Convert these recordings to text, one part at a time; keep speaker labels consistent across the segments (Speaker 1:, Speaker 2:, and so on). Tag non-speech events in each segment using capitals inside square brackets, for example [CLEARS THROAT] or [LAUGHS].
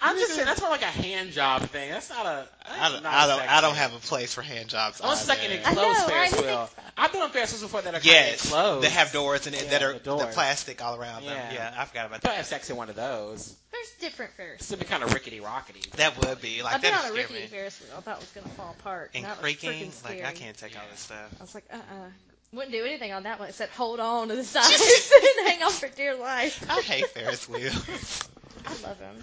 Speaker 1: I'm just saying that's not like a hand job thing. That's not a. That's
Speaker 2: I don't,
Speaker 1: not
Speaker 2: I don't,
Speaker 1: sexy.
Speaker 2: I don't have a place for hand jobs.
Speaker 1: Unless it's like
Speaker 2: either.
Speaker 1: in a
Speaker 3: I know,
Speaker 1: closed
Speaker 3: right?
Speaker 1: fair
Speaker 3: You
Speaker 1: as
Speaker 3: think
Speaker 1: well.
Speaker 3: so.
Speaker 1: I've been on fair schools before that are kind of
Speaker 2: Yes,
Speaker 1: closed.
Speaker 2: they have doors and it that
Speaker 1: Yeah,
Speaker 2: are
Speaker 1: the door.
Speaker 2: the plastic all around them.
Speaker 1: Yeah.
Speaker 2: Yeah, I forgot about
Speaker 1: Don't
Speaker 2: that.
Speaker 1: have sex in one of those.
Speaker 3: There's different Ferris.
Speaker 1: It's gonna be kind of rickety rockety.
Speaker 2: That would be like
Speaker 3: I've been
Speaker 2: that
Speaker 3: on
Speaker 2: would
Speaker 3: a
Speaker 2: scare
Speaker 3: rickety
Speaker 2: me.
Speaker 3: Ferris wheel. I thought it was gonna fall apart.
Speaker 2: And
Speaker 3: that was
Speaker 2: creaking,
Speaker 3: freaking
Speaker 2: like
Speaker 3: scary.
Speaker 2: I can't take all this stuff.
Speaker 3: I was like, uh, uh wouldn't do anything on that one except hold on to
Speaker 2: [LAUGHS]
Speaker 3: the sides [LAUGHS] and hang on for dear life.
Speaker 2: I hate Ferris wheels.
Speaker 3: I love them.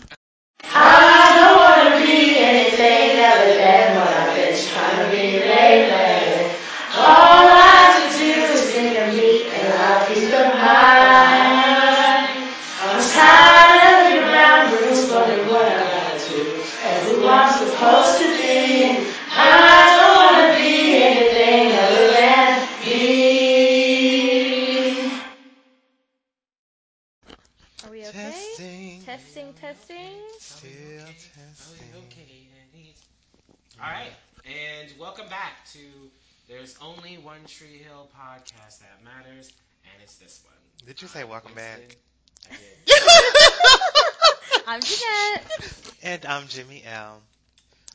Speaker 3: Are we okay?
Speaker 2: Testing,
Speaker 3: Testing,
Speaker 1: [LAUGHS]
Speaker 3: testing.
Speaker 2: still
Speaker 1: Oh,
Speaker 2: testing.
Speaker 1: All right, and welcome back to There's Only One Tree Hill podcast that matters, and it's this one.
Speaker 2: Did you say welcome back?
Speaker 1: I did.
Speaker 3: I'm Jeanette.
Speaker 2: And I'm Jimmy L.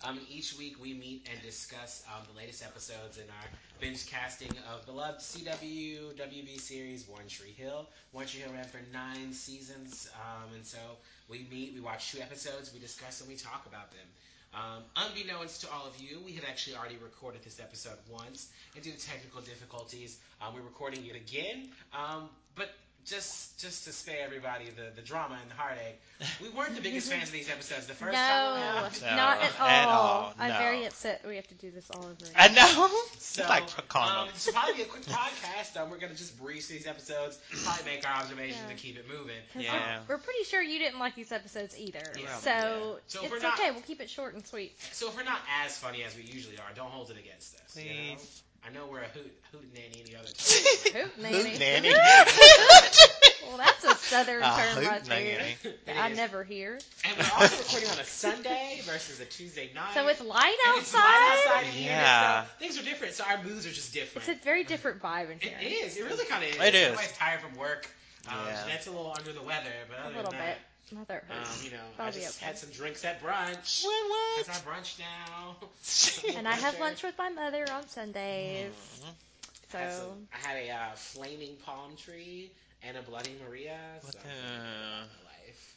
Speaker 1: Um, each week we meet and discuss um, the latest episodes in our binge casting of beloved CW WB series One Tree Hill. One Tree Hill ran for nine seasons, um, and so we meet, we watch two episodes, we discuss, and we talk about them. Um, unbeknownst to all of you, we had actually already recorded this episode once, and due to technical difficulties, um, we're recording it again. Um, but just just to spare everybody the, the drama and the heartache, we weren't the biggest fans of these episodes the first time
Speaker 3: No, [LAUGHS]
Speaker 1: around.
Speaker 2: No,
Speaker 3: not at all.
Speaker 2: at all,
Speaker 3: I'm
Speaker 2: no.
Speaker 3: very upset. We have to do this all over. Again.
Speaker 2: I know.
Speaker 1: So,
Speaker 2: [LAUGHS] it's like karma.
Speaker 1: um, it's probably be a quick podcast. Um, we're gonna just breeze through these episodes, probably make our observations
Speaker 3: Yeah.
Speaker 1: and keep it moving.
Speaker 3: 'Cause
Speaker 2: Yeah.
Speaker 3: I'm- we're pretty sure you didn't like these episodes either.
Speaker 1: Yeah.
Speaker 3: So,
Speaker 1: Yeah. So if we're
Speaker 3: it's
Speaker 1: not-
Speaker 3: okay. We'll keep it short
Speaker 2: [LAUGHS]
Speaker 3: and sweet.
Speaker 1: So if we're not as funny as we usually are, don't hold it against us. you know?
Speaker 2: Please.
Speaker 1: I know we're a hoot hoot nanny
Speaker 3: [LAUGHS]
Speaker 1: any other time.
Speaker 3: Hoot [LAUGHS] nanny.
Speaker 2: Hoot nanny. [LAUGHS]
Speaker 3: well, that's a
Speaker 2: A
Speaker 3: southern term
Speaker 2: hoot
Speaker 3: right there
Speaker 2: nanny.
Speaker 3: that
Speaker 1: It
Speaker 3: I
Speaker 1: is.
Speaker 3: never hear.
Speaker 1: And we're also recording on a Sunday versus a Tuesday night.
Speaker 3: So with light
Speaker 1: And it's light
Speaker 3: outside,
Speaker 1: outside here,
Speaker 2: Yeah.
Speaker 1: so things are different. So our moods are just different.
Speaker 3: it's a very different vibe in here.
Speaker 1: It is. It really kind of is.
Speaker 2: It is.
Speaker 1: Everybody's tired from work. Um,
Speaker 2: Yeah.
Speaker 1: Jeanette's a little under the weather, but other
Speaker 3: A little
Speaker 1: than
Speaker 3: bit.
Speaker 1: that,
Speaker 3: Mother
Speaker 1: um,
Speaker 3: hurts.
Speaker 1: you know, I
Speaker 3: I'll be
Speaker 1: just
Speaker 3: okay.
Speaker 1: had some drinks at brunch.
Speaker 2: What,
Speaker 1: It's our brunch now.
Speaker 2: what?
Speaker 3: [LAUGHS] And I have lunch with my mother on Sundays.
Speaker 2: Mm.
Speaker 3: So
Speaker 1: I had some- I had a uh, flaming palm tree and a Bloody Maria.
Speaker 2: What
Speaker 1: so
Speaker 2: the-
Speaker 1: I'm living my life.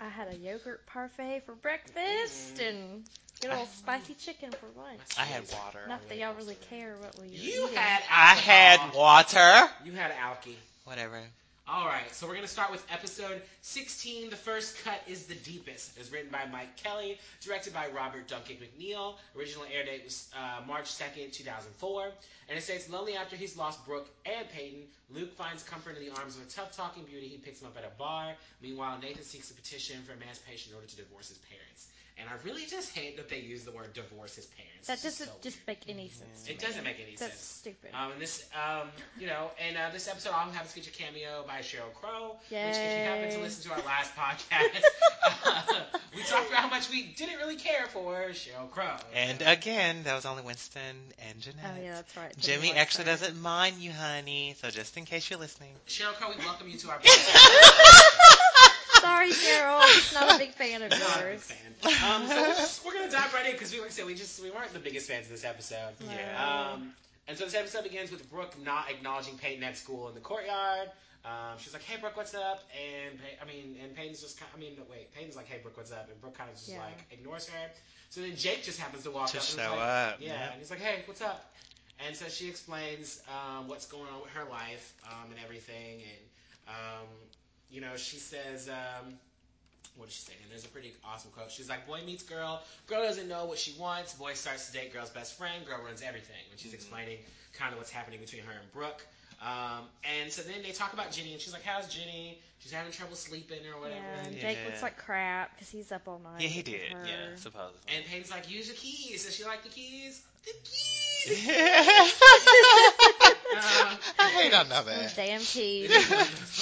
Speaker 3: I had a yogurt parfait for breakfast
Speaker 1: Mm.
Speaker 3: and good old spicy chicken for lunch.
Speaker 2: I had water.
Speaker 3: Not that y'all really care what we
Speaker 1: You
Speaker 3: eat.
Speaker 1: had.
Speaker 2: I had
Speaker 1: alcohol.
Speaker 2: water.
Speaker 1: You had alky.
Speaker 2: Whatever.
Speaker 1: All right, so we're gonna start with episode 16. The first cut is the deepest. It was written by Mike Kelly, directed by Robert Duncan McNeil. Original air date was uh, March 2nd, 2004. And it states, lonely after he's lost Brooke and Peyton, Luke finds comfort in the arms of a tough-talking beauty. He picks him up at a bar. Meanwhile, Nathan seeks a petition for emancipation in order to divorce his parents. And I really just hate that they use the word divorce his parents.
Speaker 3: That
Speaker 1: It's just
Speaker 3: doesn't
Speaker 1: so
Speaker 3: just make any sense. to
Speaker 1: weird. It
Speaker 3: me.
Speaker 1: doesn't make any
Speaker 3: That's
Speaker 1: sense.
Speaker 3: stupid.
Speaker 1: Um, and this, um, you know, and uh, this episode also happens to feature cameo by Cheryl Crow. Which, if you happen to
Speaker 3: Yay.
Speaker 1: listen to our last podcast, uh, [LAUGHS] we talked about how much we didn't really care for Cheryl Crow.
Speaker 2: And uh, again, that was only Winston and Jeanette.
Speaker 3: Oh yeah, that's right.
Speaker 2: Jimmy
Speaker 3: Didn't like
Speaker 2: actually
Speaker 3: her.
Speaker 2: doesn't mind you, honey. So just in case you're
Speaker 1: [LAUGHS]
Speaker 2: listening,
Speaker 1: Cheryl Crow, we welcome you to our podcast.
Speaker 3: Sorry, Cheryl. He's not a big fan
Speaker 1: [LAUGHS]
Speaker 3: of
Speaker 1: Not a big
Speaker 3: yours.
Speaker 1: fan. Um, so we're, just, we're gonna dive right in because we, like I said, we just we weren't the biggest fans of this episode.
Speaker 3: Yeah.
Speaker 1: Um, and so this episode begins with Brooke not acknowledging Peyton at school in the courtyard. Um, she's like, "Hey Brooke, what's up?" And Pey- I mean, and Peyton's just kind. I mean, no, wait, Peyton's like, "Hey Brooke, what's up?" And Brooke kind of just
Speaker 3: Yeah.
Speaker 1: like ignores her. So then Jake just happens to walk
Speaker 2: to
Speaker 1: up and is
Speaker 2: show
Speaker 1: like,
Speaker 2: up.
Speaker 1: Yeah, and he's like, "Hey, what's up?" And so she explains um, what's going on with her life um, and everything, and um, you know, she says, um, "What did she say?" And there's a pretty awesome quote. She's like, "Boy meets girl, girl doesn't know what she wants. Boy starts to date girl's best friend. Girl runs everything." When she's explaining kind of what's happening between her and Brooke. Um, and so then they talk about Ginny, and she's like, "How's Ginny? She's having trouble sleeping or whatever."
Speaker 3: Yeah, and
Speaker 1: And-
Speaker 3: Jake
Speaker 2: Yeah.
Speaker 3: looks like crap because he's up all night.
Speaker 2: Yeah, he
Speaker 3: with
Speaker 2: did.
Speaker 3: her.
Speaker 2: Yeah, [LAUGHS] supposedly.
Speaker 1: And Peyton's like, "Use the keys." Does she like the keys? The keys. Um,
Speaker 2: I hate I know
Speaker 3: Those
Speaker 1: [LAUGHS]
Speaker 2: that.
Speaker 3: damn keys,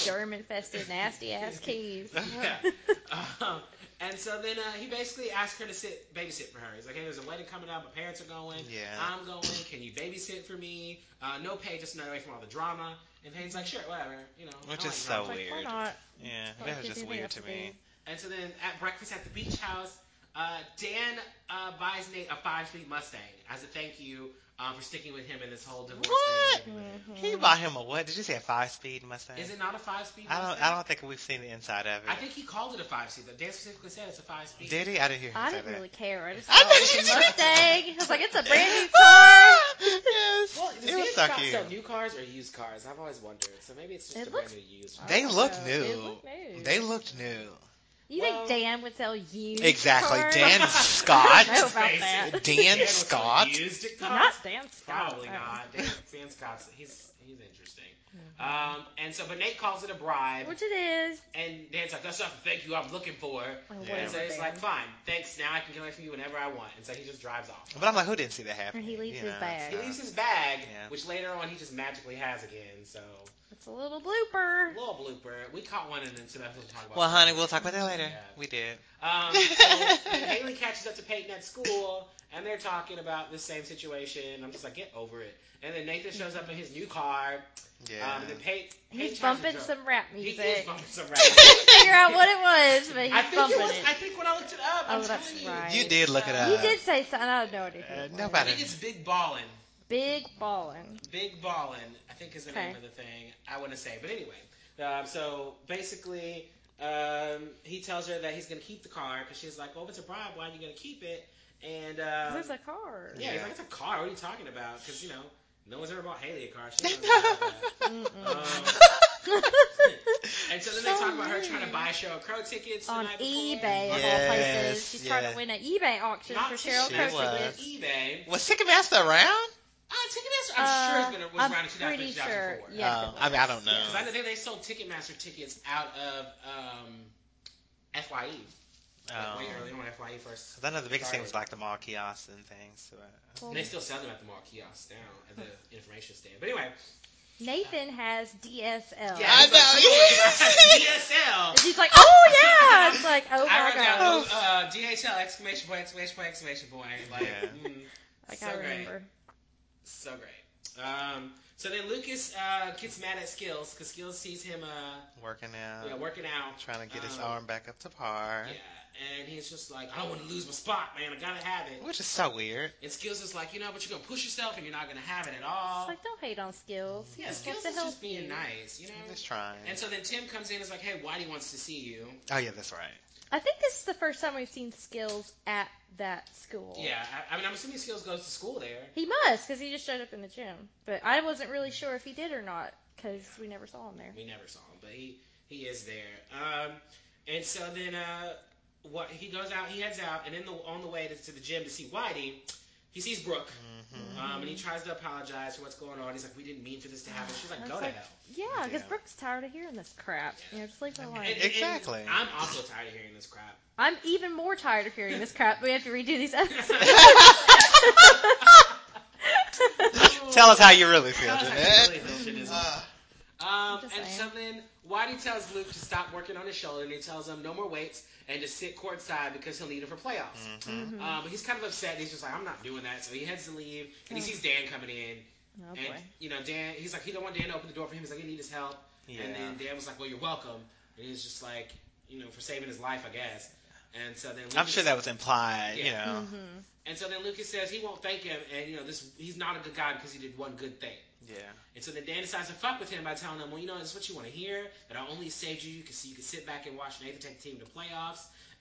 Speaker 3: germ infested, nasty ass keys.
Speaker 1: [LAUGHS] Yeah.
Speaker 3: [LAUGHS]
Speaker 1: Um, and so then uh, he basically asked her to sit babysit for her. He's like, "Hey, there's a wedding coming up. My parents are going.
Speaker 2: Yeah.
Speaker 1: I'm going. Can you babysit for me? Uh, no pay, just another way from all the drama." And Peyton's like, "Sure, whatever. You know." I
Speaker 2: Which
Speaker 1: like
Speaker 2: is
Speaker 1: drama.
Speaker 2: so
Speaker 3: Like, why
Speaker 2: weird.
Speaker 3: not?
Speaker 2: Yeah, that
Speaker 3: Why would
Speaker 2: was
Speaker 3: you
Speaker 2: just
Speaker 3: do
Speaker 2: weird
Speaker 3: that
Speaker 2: to
Speaker 3: to
Speaker 2: me.
Speaker 3: me?
Speaker 1: And so then at breakfast at the beach house, uh, Dan uh, buys Nate a five speed Mustang as a thank you um, for sticking with him in this whole divorce
Speaker 2: What?
Speaker 1: thing.
Speaker 3: Mm-hmm.
Speaker 2: He bought him a what? Did you say a five speed Mustang?
Speaker 1: Is it not a five speed?
Speaker 2: I don't. I don't think we've seen the inside of it.
Speaker 1: I think he called it a five speed. Dan specifically said it's a five speed.
Speaker 2: Did he? I didn't hear him
Speaker 3: I
Speaker 2: say
Speaker 3: didn't
Speaker 2: that.
Speaker 3: really care.
Speaker 2: [LAUGHS]
Speaker 3: I just [LAUGHS]
Speaker 2: I
Speaker 3: thought
Speaker 2: know,
Speaker 3: it was
Speaker 2: you
Speaker 3: a
Speaker 2: just-
Speaker 3: Mustang. I was like, it's a brand new car.
Speaker 2: Ah! [LAUGHS] yes.
Speaker 1: Well,
Speaker 2: it
Speaker 1: does
Speaker 2: was so
Speaker 1: Hitchcock
Speaker 2: cute.
Speaker 1: sell new cars or used cars? I've always wondered. So maybe it's just
Speaker 3: It
Speaker 1: a brand
Speaker 3: looks-
Speaker 1: new used.
Speaker 2: [LAUGHS] They
Speaker 3: Oh,
Speaker 2: look
Speaker 3: so
Speaker 2: new.
Speaker 3: it looked new.
Speaker 2: They looked new.
Speaker 3: You
Speaker 1: Well-
Speaker 3: think Dan would sell used
Speaker 2: Exactly.
Speaker 3: cars?
Speaker 2: Dan
Speaker 3: I
Speaker 2: Scott.
Speaker 3: don't know about that.
Speaker 1: [LAUGHS]
Speaker 2: Dan
Speaker 1: was
Speaker 2: Scott.
Speaker 1: Used cars?
Speaker 3: [LAUGHS] Not Dan Scott.
Speaker 1: Probably
Speaker 3: Oh.
Speaker 1: not. Dan, Dan Scott's he's he's interesting. Um, and so, but Nate calls it a bribe,
Speaker 3: Which it is.
Speaker 1: and Dan's like, "That's not the thank you I'm looking for."
Speaker 3: Oh,
Speaker 2: Yeah.
Speaker 1: And
Speaker 3: whatever,
Speaker 1: so he's
Speaker 3: Dan.
Speaker 1: like, "Fine, thanks. Now I can get away from you whenever I want." And so he just drives off.
Speaker 2: But I'm like, who didn't see that happen?
Speaker 3: And he leaves
Speaker 2: you
Speaker 3: his
Speaker 2: know,
Speaker 3: bag.
Speaker 1: He
Speaker 2: so-
Speaker 1: leaves his bag,
Speaker 2: Yeah.
Speaker 1: which later on he just magically has again. So
Speaker 3: it's a little blooper.
Speaker 1: little blooper. We caught one, and then so that's what we'll talk about.
Speaker 2: Well, honey,
Speaker 1: later.
Speaker 2: we'll talk about that later.
Speaker 1: Yeah.
Speaker 2: We did.
Speaker 3: [LAUGHS]
Speaker 1: Um, so Haley catches up to Peyton at school, and they're talking about the same situation. I'm just like, get over it. And then Nathan shows up in his new car.
Speaker 2: Yeah.
Speaker 1: Um, and then Peyton, Peyton
Speaker 3: He's
Speaker 1: tries to
Speaker 3: bumping
Speaker 1: drive-
Speaker 3: some rap
Speaker 1: He
Speaker 3: music. [LAUGHS]
Speaker 1: is bumping some rap.
Speaker 3: Figure out what it was, but he's
Speaker 1: I think
Speaker 3: bumping
Speaker 1: it was.
Speaker 3: it.
Speaker 1: I think when I looked it up,
Speaker 3: Oh,
Speaker 1: I'm
Speaker 3: that's
Speaker 1: telling you,
Speaker 3: right.
Speaker 2: You did look it up.
Speaker 3: you did say something. I don't know anything.
Speaker 2: Uh,
Speaker 1: I
Speaker 2: nobody-
Speaker 1: think it's Big Ballin.
Speaker 3: Big ballin'.
Speaker 1: Big Ballin, I think is the name
Speaker 3: Okay.
Speaker 1: of the thing. I want to say, but anyway. Um, so basically, um, he tells her that he's going to keep the car because she's like, "Well, if it's a bribe, why are you going to keep it?" And um,
Speaker 3: There's a car.
Speaker 1: Yeah, he's
Speaker 2: Yeah.
Speaker 1: like, it's a car. What are you talking about? Because, you know, no one's ever bought Haley a car. She doesn't have
Speaker 3: [LAUGHS]
Speaker 1: that. Um,
Speaker 3: Mm-mm.
Speaker 1: Uh, and so then they
Speaker 3: So
Speaker 1: talk about her
Speaker 3: rude.
Speaker 1: trying to buy Cheryl Crow tickets the
Speaker 3: on
Speaker 1: night
Speaker 3: eBay,
Speaker 1: before.
Speaker 3: of all places.
Speaker 2: Yes,
Speaker 3: She's
Speaker 2: yeah.
Speaker 3: trying to win an eBay auction
Speaker 1: Not
Speaker 3: for
Speaker 1: just
Speaker 3: Cheryl
Speaker 1: she
Speaker 2: Crow
Speaker 1: was
Speaker 2: tickets.
Speaker 1: eBay.
Speaker 2: Was Ticketmaster around?
Speaker 1: Uh, Ticketmaster, I'm sure,
Speaker 3: Uh,
Speaker 1: it's been a- was
Speaker 3: I'm
Speaker 1: around in 2003,
Speaker 3: pretty sure,
Speaker 1: 2004.
Speaker 3: Yes,
Speaker 2: Oh,
Speaker 3: it
Speaker 2: I mean, I don't know.
Speaker 1: Because I know they sold Ticketmaster tickets out of um, FYE. Like,
Speaker 2: Oh.
Speaker 1: way early on when FYE first.
Speaker 2: 'Cause I know the biggest thing was
Speaker 1: Uh, Sorry.
Speaker 2: like the mall kiosks and things. uh, but-
Speaker 3: Well,
Speaker 1: And they still sell them at the mall kiosks now, at the information stand. But anyway.
Speaker 3: Nathan has DSL.
Speaker 2: Yeah. I
Speaker 1: it's like,
Speaker 2: know.
Speaker 1: [LAUGHS] come on, it's
Speaker 2: [LAUGHS]
Speaker 1: DSL.
Speaker 3: And she's like, oh yeah. It's like,
Speaker 1: I
Speaker 3: oh my
Speaker 1: wrote down
Speaker 3: god.
Speaker 1: uh, DHL exclamation point exclamation point exclamation point. Like,
Speaker 2: Yeah.
Speaker 1: mm,
Speaker 3: Like
Speaker 1: so
Speaker 3: I
Speaker 1: great,
Speaker 3: remember.
Speaker 1: so great. Um, so then Lucas uh, gets mad at Skills because Skills sees him uh,
Speaker 2: Working
Speaker 1: you know,
Speaker 2: out,
Speaker 1: working out.
Speaker 2: trying to get his
Speaker 1: um,
Speaker 2: arm back up to par,
Speaker 1: Yeah, and he's just like, I don't want to lose my spot, man. I gotta have it.
Speaker 2: which is so weird.
Speaker 1: And Skills is like, you know, but you're gonna push yourself and you're not gonna have it at
Speaker 3: It's
Speaker 1: all.
Speaker 3: like, don't hate on skills.
Speaker 1: Yeah,
Speaker 3: He's supposed
Speaker 1: Skills
Speaker 3: to
Speaker 1: is
Speaker 3: help
Speaker 1: just being
Speaker 3: you.
Speaker 1: nice, you know.
Speaker 2: I'm just trying.
Speaker 1: And so then Tim comes in and is like, hey, Whitey wants to see you.
Speaker 2: Oh yeah, that's right.
Speaker 3: I think this is the first time we've seen skills at that school.
Speaker 1: Yeah, I, I mean, I'm assuming Skills goes to school there.
Speaker 3: He must, because he just showed up in the gym. But I wasn't really sure if he did or not, because we never saw him there.
Speaker 1: We never saw him, but he he is there. Um, and so then uh, what he goes out, he heads out, and in the on the way to, to the gym to see Whitey, he sees Brooke,
Speaker 2: hmm
Speaker 1: um, and he tries to apologize for what's going on. He's like, "We didn't mean for this to happen." She's like,
Speaker 3: That's
Speaker 1: "Go to
Speaker 3: like-
Speaker 1: hell."
Speaker 3: Yeah, because
Speaker 2: Yeah.
Speaker 3: Brooke's tired of hearing this crap. You know, just leave her alone.
Speaker 1: And- and
Speaker 2: Exactly.
Speaker 1: I'm also tired of hearing this crap.
Speaker 3: [LAUGHS]
Speaker 1: [LAUGHS]
Speaker 3: I'm even more tired of hearing this crap. We have to redo these episodes. [LAUGHS]
Speaker 1: Um,
Speaker 2: Tell us how you really
Speaker 1: [LAUGHS]
Speaker 2: feel,
Speaker 1: Tell us how you
Speaker 2: Jeanette.
Speaker 1: really feel, Jeanette.
Speaker 2: Uh,
Speaker 1: Um,
Speaker 3: I'm just
Speaker 1: and so
Speaker 3: saying.
Speaker 1: then Whitey tells Luke to stop working on his shoulder, and he tells him no more weights and to sit courtside because he'll need it for playoffs.
Speaker 2: mhm.
Speaker 3: Mm-hmm. Oh,
Speaker 1: Um, but he's kind of upset. And he's just like, I'm not doing that. So he heads to leave, and he
Speaker 3: Oh.
Speaker 1: sees Dan coming in,
Speaker 3: Oh
Speaker 1: and
Speaker 3: boy.
Speaker 1: you know Dan. He's like, he don't want Dan to open the door for him. He's like, he need his help.
Speaker 2: Yeah.
Speaker 1: And then Dan was like, well, you're welcome. And he's just like, you know, for saving his life, I guess. And so then Lucas,
Speaker 2: I'm sure that was implied, you
Speaker 1: Yeah.
Speaker 2: know.
Speaker 3: Mhm.
Speaker 1: And so then Lucas says he won't thank him, and you know this he's not a good guy because he did one good thing.
Speaker 2: Yeah.
Speaker 1: And so then Dan decides to fuck with him by telling him, well, you know, this is what you want to hear. That I only saved you. You can see, you can sit back and watch Nathan take the team to playoffs.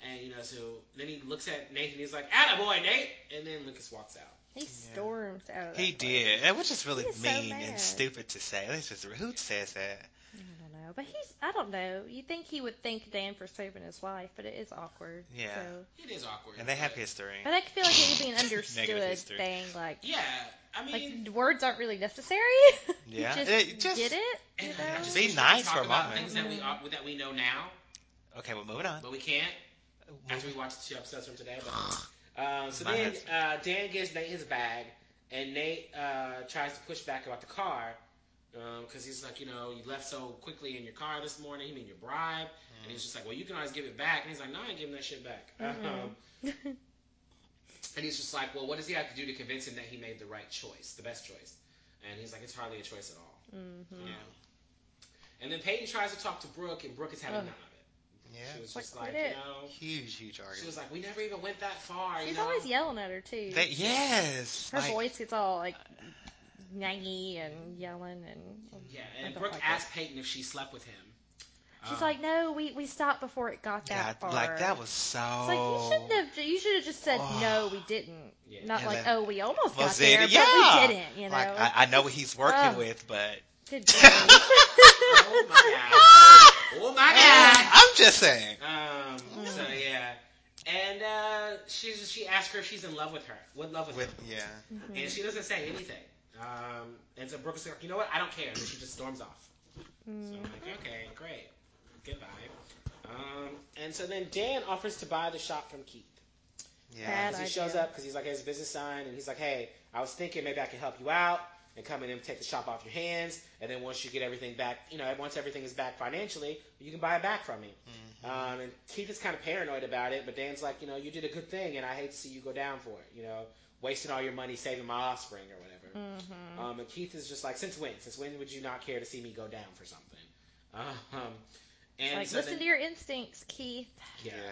Speaker 1: And you know, so then he looks at Nathan. He's like, "Atta boy, Nate!" And then Lucas walks out.
Speaker 3: He storms out. Of
Speaker 2: He
Speaker 3: that
Speaker 2: did, and which is really
Speaker 3: He is so
Speaker 2: mean
Speaker 3: mad.
Speaker 2: and stupid to say. That's just who says that?
Speaker 3: place. I don't know, but he's—I don't know. You think he would thank Dan for saving his life, but it is awkward.
Speaker 2: Yeah.
Speaker 3: So.
Speaker 1: It is awkward.
Speaker 2: And they have
Speaker 1: but-
Speaker 2: history.
Speaker 3: But I feel like it would be an
Speaker 2: Negative
Speaker 3: understood
Speaker 2: history.
Speaker 3: thing, like.
Speaker 1: Yeah, I mean,
Speaker 3: Like words aren't really necessary. [LAUGHS] You
Speaker 2: Yeah.
Speaker 3: just,
Speaker 2: It- just-
Speaker 3: get it. You
Speaker 1: and I
Speaker 3: know?
Speaker 1: just
Speaker 2: Be
Speaker 3: [LAUGHS]
Speaker 1: wish we could
Speaker 2: nice
Speaker 1: talk
Speaker 2: for a
Speaker 1: about
Speaker 2: moment.
Speaker 1: Things that we are- that we know now,
Speaker 2: Okay, well, moving on.
Speaker 1: but we can't after we
Speaker 2: Moving-
Speaker 1: watch the two episodes from today.
Speaker 2: [GASPS]
Speaker 1: But um, so
Speaker 2: My
Speaker 1: then uh, Dan gives Nate his bag, and Nate uh, tries to push back about the car because he's like, you know, you left so quickly in your car this morning. You mean your bribe? And he's just like, well, you can always give it back. And he's like, no, I ain't giving that shit back.
Speaker 2: Mm-hmm.
Speaker 1: Um, and he's just like, well, what does he have to do to convince him that he made the right choice, the best choice? And he's like, it's hardly a choice at all.
Speaker 3: Mhm.
Speaker 2: Mm.
Speaker 1: Yeah. And then Peyton tries to talk to Brooke, and Brooke is having
Speaker 3: Ugh.
Speaker 1: none of it. She
Speaker 2: Yeah.
Speaker 1: was
Speaker 3: Like,
Speaker 1: just like,
Speaker 3: quit
Speaker 1: you
Speaker 3: it.
Speaker 1: know,
Speaker 2: Huge, huge
Speaker 1: she
Speaker 2: argument.
Speaker 1: was like, we never even went that far. you
Speaker 3: She's
Speaker 1: know?
Speaker 3: always yelling at her too.
Speaker 2: They, Uh, yes.
Speaker 3: her
Speaker 2: like,
Speaker 3: voice gets all like naggy and yelling, and
Speaker 2: mm-hmm.
Speaker 1: Yeah,
Speaker 3: I
Speaker 1: and
Speaker 3: don't
Speaker 1: Brooke
Speaker 3: like
Speaker 1: asked Peyton if she slept with him.
Speaker 3: she's
Speaker 1: Um,
Speaker 3: like, "No, we we stopped before it got
Speaker 2: Yeah,
Speaker 3: that far."
Speaker 2: like that was so.
Speaker 3: It's like you shouldn't have. You should have just said
Speaker 2: Oh.
Speaker 3: no, we didn't.
Speaker 1: Yeah.
Speaker 3: Not
Speaker 2: And
Speaker 3: like
Speaker 2: then-
Speaker 3: oh, we almost
Speaker 2: Well,
Speaker 3: got
Speaker 2: see,
Speaker 3: there,
Speaker 2: yeah.
Speaker 3: but we didn't. You know,
Speaker 2: Like I, I know what he's working
Speaker 3: Ugh.
Speaker 2: with, but
Speaker 3: [LAUGHS]
Speaker 2: [LAUGHS]
Speaker 3: good. grief.
Speaker 1: [LAUGHS] oh my god. Oh
Speaker 3: [LAUGHS]
Speaker 1: my god.
Speaker 2: I'm just saying.
Speaker 1: Um, so
Speaker 3: Mm.
Speaker 1: yeah, and uh, she's she asked her if she's in love with her, would love with,
Speaker 2: With
Speaker 1: him,
Speaker 2: yeah,
Speaker 3: Mm-hmm.
Speaker 1: and she doesn't say anything. Um, and so Brooke's like, you know what? I don't care. And she just storms off. So I'm
Speaker 3: Mm.
Speaker 1: like, okay, great, goodbye. Um, and so then Dan offers to buy the shop from Keith.
Speaker 2: yeah.
Speaker 3: Bad
Speaker 1: As he
Speaker 3: idea.
Speaker 1: shows up because he's like his business sign, and he's like, "Hey, I was thinking maybe I could help you out and come in and take the shop off your hands, and then once you get everything back, you know, once everything is back financially, you can buy it back from me."
Speaker 3: Mm-hmm.
Speaker 1: Um, and Keith is kind of paranoid about it, but Dan's like, "You know, you did a good thing, and I hate to see you go down for it. You know, wasting all your money saving my offspring or whatever."
Speaker 3: Mm-hmm.
Speaker 1: Um, and Keith is just like, "Since when? Since when would you not care to see me go down for something?" Um, and
Speaker 3: Like
Speaker 1: so
Speaker 3: listen
Speaker 1: then-
Speaker 3: to your instincts, Keith.
Speaker 2: yeah.
Speaker 1: yeah.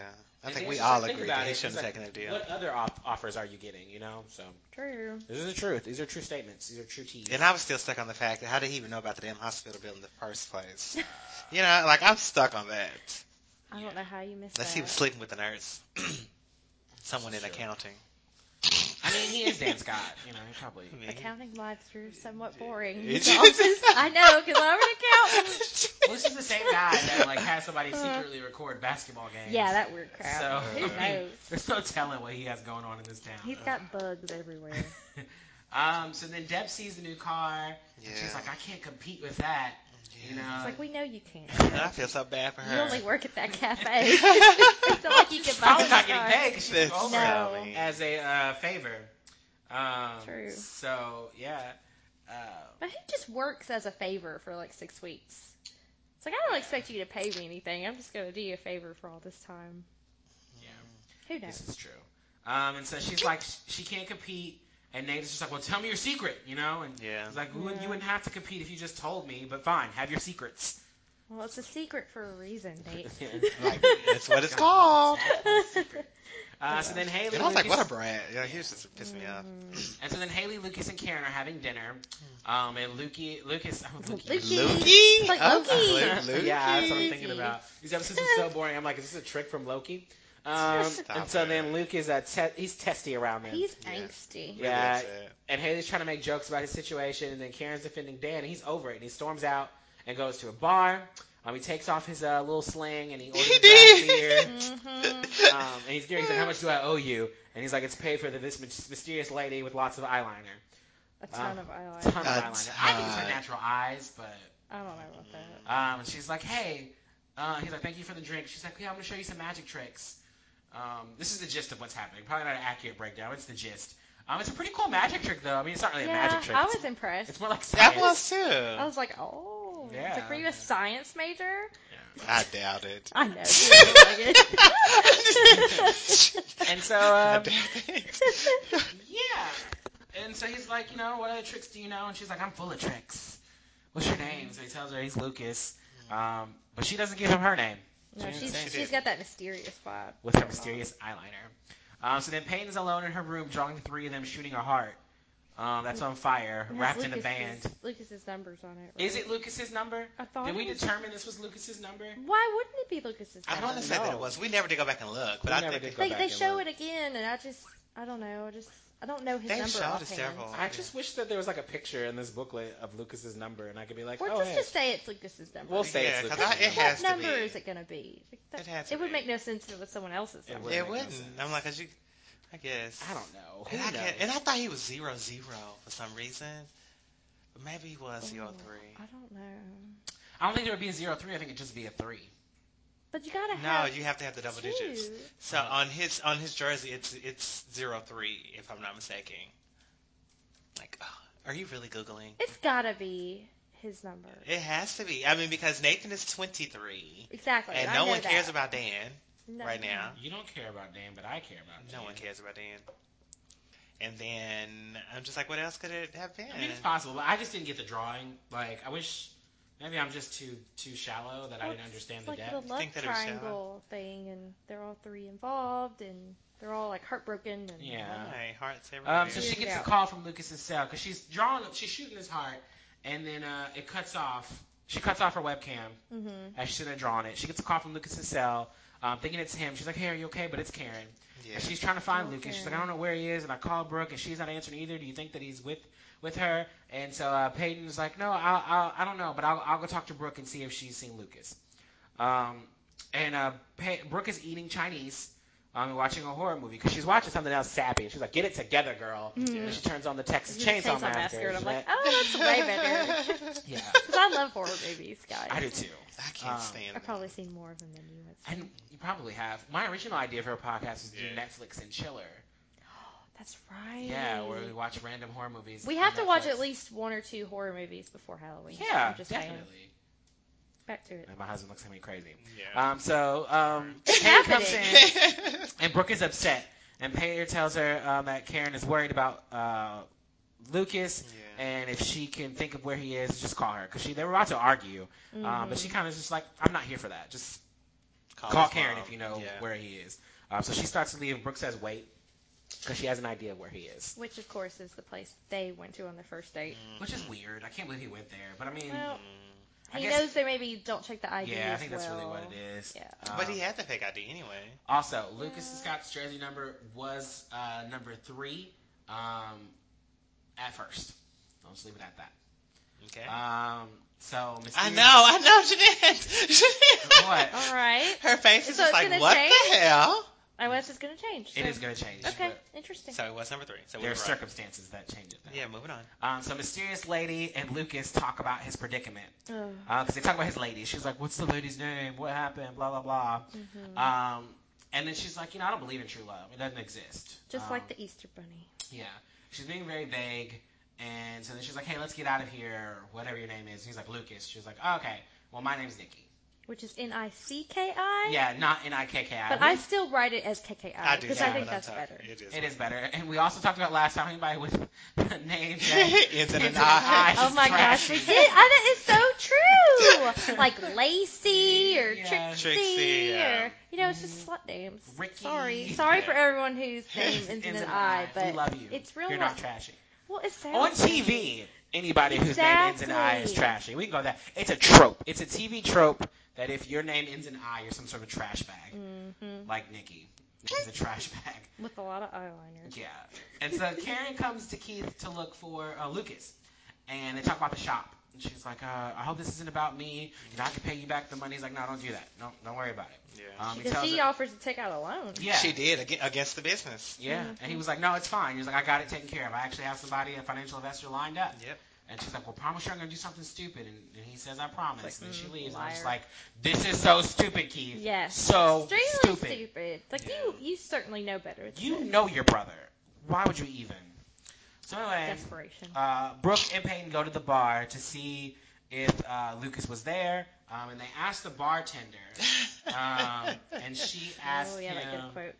Speaker 2: I
Speaker 1: And
Speaker 2: think
Speaker 1: then
Speaker 2: we
Speaker 1: she's
Speaker 2: all
Speaker 1: like, think
Speaker 2: agree
Speaker 1: about
Speaker 2: that he
Speaker 1: it.
Speaker 2: shouldn't
Speaker 1: He's
Speaker 2: have
Speaker 1: like,
Speaker 2: taken a deal.
Speaker 1: What other op- offers are you getting? You know, so.
Speaker 3: True.
Speaker 1: This is the truth. These are true statements. These are true teas.
Speaker 2: And I was still stuck on the fact that how did he even know about the damn hospital bill in the first place? you know, like I'm stuck on that.
Speaker 3: I don't know how you missed
Speaker 2: Unless
Speaker 3: that.
Speaker 2: he was sleeping with the nurse, [CLEARS THROAT] someone in
Speaker 1: Sure.
Speaker 2: accounting.
Speaker 1: I mean, he is
Speaker 2: [LAUGHS]
Speaker 1: Dan Scott. You know, he probably.
Speaker 2: I mean,
Speaker 3: Accounting lives are somewhat boring.
Speaker 2: [LAUGHS] It's-
Speaker 3: [LAUGHS] The office- I know, because I'm an
Speaker 2: [LAUGHS]
Speaker 3: accountant. [LAUGHS]
Speaker 1: Well, this is the same guy that like has somebody secretly record basketball games.
Speaker 3: Uh. Yeah, that weird crap.
Speaker 1: So
Speaker 3: Who knows?
Speaker 1: there's no telling what he has going on in this
Speaker 2: uh,
Speaker 1: town.
Speaker 3: He's got bugs everywhere.
Speaker 1: Um. So then Deb sees the new car.
Speaker 2: yeah.
Speaker 1: She's like, I can't compete with that. You know.
Speaker 2: uh,
Speaker 3: It's like we know you can't.
Speaker 2: And I feel so bad for
Speaker 3: You
Speaker 2: her. [LAUGHS]
Speaker 3: only work at that [LAUGHS] cafe. it's not like you can
Speaker 1: [LAUGHS]
Speaker 3: buy
Speaker 1: Probably not
Speaker 3: a car.
Speaker 1: getting paid 'cause she's
Speaker 2: That's
Speaker 1: over
Speaker 3: [LAUGHS] No.
Speaker 1: it
Speaker 2: so mean.
Speaker 1: as a uh, favor. Um,
Speaker 3: True.
Speaker 1: So yeah. Uh,
Speaker 3: But who just works as a favor for like six weeks? It's like I don't expect you to pay me anything. I'm just gonna do you a favor for all this time.
Speaker 1: yeah.
Speaker 3: Who knows?
Speaker 1: This is true. Um, and so she's like, sh- she can't compete. And Nate is just like, well, tell me your secret, you know? And
Speaker 2: Yeah.
Speaker 1: he's like, you wouldn't-
Speaker 3: Yeah.
Speaker 1: you wouldn't have to compete if you just told me, but fine, have your secrets.
Speaker 3: Well, it's a secret for a reason,
Speaker 1: [LAUGHS]
Speaker 3: Nate.
Speaker 1: Like,
Speaker 2: That's
Speaker 3: [LAUGHS]
Speaker 2: what it's called.
Speaker 1: Uh, so then Haley,
Speaker 2: And I was like,
Speaker 1: Lucas-
Speaker 2: what a brat. Yeah, he was just pissing me off.
Speaker 1: and so then Haley, Lucas, and Karen are having dinner.
Speaker 3: Hmm.
Speaker 1: Um, and Luki, Lucas, oh, Luki.
Speaker 3: Luki.
Speaker 2: Loki?
Speaker 3: Like
Speaker 1: [LAUGHS]
Speaker 2: Oh,
Speaker 3: Loki.
Speaker 2: Lu-
Speaker 1: yeah, that's what I'm
Speaker 2: Loki.
Speaker 1: thinking about. These episodes are so boring. I'm like, is this a trick from
Speaker 2: [LAUGHS]
Speaker 1: Loki? Um, and
Speaker 2: Stop
Speaker 1: so
Speaker 2: it.
Speaker 1: then Luke is uh, te- he's testy around them.
Speaker 3: He's
Speaker 2: Yeah.
Speaker 3: angsty.
Speaker 1: Yeah.
Speaker 2: That's it.
Speaker 1: and Haley's trying to make jokes about his situation, and then Karen's defending Dan, and he's over it, and he storms out and goes to a bar. Um, he takes off his uh, little sling and he orders
Speaker 2: He
Speaker 1: a draft
Speaker 2: did.
Speaker 1: beer.
Speaker 3: Mm-hmm.
Speaker 1: Um, and he's there. He's like, "How much do I owe you?" And he's like, "It's paid for to this mys- mysterious lady with lots of eyeliner,
Speaker 3: A ton
Speaker 1: Uh,
Speaker 3: of
Speaker 1: ton of
Speaker 3: eyeliner.
Speaker 2: A
Speaker 1: eyeliner. I think it's her
Speaker 2: ton.
Speaker 1: natural eyes, but
Speaker 3: I don't know about that.
Speaker 1: um, and she's like, "Hey," uh, he's like, "Thank you for the drink." She's like, "Yeah, I'm gonna show you some magic tricks." Um, this is the gist of what's happening. Probably not an accurate breakdown. It's the gist. Um, it's a pretty cool magic trick, though. I mean, it's not really
Speaker 3: yeah,
Speaker 1: a magic trick.
Speaker 3: I
Speaker 1: It's-
Speaker 3: was impressed.
Speaker 1: It's more like
Speaker 2: [LAUGHS] That
Speaker 1: science.
Speaker 2: was too.
Speaker 3: I was like, oh.
Speaker 1: Yeah.
Speaker 3: It's like, were you a science major?
Speaker 2: I doubt [LAUGHS] it.
Speaker 3: I
Speaker 1: [LAUGHS]
Speaker 3: know. you don't like [LAUGHS] it.
Speaker 1: And [LAUGHS] so,
Speaker 2: [LAUGHS] I
Speaker 1: um,
Speaker 2: doubt [LAUGHS] it.
Speaker 1: yeah. And so he's like, you know, what other tricks do you know? And she's like, I'm full of tricks. What's your name? So he tells her he's Lucas. Um, but she doesn't give him her name
Speaker 3: no,
Speaker 1: She
Speaker 3: she's,
Speaker 1: didn't
Speaker 2: say
Speaker 3: she's
Speaker 2: it.
Speaker 3: got that mysterious vibe.
Speaker 1: with her mysterious eyeliner. Um, so then Peyton's alone in her room, drawing the three of them, shooting a heart um, that's on fire,
Speaker 3: It has
Speaker 1: wrapped in a
Speaker 3: Lucas's-
Speaker 1: band.
Speaker 3: Lucas's numbers on it.
Speaker 1: Is
Speaker 3: right?
Speaker 1: it Lucas's number?
Speaker 3: I thought
Speaker 1: Did
Speaker 3: it
Speaker 1: we
Speaker 3: was-
Speaker 1: determine this was Lucas's number?
Speaker 3: Why wouldn't it be Lucas's
Speaker 2: I
Speaker 3: number?
Speaker 2: want to say that
Speaker 1: know.
Speaker 2: it was. We never did go back and look, but
Speaker 1: We
Speaker 2: I
Speaker 1: never
Speaker 2: think
Speaker 1: did
Speaker 2: it-
Speaker 1: go
Speaker 3: They,
Speaker 1: back
Speaker 3: they
Speaker 1: and
Speaker 3: show
Speaker 1: look.
Speaker 3: it again, and I just, I don't know. I just, I don't know his
Speaker 2: they've
Speaker 3: number
Speaker 2: showed
Speaker 3: offhand.
Speaker 2: us several.
Speaker 1: I just wish that there was like a picture in this booklet of Lucas's number, and I could be like,
Speaker 3: Or
Speaker 1: oh,
Speaker 3: just,
Speaker 1: hey.
Speaker 3: just say it's Lucas's number.
Speaker 1: We'll say
Speaker 2: Yeah,
Speaker 1: it's
Speaker 2: 'cause
Speaker 1: Lucas's
Speaker 2: I- it
Speaker 1: number.
Speaker 2: has
Speaker 3: what
Speaker 2: to
Speaker 3: number
Speaker 2: be.
Speaker 3: is it going to be? Like, that-
Speaker 2: It had to
Speaker 3: it would
Speaker 2: be.
Speaker 3: make no sense if it was someone else's
Speaker 1: It
Speaker 3: number.
Speaker 1: wouldn't
Speaker 2: It
Speaker 1: make no
Speaker 2: wouldn't.
Speaker 1: sense.
Speaker 2: I'm like, 'cause you, I guess.
Speaker 1: I don't know. Who
Speaker 2: And I,
Speaker 1: knows?
Speaker 2: can't, and I thought he was zero zero for some reason. But maybe he was zero
Speaker 3: Oh,
Speaker 2: three.
Speaker 3: I don't know.
Speaker 1: I don't think there would be a zero three. I think it'd just be a three.
Speaker 3: But you gotta
Speaker 2: No,
Speaker 3: have
Speaker 2: you have to have the double
Speaker 3: two.
Speaker 2: digits. So
Speaker 1: Uh-huh.
Speaker 2: on his on his jersey, it's it's zero three, if I'm not mistaken. Like, oh, are you really googling?
Speaker 3: It's gotta be his number.
Speaker 2: It has to be. I mean, because Nathan is 23,
Speaker 3: Exactly.
Speaker 2: and
Speaker 3: I
Speaker 2: no
Speaker 3: know
Speaker 2: one cares
Speaker 3: that.
Speaker 2: about Dan
Speaker 3: No.
Speaker 2: right now.
Speaker 1: You don't care about Dan, but I care about Dan.
Speaker 2: No one cares about Dan. And then I'm just like, what else could it have been?
Speaker 1: I mean, it's possible, but I just didn't get the drawing. Like, I wish Maybe I'm just too too shallow that I
Speaker 3: Well,
Speaker 1: didn't understand
Speaker 3: It's
Speaker 1: the
Speaker 3: like
Speaker 1: depth.
Speaker 3: the love
Speaker 2: think that it was shallow?
Speaker 3: triangle thing, and they're all three involved, and they're all like heartbroken. And
Speaker 1: Yeah.
Speaker 2: Hey, hearts everywhere.
Speaker 1: Um, so she gets a call from Lucas and Sal because she's drawing, she's shooting his heart, and then uh, it cuts off. She cuts off her webcam
Speaker 3: Mm-hmm.
Speaker 1: as she's sitting there drawing it. She gets a call from Lucas and Sal, um, thinking it's him. She's like, "Hey, are you okay?" But it's Karen.
Speaker 2: yeah.
Speaker 1: And
Speaker 2: [LAUGHS]
Speaker 1: she's trying to find
Speaker 3: Oh,
Speaker 1: Lucas. She's like, I
Speaker 3: Karen.
Speaker 1: don't know where he is. And I called Brooke, and she's not answering either. Do you think that he's with with her? And so uh, Peyton's like, No, I'll, I'll, I don't know, but I'll, I'll go talk to Brooke and see if she's seen Lucas. Um, and uh, Pey- Brooke is eating Chinese. Um, and watching a horror movie because she's watching something else sappy. She's like, "Get it together, girl!"
Speaker 3: Mhm.
Speaker 1: And she turns on the Texas
Speaker 3: Chainsaw,
Speaker 1: Chainsaw,
Speaker 3: Massacre,
Speaker 1: Massacre.
Speaker 3: and I'm
Speaker 2: [LAUGHS]
Speaker 3: like,
Speaker 1: That-
Speaker 3: oh, that's way better. [LAUGHS]
Speaker 1: "Yeah,
Speaker 3: Because I love horror movies, guys.
Speaker 1: I do too."
Speaker 2: I can't
Speaker 1: um,
Speaker 2: stand.
Speaker 3: I've probably seen more of them than you have.
Speaker 1: And you probably have. My original idea for a podcast was to do
Speaker 2: Yeah.
Speaker 1: Netflix and chiller.
Speaker 3: That's right.
Speaker 1: Yeah, where we watch random horror movies.
Speaker 3: we
Speaker 1: on
Speaker 3: have to watch
Speaker 1: Netflix.
Speaker 3: at least one or two horror movies before Halloween.
Speaker 1: Yeah,
Speaker 3: I'm just saying.
Speaker 1: definitely.
Speaker 3: Back to it.
Speaker 1: And my husband looks at me crazy.
Speaker 2: Yeah.
Speaker 1: Um, so um,
Speaker 3: It's
Speaker 1: Karen comes in,
Speaker 3: happening. [LAUGHS]
Speaker 2: [LAUGHS]
Speaker 1: and Brooke is upset. And Pater tells her um, that Karen is worried about uh, Lucas,
Speaker 2: yeah.
Speaker 1: and if she can think of where he is, just call her because she they were about to argue. Um,
Speaker 3: Mm-hmm.
Speaker 1: but she kind of just like, I'm not here for that. Just call
Speaker 2: his
Speaker 1: Karen
Speaker 2: mom.
Speaker 1: if you know
Speaker 2: Oh, Yeah.
Speaker 1: where he is. Um, so she starts to leave. and Brooke says, "Wait," because she has an idea of where he is,
Speaker 3: Which, of course, is the place they went to on their first date.
Speaker 1: which
Speaker 2: Mm-hmm.
Speaker 1: is weird. I can't believe he went there, but I mean,
Speaker 3: Well,
Speaker 2: Mm.
Speaker 1: I
Speaker 3: he
Speaker 1: guess-
Speaker 3: knows they maybe don't check the ID.
Speaker 1: yeah, I
Speaker 3: as
Speaker 1: think that's really
Speaker 3: well.
Speaker 1: what it is.
Speaker 3: Yeah.
Speaker 2: But
Speaker 1: Um,
Speaker 2: he had the fake ID anyway.
Speaker 1: Also, Lucas and Scott's jersey number was uh, number three um, at first. I'll just leave it at that.
Speaker 2: Okay.
Speaker 1: Um, so Mysterious,
Speaker 2: I know, I know, [LAUGHS] Jeanette.
Speaker 1: What?
Speaker 3: All right.
Speaker 2: Her face is
Speaker 3: So
Speaker 2: just
Speaker 3: it's
Speaker 2: like,
Speaker 3: gonna
Speaker 2: what
Speaker 3: change?
Speaker 2: the hell?
Speaker 3: I was just going to change.
Speaker 1: It
Speaker 3: so-
Speaker 1: is going to change.
Speaker 3: Okay,
Speaker 1: but
Speaker 3: interesting.
Speaker 2: So it was number three. So we
Speaker 1: There
Speaker 2: were
Speaker 1: are
Speaker 2: right.
Speaker 1: circumstances that change it. Now.
Speaker 2: Yeah, moving on.
Speaker 1: Um, so Mysterious Lady and Lucas talk about his predicament
Speaker 3: oh,
Speaker 1: because they talk about his lady. She's like, "What's the lady's name? What happened? Blah blah blah."
Speaker 3: mhm.
Speaker 1: Um, and then she's like, "You know, I don't believe in true love. It doesn't exist."
Speaker 3: Just
Speaker 1: Um,
Speaker 3: like the Easter Bunny.
Speaker 1: Yeah. She's being very vague. And so then she's like, hey, let's get out of here, whatever your name is. he's like, Lucas. She's like, oh, okay. Well, my name's Nikki.
Speaker 3: Which is N I C K I?
Speaker 1: Yeah, not N I K K I.
Speaker 3: But I still write it as KKI because
Speaker 1: too,
Speaker 3: I think
Speaker 2: but I'm
Speaker 3: that's
Speaker 2: sorry.
Speaker 3: better.
Speaker 2: It is.
Speaker 1: It is better. And we also talked about last time anybody with [LAUGHS] names
Speaker 3: [LAUGHS]
Speaker 1: that
Speaker 2: [LAUGHS] It's
Speaker 1: [LAUGHS]
Speaker 2: in
Speaker 1: It's
Speaker 2: an
Speaker 1: an eye.
Speaker 2: eye.
Speaker 1: It's
Speaker 3: Oh my gosh, we
Speaker 1: trashy.
Speaker 3: did! I, that is
Speaker 1: [LAUGHS]
Speaker 3: so true. like Lacey or
Speaker 1: Yeah.
Speaker 3: Trixie,
Speaker 2: Trixie, yeah.
Speaker 3: or you know, it's just slut names.
Speaker 1: Ricky.
Speaker 3: Sorry, sorry for everyone whose
Speaker 1: [LAUGHS]
Speaker 3: name
Speaker 1: It's
Speaker 3: ends in
Speaker 1: an
Speaker 3: an
Speaker 1: I.
Speaker 3: I,
Speaker 1: we
Speaker 3: but
Speaker 1: love you.
Speaker 3: it's really
Speaker 1: You're
Speaker 3: not.
Speaker 1: not trashy.
Speaker 3: well, it sounds
Speaker 1: On TV, anybody whose name ends in I is
Speaker 3: Exactly.
Speaker 1: trashy. We can go with that. It's a trope. It's a TV trope that if your name ends in I, you're some sort of trash bag,
Speaker 3: hmm
Speaker 1: like Nikki. Nikki's a trash [LAUGHS] bag.
Speaker 3: with a lot of eyeliner.
Speaker 1: Yeah. And so Karen comes to Keith to look for uh, Lucas. And they talk about the shop. And she's like, uh, I hope this isn't about me. You know, I can pay you back the money. He's like, no, don't do that. No, don't worry about it.
Speaker 2: Yeah.
Speaker 1: Um, he
Speaker 3: Because
Speaker 1: tells
Speaker 3: she
Speaker 1: her,
Speaker 3: offers to take out a loan.
Speaker 1: yeah.
Speaker 2: She did ag- against the business.
Speaker 1: Yeah.
Speaker 3: Mm-hmm.
Speaker 1: And he was like, no, it's fine. He's like, I got it taken care of. I actually have somebody, a financial investor, lined up.
Speaker 2: Yep.
Speaker 1: And she's like, well, promise you I'm going to do something stupid. And, and he says, I promise.
Speaker 3: Like,
Speaker 1: and then she
Speaker 3: mm,
Speaker 1: leaves. And I'm just
Speaker 3: liar.
Speaker 1: like, this is so stupid, Keith.
Speaker 3: Yes.
Speaker 1: So
Speaker 3: Extremely
Speaker 1: stupid.
Speaker 3: It's Like
Speaker 1: Yeah.
Speaker 3: you, you certainly know better. than
Speaker 1: You
Speaker 3: this.
Speaker 1: know your brother. Why would you even? So anyway,
Speaker 3: desperation.
Speaker 1: uh, Brooke and Peyton go to the bar to see if uh, Lucas was there, um, and they ask the bartender, um,
Speaker 2: [LAUGHS]
Speaker 3: [LAUGHS]
Speaker 1: and she asked
Speaker 3: oh yeah, that
Speaker 1: him.
Speaker 3: good quote.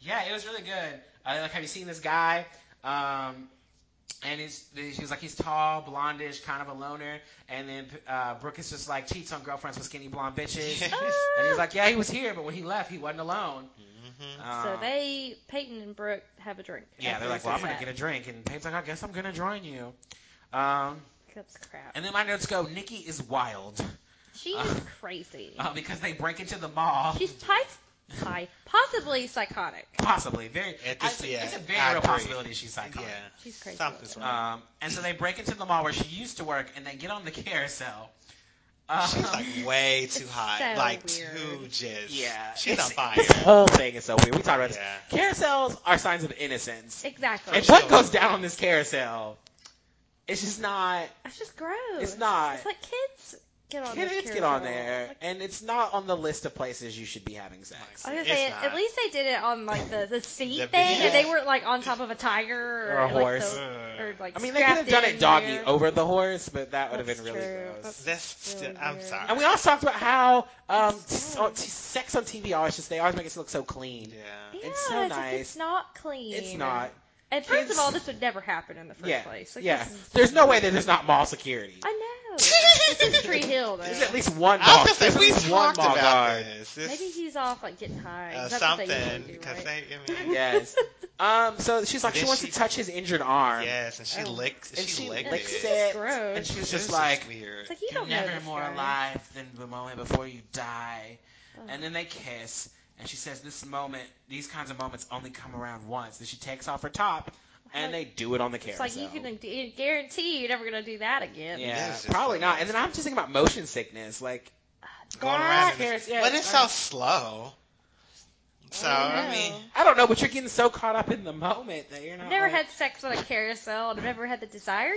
Speaker 1: Yeah, it was really good. Uh, like, have you seen this guy? Um, and he's, she was like, he's tall, blondish, kind of a loner. And then uh, Brooke is just like, cheats on girlfriends with skinny blonde bitches. [LAUGHS]
Speaker 2: Yeah.
Speaker 1: and
Speaker 3: Ah!
Speaker 1: he's like, yeah, he was here, but when he left, he wasn't alone.
Speaker 2: Mm-hmm.
Speaker 1: Um,
Speaker 3: so they, Peyton and Brooke, have a drink.
Speaker 1: yeah, they're like, well, I'm gonna get a drink, and Peyton's like, I guess I'm gonna join you. Um,
Speaker 3: a. That's crap.
Speaker 1: and then my notes go, Nikki is wild.
Speaker 3: She's
Speaker 1: Uh,
Speaker 3: crazy.
Speaker 1: Uh, because they break into the mall.
Speaker 3: She's tight, high, possibly psychotic.
Speaker 1: possibly very.
Speaker 2: At
Speaker 1: I-
Speaker 2: this- yeah,
Speaker 1: it's a very
Speaker 2: I
Speaker 1: real
Speaker 2: agree.
Speaker 1: possibility she's psychotic.
Speaker 2: Yeah.
Speaker 3: She's crazy.
Speaker 2: Something's
Speaker 3: about
Speaker 2: wrong.
Speaker 1: Um, and so they break into the mall where she used to work, and they get on the [LAUGHS] carousel. Um,
Speaker 2: She's like way too
Speaker 3: It's
Speaker 2: hot.
Speaker 3: so
Speaker 2: like
Speaker 3: weird.
Speaker 2: too
Speaker 1: [LAUGHS]
Speaker 2: just.
Speaker 1: yeah,
Speaker 2: She's
Speaker 1: It's-
Speaker 2: on fire.
Speaker 1: This [LAUGHS] whole thing is so weird. We talked about
Speaker 2: Yeah.
Speaker 1: this. Carousels are signs of innocence.
Speaker 3: it. Exactly.
Speaker 1: If
Speaker 2: It's-
Speaker 1: what
Speaker 2: sure.
Speaker 1: goes down on this carousel, it's just not.
Speaker 3: It's just gross.
Speaker 1: It's not.
Speaker 3: It's like kids get on. this
Speaker 1: Kids get on
Speaker 3: carousel.
Speaker 1: there,
Speaker 3: Like,
Speaker 1: and it's not on the list of places you should be having sex.
Speaker 3: I was gonna
Speaker 2: It's
Speaker 3: say,
Speaker 2: not.
Speaker 3: at least they did it on like the,
Speaker 1: [LAUGHS]
Speaker 3: the seat
Speaker 2: The
Speaker 3: thing,
Speaker 2: big-
Speaker 3: and they weren't like on top of a tiger or,
Speaker 1: Or a
Speaker 3: like,
Speaker 1: horse.
Speaker 3: the- or, like,
Speaker 1: I mean, they could have
Speaker 3: strapped
Speaker 1: done
Speaker 3: in
Speaker 1: it doggy
Speaker 3: there.
Speaker 1: over the horse, but that would have
Speaker 3: That's
Speaker 1: been really
Speaker 3: true.
Speaker 1: gross.
Speaker 3: That's-
Speaker 2: That's.
Speaker 3: Really
Speaker 2: I'm
Speaker 3: weird.
Speaker 2: sorry.
Speaker 1: And we also talked about how um,
Speaker 3: It's
Speaker 1: s- on- t- sex on TV always just they always make us look so clean.
Speaker 2: yeah.
Speaker 3: Yeah,
Speaker 1: It's so
Speaker 3: it's, like,
Speaker 1: nice.
Speaker 3: it's not clean.
Speaker 1: It's not.
Speaker 3: And first
Speaker 1: Kids-
Speaker 3: of all, this would never happen in the first
Speaker 1: Yeah,
Speaker 3: place. Like,
Speaker 1: yeah.
Speaker 3: this is-
Speaker 1: There's no way that there's not mall security.
Speaker 3: I
Speaker 1: [LAUGHS]
Speaker 3: It's in
Speaker 2: [LAUGHS]
Speaker 3: Tree Hill, though.
Speaker 1: There's at least one
Speaker 2: I
Speaker 1: mall.
Speaker 2: was gonna
Speaker 1: There's
Speaker 2: say,
Speaker 1: at
Speaker 2: we
Speaker 1: least one
Speaker 2: talked
Speaker 1: mall
Speaker 2: about
Speaker 1: guard.
Speaker 2: this. This-
Speaker 3: Maybe he's off like getting high.
Speaker 2: uh,
Speaker 3: 'cause that's the
Speaker 2: something.
Speaker 3: thing you wanna do,
Speaker 2: Because
Speaker 3: right?
Speaker 2: they,
Speaker 3: [LAUGHS]
Speaker 2: I mean,
Speaker 1: Yes. Um. So she's like,
Speaker 2: And
Speaker 1: she
Speaker 2: then
Speaker 1: wants
Speaker 2: she-
Speaker 1: to touch his injured arm.
Speaker 2: yes, and she
Speaker 3: Oh.
Speaker 2: licked.
Speaker 1: And she
Speaker 2: licked,
Speaker 1: licked
Speaker 2: it.
Speaker 1: it.
Speaker 3: That's
Speaker 1: And
Speaker 3: gross.
Speaker 1: she was
Speaker 2: This
Speaker 1: just
Speaker 2: is
Speaker 1: like,
Speaker 2: weird.
Speaker 3: It's like you
Speaker 1: "You're
Speaker 3: don't know
Speaker 1: never
Speaker 3: this
Speaker 1: more
Speaker 3: guy.
Speaker 1: alive than the moment before you die."
Speaker 3: Ugh.
Speaker 1: And then they kiss, and she says, "This moment, these kinds of moments only come around once." Then she takes off her top, and they do it on the
Speaker 3: It's
Speaker 1: carousel.
Speaker 3: like you can gu- guarantee you're never gonna do that again.
Speaker 1: yeah,
Speaker 2: Yes, it's
Speaker 1: probably
Speaker 2: like-
Speaker 1: not. And then I'm just thinking about motion sickness, like
Speaker 2: going
Speaker 1: ah,
Speaker 2: around. in
Speaker 1: cares-
Speaker 2: it.
Speaker 1: yeah,
Speaker 2: but
Speaker 1: it's
Speaker 2: it's so
Speaker 1: like-
Speaker 2: slow. So
Speaker 3: I don't
Speaker 2: I,
Speaker 3: know.
Speaker 2: mean,
Speaker 1: I don't know, but you're getting so caught up in the moment that you're not.
Speaker 3: I've never
Speaker 1: like-
Speaker 3: had sex on a carousel, and I've never had the desire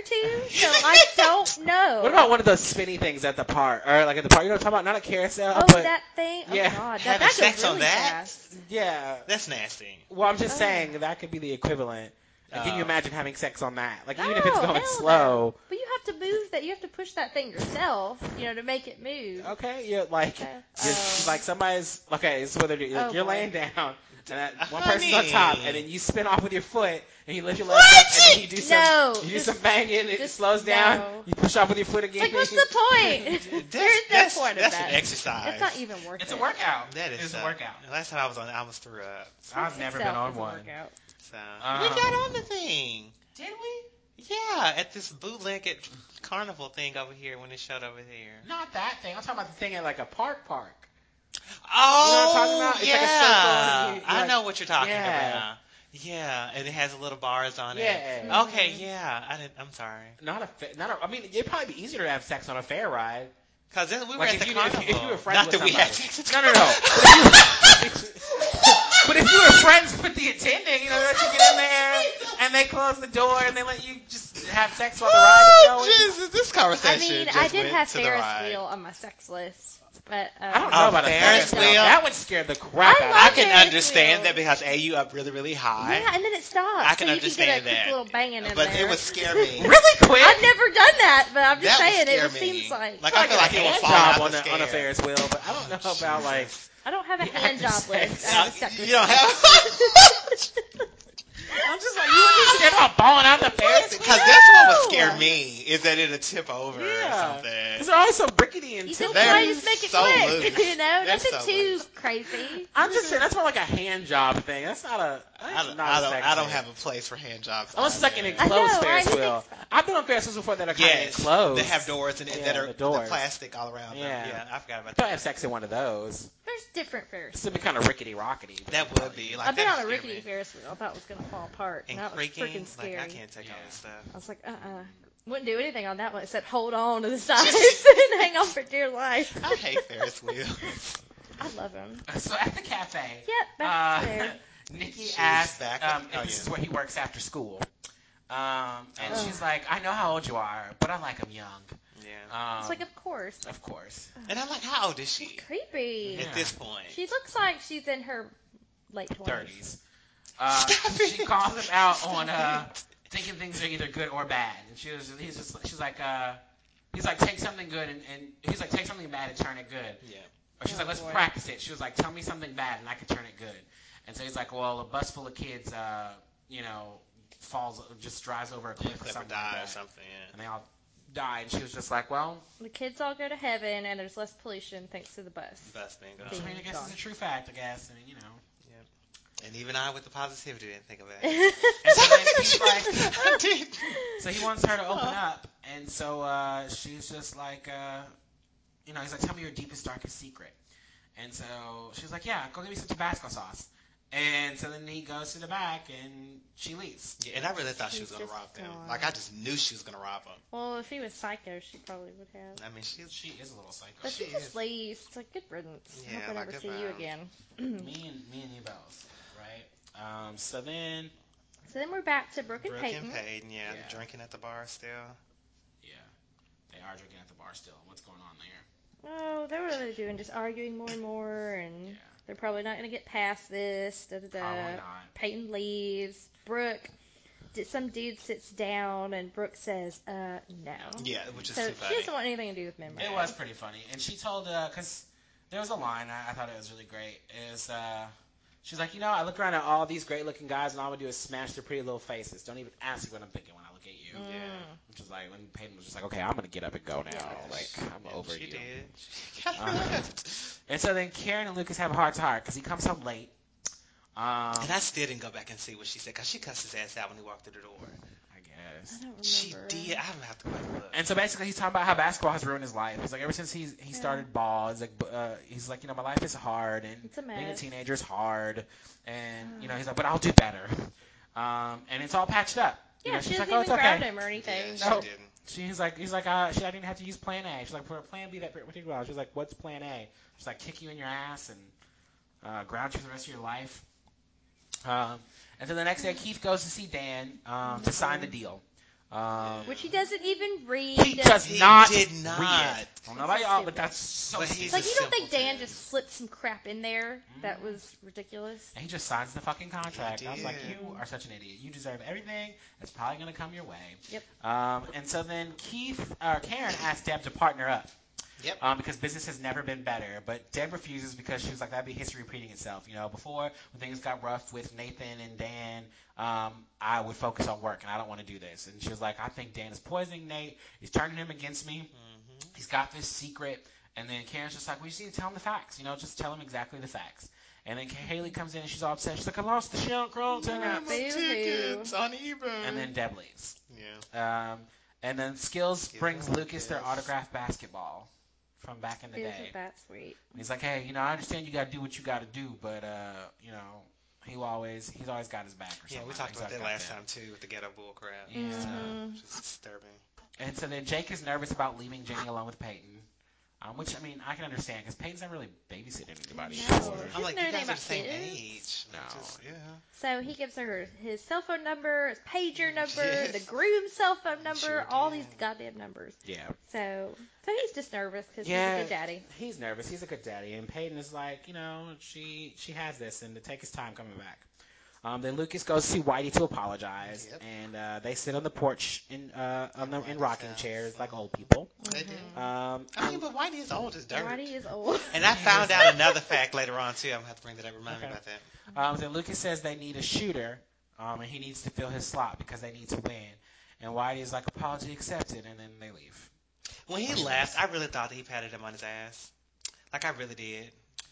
Speaker 1: [LAUGHS]
Speaker 3: to, so I don't know.
Speaker 1: What about one of those spinny things at the park, or like at the park? You know what I'm talking about? Not a carousel,
Speaker 3: Oh,
Speaker 1: but
Speaker 3: that thing! Oh
Speaker 1: yeah.
Speaker 3: God,
Speaker 2: Having
Speaker 3: that, that goes
Speaker 2: sex on
Speaker 3: really
Speaker 2: that?
Speaker 3: fast.
Speaker 1: yeah.
Speaker 2: that's nasty.
Speaker 1: Well, I'm just
Speaker 3: Oh.
Speaker 1: saying that could be the equivalent. Like, can you
Speaker 2: Uh,
Speaker 1: imagine having sex on that? Like, even if it's
Speaker 3: No,
Speaker 1: going
Speaker 3: Oh, hell
Speaker 1: slow,
Speaker 3: But you have to move that. You have to push that thing yourself, you know, to make it
Speaker 2: Oh.
Speaker 3: move.
Speaker 1: okay, you're like,
Speaker 3: Okay.
Speaker 1: you're,
Speaker 3: Oh.
Speaker 1: like somebody's okay. This is what they're doing. Like,
Speaker 3: Oh,
Speaker 1: you're
Speaker 3: boy.
Speaker 1: laying down, and that one
Speaker 2: Honey.
Speaker 1: person's on top, and then you spin off with your foot, and you lift your legs
Speaker 2: What?
Speaker 1: up, and then you do some,
Speaker 3: No,
Speaker 1: you do
Speaker 3: this-
Speaker 1: some banging, it
Speaker 3: this-
Speaker 1: slows down,
Speaker 3: no.
Speaker 1: you push off with your foot
Speaker 3: It's
Speaker 1: again.
Speaker 3: like, what's the
Speaker 1: [LAUGHS]
Speaker 3: point?
Speaker 2: That's,
Speaker 3: There's no
Speaker 2: that's,
Speaker 3: point of
Speaker 2: that's
Speaker 3: that.
Speaker 2: an exercise.
Speaker 3: It's not even worth
Speaker 1: It's
Speaker 3: it.
Speaker 1: a workout.
Speaker 2: That is
Speaker 1: it's a
Speaker 2: uh,
Speaker 1: workout.
Speaker 2: Last time I was on, it, I almost threw up.
Speaker 1: I've never been on one.
Speaker 2: So
Speaker 1: Um,
Speaker 2: we got on the thing.
Speaker 1: Did we?
Speaker 2: Yeah, at this bootlegged carnival thing over here when it showed over there.
Speaker 1: Not that thing. I'm talking about the thing at like a park park.
Speaker 2: Oh,
Speaker 1: what I'm talking about? It's like a
Speaker 2: yeah.
Speaker 1: circle and you-
Speaker 2: I
Speaker 1: like-
Speaker 2: know what you're talking
Speaker 1: Yeah.
Speaker 2: about. Yeah, and it has a little bars on it.
Speaker 1: Yeah. Oh,
Speaker 3: Mhm.
Speaker 2: Okay, yeah. I didn't. I'm sorry.
Speaker 1: Not a, fa- not a. I mean, it'd probably be easier to have sex on a fair ride.
Speaker 2: Cause then we were
Speaker 1: Like,
Speaker 2: at
Speaker 1: if
Speaker 2: the
Speaker 1: you- if you-
Speaker 2: carnival.
Speaker 1: if you were friends
Speaker 2: Not
Speaker 1: with
Speaker 2: that we had
Speaker 1: somebody.
Speaker 2: sex. at the
Speaker 1: No, no,
Speaker 2: [LAUGHS]
Speaker 1: no. but if you were friends with the attendant, you know, they let you get in there and they close the door and they let you just have sex [LAUGHS] while the ride is
Speaker 2: Oh,
Speaker 1: going.
Speaker 2: Jesus, this
Speaker 3: I
Speaker 2: conversation.
Speaker 3: mean,
Speaker 2: just
Speaker 3: I did
Speaker 2: went
Speaker 3: have
Speaker 2: to the
Speaker 3: Ferris
Speaker 2: right.
Speaker 3: wheel on my sex list, but um,
Speaker 1: I don't
Speaker 2: Oh, uh,
Speaker 1: know about a
Speaker 2: Ferris
Speaker 1: Ferris wheel.
Speaker 2: wheel.
Speaker 1: That would scare the crap out
Speaker 3: I
Speaker 2: I
Speaker 1: of
Speaker 3: love
Speaker 1: me.
Speaker 2: can
Speaker 3: Ferris
Speaker 2: understand
Speaker 3: wheel.
Speaker 2: that because A, you up really, really high.
Speaker 3: Yeah, and then it stops.
Speaker 2: I can
Speaker 3: so you
Speaker 2: understand
Speaker 3: can get a
Speaker 2: that.
Speaker 3: quick little banging in
Speaker 2: but
Speaker 3: there.
Speaker 2: it would
Speaker 3: [LAUGHS]
Speaker 2: scare me.
Speaker 1: Really quick.
Speaker 3: I've never done that, but I'm just
Speaker 2: that
Speaker 3: saying
Speaker 2: would
Speaker 3: it
Speaker 2: scare
Speaker 3: just
Speaker 2: me.
Speaker 3: seems like,
Speaker 2: Like, I feel like
Speaker 1: a
Speaker 2: it would
Speaker 1: hand
Speaker 2: fall
Speaker 1: job
Speaker 2: out
Speaker 1: on,
Speaker 2: the
Speaker 1: a, on a
Speaker 2: scare.
Speaker 1: Ferris wheel, but I don't know about like.
Speaker 3: I don't have a
Speaker 1: Yeah,
Speaker 3: hand job
Speaker 1: sex.
Speaker 3: list. I have a
Speaker 2: Uh,
Speaker 3: sex
Speaker 2: you
Speaker 3: list.
Speaker 2: don't have.
Speaker 1: I'm just like you understand about balling out the Ferris
Speaker 2: [LAUGHS]
Speaker 1: wheel.
Speaker 2: Because that's what would
Speaker 3: No.
Speaker 2: scare me is that it'll tip over
Speaker 1: Yeah.
Speaker 2: or
Speaker 1: Because
Speaker 2: something.
Speaker 1: they're always so rickety and
Speaker 3: [LAUGHS] You can
Speaker 1: tilted.
Speaker 2: They're
Speaker 3: try to just make it
Speaker 2: so
Speaker 3: quick,
Speaker 2: loose.
Speaker 3: [LAUGHS] you know?
Speaker 2: They're
Speaker 3: Nothing
Speaker 2: so
Speaker 3: too
Speaker 2: loose.
Speaker 3: crazy.
Speaker 1: I'm just saying that's more like a hand job thing. That's not a. That's
Speaker 2: I don't,
Speaker 1: not
Speaker 2: I
Speaker 1: a
Speaker 2: don't,
Speaker 1: sex
Speaker 2: I don't
Speaker 1: thing.
Speaker 2: have a place for hand jobs.
Speaker 1: Unless it's like an
Speaker 2: either.
Speaker 3: I know,
Speaker 1: enclosed Ferris
Speaker 3: right?
Speaker 1: wheel. I've been on Ferris wheels before that are kind
Speaker 2: Yes,
Speaker 1: of enclosed.
Speaker 2: they have doors and
Speaker 1: Yeah,
Speaker 2: that are
Speaker 1: the
Speaker 2: the
Speaker 1: doors.
Speaker 2: plastic all around
Speaker 1: Yeah.
Speaker 2: them. Yeah, I forgot about
Speaker 1: Don't
Speaker 2: that.
Speaker 1: have sex in one of those.
Speaker 3: There's different Ferris.
Speaker 1: It's gonna be kind of rickety rockety.
Speaker 2: That would be like
Speaker 3: I've been
Speaker 2: that
Speaker 3: on a
Speaker 2: would scare
Speaker 3: rickety
Speaker 2: me.
Speaker 3: Ferris wheel. I thought it was going to fall apart.
Speaker 2: and
Speaker 3: that was
Speaker 2: creaking.
Speaker 3: freaking scary.
Speaker 2: Like I can't take all
Speaker 1: Yeah.
Speaker 2: this stuff.
Speaker 3: I was like, uh-uh. Wouldn't do anything on that one except hold
Speaker 2: [LAUGHS]
Speaker 3: on to the sides [LAUGHS] and hang on for dear life.
Speaker 2: I hate
Speaker 1: [LAUGHS]
Speaker 2: Ferris wheels.
Speaker 3: I love him.
Speaker 1: So at the cafe, uh,
Speaker 3: Yep, back
Speaker 1: [LAUGHS]
Speaker 2: Uh,
Speaker 3: there.
Speaker 2: [LAUGHS]
Speaker 1: Nikki
Speaker 2: She's
Speaker 1: asked
Speaker 2: back
Speaker 1: um,
Speaker 2: up-
Speaker 1: if
Speaker 2: oh,
Speaker 1: this
Speaker 2: yeah.
Speaker 1: is where he works after school. Um, and
Speaker 3: Oh.
Speaker 1: she's like, I know how old you are, but I like him young.
Speaker 2: Yeah.
Speaker 1: Um,
Speaker 3: It's like, of course.
Speaker 1: of course.
Speaker 2: And I'm like, how old is she
Speaker 3: Creepy.
Speaker 1: Yeah.
Speaker 2: at this point?
Speaker 3: She looks like she's in her late 20s.
Speaker 1: 30s. Uh,
Speaker 2: Stop
Speaker 1: she
Speaker 2: it.
Speaker 1: calls him
Speaker 2: [LAUGHS]
Speaker 1: out on uh, thinking things are either good or bad, and she was he's just she's like uh, he's like take something good and, and he's like take something bad and turn it good.
Speaker 2: Yeah.
Speaker 1: Or she's
Speaker 3: Oh,
Speaker 1: like let's
Speaker 3: boy.
Speaker 1: practice it. She was like tell me something bad and I can turn it good. And so he's like well a bus full of kids uh, you know falls just drives over a
Speaker 2: Yeah,
Speaker 1: cliff or
Speaker 2: Clifford
Speaker 1: something
Speaker 2: died
Speaker 1: like
Speaker 2: or
Speaker 1: that.
Speaker 2: something.
Speaker 1: and they all died. And she was just like well
Speaker 3: The kids all go to heaven, and there's less pollution thanks to the bus.
Speaker 2: Yeah. Bus bingo.
Speaker 1: I mean I guess it's a true fact I guess I mean you know.
Speaker 2: And even I with the positivity didn't think of
Speaker 3: [LAUGHS]
Speaker 2: that.
Speaker 1: And so then he's
Speaker 2: [LAUGHS]
Speaker 1: like
Speaker 2: I did.
Speaker 1: So he wants her to open up, and so uh, she's just like, uh, you know, he's like, tell me your deepest, darkest secret. And so she's like, yeah, go get me some Tabasco sauce. And so then he goes to the back, and she leaves.
Speaker 2: Yeah, and I really thought she was
Speaker 3: She's
Speaker 2: gonna
Speaker 3: just
Speaker 2: rob them.
Speaker 3: gone.
Speaker 2: Like I just knew she was gonna rob them.
Speaker 3: well, if he was psycho, she probably would have.
Speaker 2: I mean, she's
Speaker 1: She is a little psycho.
Speaker 3: But she
Speaker 2: She
Speaker 3: just
Speaker 2: is-
Speaker 3: leaves. It's like, good riddance. I
Speaker 2: Yeah,
Speaker 3: hope I
Speaker 2: like,
Speaker 3: never
Speaker 2: good
Speaker 3: see you
Speaker 2: riddance.
Speaker 3: again.
Speaker 2: Mm.
Speaker 1: me and me and you both, right? Um, so then,
Speaker 3: [CLEARS THROAT] So then we're back to Brooke and
Speaker 2: Brooke
Speaker 3: Peyton.
Speaker 2: and Peyton. Yeah,
Speaker 1: Yeah.
Speaker 2: drinking at the bar still.
Speaker 1: yeah, they are drinking at the bar still. What's going on there?
Speaker 3: Oh, they were really doing just arguing more and more, and
Speaker 1: Yeah.
Speaker 3: they're probably not going to get past this. Da, da, da.
Speaker 1: Probably not.
Speaker 3: Peyton leaves. Brooke, d- some dude sits down, and Brooke says, uh, no.
Speaker 2: Yeah, which is
Speaker 3: So
Speaker 2: too
Speaker 3: she
Speaker 2: funny.
Speaker 3: doesn't want anything to do with memory.
Speaker 1: It was pretty funny, and she told because there was a line I, I thought it was really great. Is uh, She's like, you know, I look around at all these great looking guys, and all I would do is smash their pretty little faces. Don't even ask me what I'm thinking when I look at you.
Speaker 2: Yeah.
Speaker 3: Mm.
Speaker 1: Which is like when Peyton was just like, okay, I'm gonna get up and go now.
Speaker 3: Yeah.
Speaker 1: Like I'm
Speaker 2: And
Speaker 1: over
Speaker 2: she
Speaker 1: you.
Speaker 2: did.
Speaker 3: [LAUGHS]
Speaker 2: She got
Speaker 1: Uh-huh.
Speaker 2: left.
Speaker 1: And so then Karen and Lucas have a hard time because he comes home late. Um,
Speaker 2: And I still didn't go back and see what she said because she cussed his ass out when he walked through the door.
Speaker 1: I guess.
Speaker 3: I don't remember.
Speaker 2: She did. I'm gonna have to go back and look.
Speaker 1: And so basically, he's talking about how basketball has ruined his life. He's like, ever since he's, he
Speaker 3: Yeah.
Speaker 1: started ball, he's like, uh, he's like, you know, my life is hard, and
Speaker 3: It's a
Speaker 1: being a
Speaker 3: mess. Oh.
Speaker 1: teenager is hard, and you know, he's like, but I'll do better. Um, and it's all patched up. You
Speaker 3: Yeah,
Speaker 1: know,
Speaker 3: she
Speaker 1: she's
Speaker 3: doesn't
Speaker 1: like,
Speaker 3: even
Speaker 1: oh, it's
Speaker 3: grab
Speaker 1: okay.
Speaker 3: him or anything.
Speaker 2: Yeah,
Speaker 1: No.
Speaker 2: she didn't.
Speaker 1: She's like, he's like, uh, she, I didn't have to use Plan A. She's like, for Plan B that particular, hour." she's like, what's Plan A? She's like, kick you in your ass and uh, ground you for the rest of your life. Um, and then the next day, Keith goes to see Dan um, to sign the deal. Um,
Speaker 3: Mm-hmm. Which he doesn't even read.
Speaker 1: He does
Speaker 2: He
Speaker 1: not
Speaker 2: did
Speaker 1: read
Speaker 2: not.
Speaker 1: it. Well, nobody
Speaker 3: so
Speaker 1: all,
Speaker 3: stupid.
Speaker 1: but that's so.
Speaker 2: But
Speaker 1: stupid.
Speaker 2: he's
Speaker 3: It's like
Speaker 2: a
Speaker 3: you don't think
Speaker 2: simpleton.
Speaker 3: Dan just slipped some crap in there? That
Speaker 1: Mm.
Speaker 3: was ridiculous.
Speaker 1: and he just signs the fucking contract.
Speaker 2: He
Speaker 1: I was like,
Speaker 2: did.
Speaker 1: you are such an idiot. You deserve everything. It's probably gonna come your way.
Speaker 3: Yep.
Speaker 1: Um, and so then Keith or Karen asked Deb to partner up.
Speaker 2: Yep.
Speaker 1: Um, because business has never been better, but Deb refuses because she was like, that'd be history repeating itself. You know, before when things got rough with Nathan and Dan, um, I would focus on work, and I don't want to do this. And she was like, I think Dan is poisoning Nate. He's turning him against me.
Speaker 2: Mhm.
Speaker 1: he's got this secret. And then Karen's just like, we just need to tell him the facts, you know, just tell him exactly the facts. And then Haley comes in and she's all upset. She's like, I lost the shit on Chrome
Speaker 3: Yeah,
Speaker 1: tickets.
Speaker 3: but-
Speaker 2: Mm-hmm.
Speaker 3: tickets
Speaker 2: on eBay.
Speaker 1: And then Deb leaves.
Speaker 2: yeah.
Speaker 1: Um, and then Skills
Speaker 2: Skills,
Speaker 1: brings Lucas their
Speaker 2: yes.
Speaker 1: autographed basketball from back in the day.
Speaker 3: Isn't that sweet?
Speaker 1: And he's like, hey, you know, I understand you got to do what you got to do, but, uh, you know, he always, he's always got his back or
Speaker 2: Yeah,
Speaker 1: something.
Speaker 2: we talked
Speaker 1: He's
Speaker 2: about
Speaker 1: always
Speaker 2: that
Speaker 1: got Mm-hmm.
Speaker 2: last time too with the ghetto bull crap.
Speaker 1: Yeah.
Speaker 3: Mm-hmm.
Speaker 2: So, just disturbing.
Speaker 1: And so then Jake is nervous about leaving Jenny alone with Peyton. Um, which, I mean, I can understand because Peyton's not really babysitting anybody.
Speaker 3: No.
Speaker 1: anymore.
Speaker 2: I'm like,
Speaker 3: Oh,
Speaker 2: you
Speaker 3: know
Speaker 2: guys are
Speaker 3: anything
Speaker 2: the
Speaker 3: about
Speaker 2: same
Speaker 3: kids. Mm-hmm.
Speaker 2: age.
Speaker 1: No.
Speaker 2: Just, yeah.
Speaker 3: So he gives her his cell phone number, his
Speaker 1: [LAUGHS]
Speaker 3: pager number,
Speaker 2: Yes.
Speaker 3: the groom's cell phone number,
Speaker 2: Sure
Speaker 3: all
Speaker 2: did.
Speaker 3: these goddamn numbers.
Speaker 1: Yeah.
Speaker 3: So so he's just nervous because he's
Speaker 1: Yeah.
Speaker 3: a good daddy.
Speaker 1: He's nervous. He's a good daddy, and Peyton is like, you know, she she has this, and to take his time coming back. Um, then Lucas goes to see Whitey to apologize,
Speaker 2: Yep.
Speaker 1: and uh, they sit on the porch in uh, on the, in
Speaker 2: Whitey's
Speaker 1: rocking
Speaker 2: house.
Speaker 1: chairs like old people.
Speaker 2: They do.
Speaker 1: Um,
Speaker 2: Mm-hmm. I mean, but Whitey is old as dirt.
Speaker 3: Daddy is
Speaker 1: [LAUGHS]
Speaker 3: old.
Speaker 2: And I found out another fact later on too. I'm gonna have to bring that up. Remind me
Speaker 1: Okay.
Speaker 2: about that.
Speaker 1: um, then Lucas says they need a shooter, um, and he needs to fill his slot because they need to win. And Whitey is like, apology accepted, and then they leave.
Speaker 2: When he left, I really thought he patted him on his ass. Like I really did.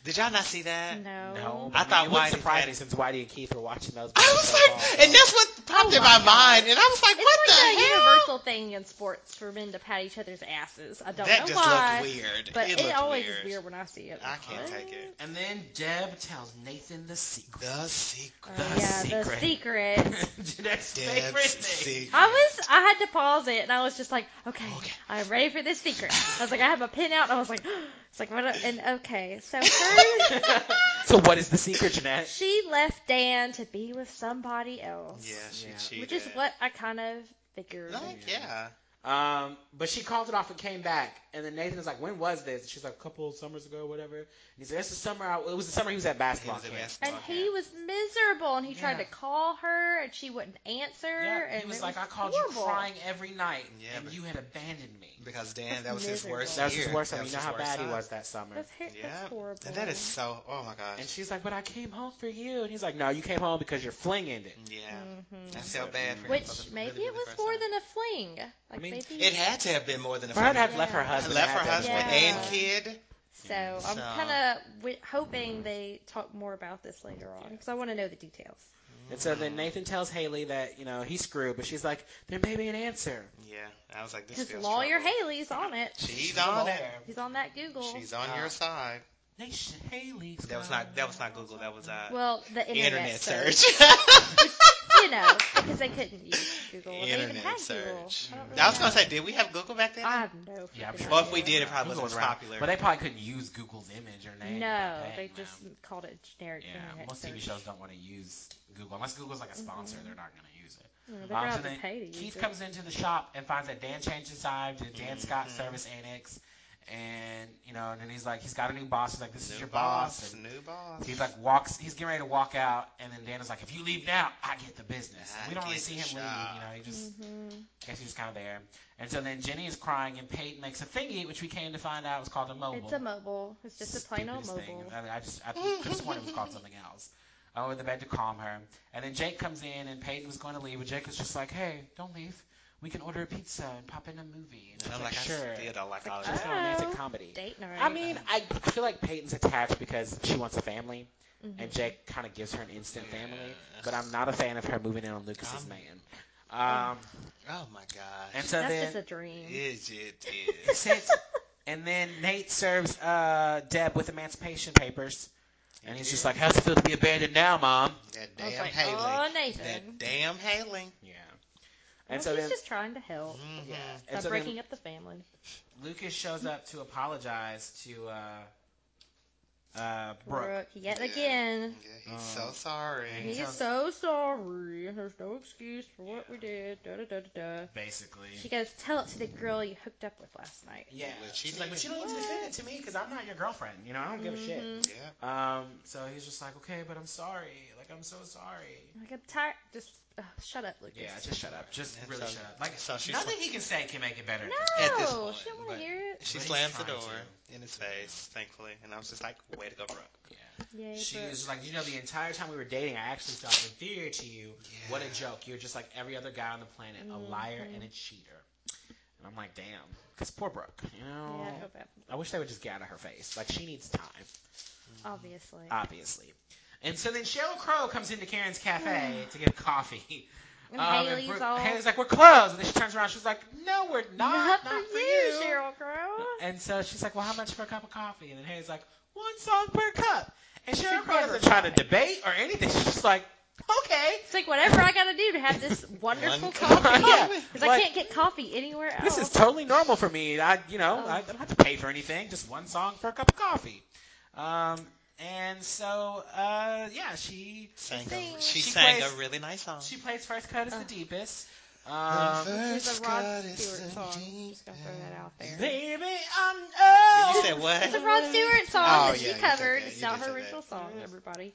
Speaker 2: Did y'all not see that?
Speaker 3: [LAUGHS] No.
Speaker 1: Eh, No,
Speaker 2: I
Speaker 1: but
Speaker 2: thought
Speaker 1: it wouldn't
Speaker 2: Whitey
Speaker 1: surprise
Speaker 2: had-
Speaker 1: me since Whitey and Keith were watching those.
Speaker 2: I was like, and that's what popped
Speaker 3: Oh
Speaker 2: in my,
Speaker 3: my
Speaker 2: mind,
Speaker 3: God.
Speaker 2: and I was like,
Speaker 3: It's
Speaker 2: what
Speaker 3: like
Speaker 2: the
Speaker 3: a
Speaker 2: hell?
Speaker 3: universal thing in sports for men to pat each other's asses. I don't
Speaker 2: that
Speaker 3: know
Speaker 2: just
Speaker 3: why.
Speaker 2: looked weird.
Speaker 3: But
Speaker 2: it,
Speaker 3: it,
Speaker 2: looked
Speaker 3: always
Speaker 2: weird.
Speaker 3: is weird when I see it.
Speaker 2: I can't
Speaker 3: What?
Speaker 2: take it.
Speaker 1: and then Deb tells Nathan the secret.
Speaker 2: The secret.
Speaker 3: Oh,
Speaker 1: The
Speaker 3: yeah, the
Speaker 1: secret. [LAUGHS]
Speaker 3: secret.
Speaker 2: [LAUGHS]
Speaker 1: That's
Speaker 2: Deb's
Speaker 1: favorite thing.
Speaker 2: secret.
Speaker 3: I was, I had to pause it, and I was just like, okay,
Speaker 2: Okay.
Speaker 3: I'm ready for this secret. I was like, I have a pen out, and I was like, [GASPS] it's like, what? a- And okay,
Speaker 2: [LAUGHS]
Speaker 3: so her,
Speaker 1: so what is the secret, Jeanette?
Speaker 3: she left Dan to be with somebody else,
Speaker 2: Yeah, she
Speaker 1: Yeah.
Speaker 2: cheated.
Speaker 3: which is what I kind of figured.
Speaker 2: Like, yeah.
Speaker 1: Um, but she called it off and came back, and then Nathan was like, "When was this?" And she's like, "A couple of summers ago, or whatever." And he's like, "It's the summer. I, it was the summer he was at
Speaker 2: He
Speaker 1: basketball
Speaker 2: was a
Speaker 1: camp."
Speaker 3: And
Speaker 2: basketball
Speaker 3: he
Speaker 2: camp.
Speaker 3: was miserable, and he tried
Speaker 1: Yeah.
Speaker 3: to call her, and she wouldn't answer.
Speaker 1: Yeah,
Speaker 3: and
Speaker 1: he was
Speaker 3: it
Speaker 1: like, "I called
Speaker 3: horrible.
Speaker 1: you crying every night,
Speaker 2: Yeah,
Speaker 1: and
Speaker 2: but-
Speaker 1: you had abandoned me."
Speaker 2: Because Dan, that was
Speaker 3: That's
Speaker 2: his worst.
Speaker 3: miserable.
Speaker 1: That was
Speaker 2: year.
Speaker 1: his worst
Speaker 2: That
Speaker 1: time. You
Speaker 2: was
Speaker 1: know
Speaker 2: his
Speaker 1: how
Speaker 2: worst
Speaker 1: bad he
Speaker 2: time.
Speaker 1: was that summer.
Speaker 3: That's, her-
Speaker 2: Yeah.
Speaker 3: that's horrible.
Speaker 2: And that is so. Oh my gosh.
Speaker 1: And she's like, "But I came home for you," and he's like, "No, you came home because your fling ended."
Speaker 2: yeah.
Speaker 3: Mhm.
Speaker 2: I felt bad for him.
Speaker 3: Which
Speaker 2: That
Speaker 3: maybe
Speaker 2: really
Speaker 3: it
Speaker 2: the
Speaker 3: was
Speaker 2: first
Speaker 3: more
Speaker 2: time.
Speaker 3: than a fling. Like
Speaker 1: I mean,
Speaker 3: maybe
Speaker 2: It had to have been more than a
Speaker 1: For her to
Speaker 2: friend.
Speaker 1: have left her
Speaker 3: Yeah.
Speaker 1: husband,
Speaker 2: left
Speaker 1: it
Speaker 2: her
Speaker 1: had to-
Speaker 2: husband
Speaker 3: Yeah.
Speaker 2: and kid.
Speaker 3: So I'm
Speaker 2: So-
Speaker 3: kind of w- hoping they talk more about this later on because I want to know the details.
Speaker 1: And so then Nathan tells Haley that you know he's screwed, but she's like, "There may be an answer."
Speaker 2: Yeah. I was like, this
Speaker 3: Because
Speaker 2: feels
Speaker 3: lawyer
Speaker 2: trouble.
Speaker 3: Haley's on it.
Speaker 2: She's on it.
Speaker 3: He's on that Google.
Speaker 2: She's on your side.
Speaker 1: Nation Haley.
Speaker 2: That was not. That was not Google. That was uh,
Speaker 3: well, the internet,
Speaker 2: internet,
Speaker 3: search.
Speaker 2: search. [LAUGHS]
Speaker 3: you know, because they couldn't use Google. They even
Speaker 2: internet
Speaker 3: had Google.
Speaker 2: search.
Speaker 3: I, don't really
Speaker 2: I was gonna
Speaker 3: know.
Speaker 2: say, did we have Google back then?
Speaker 3: I have no.
Speaker 1: Yeah, I'm
Speaker 3: freaking
Speaker 1: sure.
Speaker 2: well, if we
Speaker 3: idea.
Speaker 2: did, it probably
Speaker 1: Google was
Speaker 2: wasn't as
Speaker 1: around,
Speaker 2: popular.
Speaker 1: But they probably couldn't use Google's image or name.
Speaker 3: No,
Speaker 1: like that,
Speaker 3: they
Speaker 1: you
Speaker 3: just
Speaker 1: know.
Speaker 3: called it generic
Speaker 1: Yeah,
Speaker 3: internet
Speaker 1: most TV
Speaker 3: search.
Speaker 1: shows don't want to use Google unless Google's like a sponsor. They're not going to use it.
Speaker 3: You know, They're
Speaker 1: Um,
Speaker 3: gonna
Speaker 1: so
Speaker 3: have to
Speaker 1: then
Speaker 3: Mm-hmm. pay to use
Speaker 1: Keith
Speaker 3: it.
Speaker 1: comes into the shop and finds that Dan changed his time to Dan Scott
Speaker 2: Mhm.
Speaker 1: Service Annex, and you know, and then he's like, he's got a new boss. He's like, this is
Speaker 2: New
Speaker 1: your boss.
Speaker 2: boss,
Speaker 1: And
Speaker 2: New boss.
Speaker 1: He's like walks. He's getting ready to walk out, and then Dan is like, "If you leave now, I get the business."
Speaker 2: I
Speaker 1: we don't really
Speaker 2: get
Speaker 1: see
Speaker 2: the
Speaker 1: him
Speaker 2: shop.
Speaker 1: leave. You know, he just
Speaker 3: Mhm.
Speaker 1: guess he's kind of there. And so then Jenny is crying, and Peyton makes a thingy, which we came to find out was called a mobile.
Speaker 3: It's a mobile. It's just a plain old
Speaker 1: Stupidest thing.
Speaker 3: mobile.
Speaker 1: I, mean, I just I could have sworn it was called something else. over the bed to calm her. And then Jake comes in, and Peyton was going to leave, but Jake was just like, "Hey, don't leave. We can order a pizza and pop in a movie." And I
Speaker 2: And
Speaker 1: was
Speaker 2: I'm
Speaker 1: like,
Speaker 2: like,
Speaker 1: "Sure."
Speaker 2: I see it. I like
Speaker 3: Like,
Speaker 2: all
Speaker 1: It's
Speaker 2: that.
Speaker 1: just a
Speaker 3: Oh,
Speaker 1: romantic comedy.
Speaker 3: Date night.
Speaker 1: I mean, I feel like Peyton's attached because she wants a family,
Speaker 3: Mhm.
Speaker 1: and Jake kind of gives her an instant family.
Speaker 2: Yeah.
Speaker 1: But I'm not a fan of her moving in on Lucas's
Speaker 2: Um, [LAUGHS]
Speaker 1: man. Um,
Speaker 2: Oh my gosh.
Speaker 1: and so
Speaker 3: that's
Speaker 1: then
Speaker 3: just a dream.
Speaker 1: [LAUGHS]
Speaker 2: Is it is.
Speaker 1: That's it. And then Nate serves uh, Deb with emancipation papers, and he's just like, "How's it feel to be abandoned now, Mom?"
Speaker 2: that
Speaker 3: [LAUGHS] I was
Speaker 2: damn
Speaker 3: like,
Speaker 2: Haley.
Speaker 3: oh,
Speaker 2: that
Speaker 3: Nathan.
Speaker 2: damn Haley.
Speaker 1: Yeah.
Speaker 3: Well,
Speaker 1: And so
Speaker 3: he's
Speaker 1: then
Speaker 3: just trying to help.
Speaker 2: Mhm.
Speaker 1: yeah, and
Speaker 3: Stop
Speaker 1: so
Speaker 3: breaking
Speaker 1: then
Speaker 3: up the family.
Speaker 1: Lucas shows up to apologize to uh, uh, Brooke.
Speaker 3: Brooke, yet
Speaker 2: Yeah.
Speaker 3: again.
Speaker 2: Yeah, he's so
Speaker 1: Um,
Speaker 2: sorry.
Speaker 1: he-
Speaker 3: Mm. He is
Speaker 1: sounds-
Speaker 3: so sorry. There's no excuse for what we did. Da da da da da.
Speaker 1: Basically,
Speaker 3: She goes, tell it to the girl you hooked up with last night.
Speaker 1: yeah.
Speaker 2: Well, she
Speaker 1: She's like, "But
Speaker 2: did.
Speaker 1: you don't need to defend it to me because I'm not your girlfriend. You know, I don't give a shit."
Speaker 3: Mhm.
Speaker 2: Yeah.
Speaker 1: Um, so he's just like, "Okay, but I'm sorry. Like, I'm so sorry."
Speaker 3: Like, I'm tired. Just uh, shut up, Lucas.
Speaker 1: Yeah, just shut up. Just
Speaker 2: And
Speaker 1: really
Speaker 2: so-
Speaker 1: shut up. Like,
Speaker 2: so she's
Speaker 1: nothing he can say can make it better.
Speaker 3: no,
Speaker 2: At this
Speaker 3: she
Speaker 2: point,
Speaker 3: don't want
Speaker 2: but-
Speaker 3: to hear it.
Speaker 2: She
Speaker 1: But he's
Speaker 2: slams the
Speaker 1: trying
Speaker 2: door
Speaker 1: to.
Speaker 2: in his face, thankfully, and I was just like, "Way to go, Brooke."
Speaker 1: Yeah.
Speaker 3: Yay,
Speaker 1: She
Speaker 3: Brooke.
Speaker 1: was just like, you know, the entire time we were dating, I actually felt inferior to you.
Speaker 2: Yeah.
Speaker 1: What a joke. You're just like every other guy on the planet, a
Speaker 3: Mm-hmm.
Speaker 1: liar and a cheater. And I'm like, damn. Because poor Brooke, you know.
Speaker 3: Yeah, I hope that,
Speaker 1: I wish they would just get out of her face. Like, she needs time,
Speaker 3: obviously.
Speaker 1: Uh, obviously. And so then Cheryl Crow comes into Karen's cafe to get coffee. [LAUGHS]
Speaker 3: and
Speaker 1: Um,
Speaker 3: Haley's
Speaker 1: Brooke-
Speaker 3: all,
Speaker 1: Haley's like, we're closed. And then she turns around. She's like, no, we're not.
Speaker 3: not, for, you,
Speaker 1: you.
Speaker 3: Cheryl Crow.
Speaker 1: And so she's like, "Well, how much for a cup of coffee?" And then Harry's like, "One song per cup." And
Speaker 3: She
Speaker 1: Cheryl Crow
Speaker 3: never
Speaker 1: doesn't try to
Speaker 3: tried.
Speaker 1: debate or anything. She's just like, "Okay,
Speaker 2: [LAUGHS]
Speaker 3: It's like, whatever I gotta do to have this wonderful
Speaker 2: One
Speaker 3: coffee.
Speaker 1: cup. Yeah.
Speaker 3: Yeah, [LAUGHS] 'cause I
Speaker 1: Like-
Speaker 3: can't get coffee anywhere else.
Speaker 1: this is totally normal for me. I, you know,
Speaker 3: Oh.
Speaker 1: I don't have to pay for anything. Just one song for a cup of coffee." Um, and so, uh, yeah, she
Speaker 2: Sang
Speaker 3: Sing.
Speaker 2: a, she,
Speaker 1: She
Speaker 2: sang
Speaker 1: plays-
Speaker 2: a really nice song.
Speaker 1: she plays first cut as
Speaker 3: Oh.
Speaker 1: the deepest. Um,
Speaker 3: There's a Rod Stewart song. Just gonna throw that out there.
Speaker 1: baby,
Speaker 2: Did
Speaker 1: I
Speaker 2: you say
Speaker 3: It's a
Speaker 2: what?
Speaker 3: Rod Stewart song
Speaker 2: Oh,
Speaker 3: that she
Speaker 2: yeah, you said
Speaker 3: covered.
Speaker 2: that.
Speaker 3: It's
Speaker 2: You
Speaker 3: not
Speaker 2: did
Speaker 3: her
Speaker 2: say that.
Speaker 3: original song,
Speaker 1: Yes.
Speaker 3: everybody.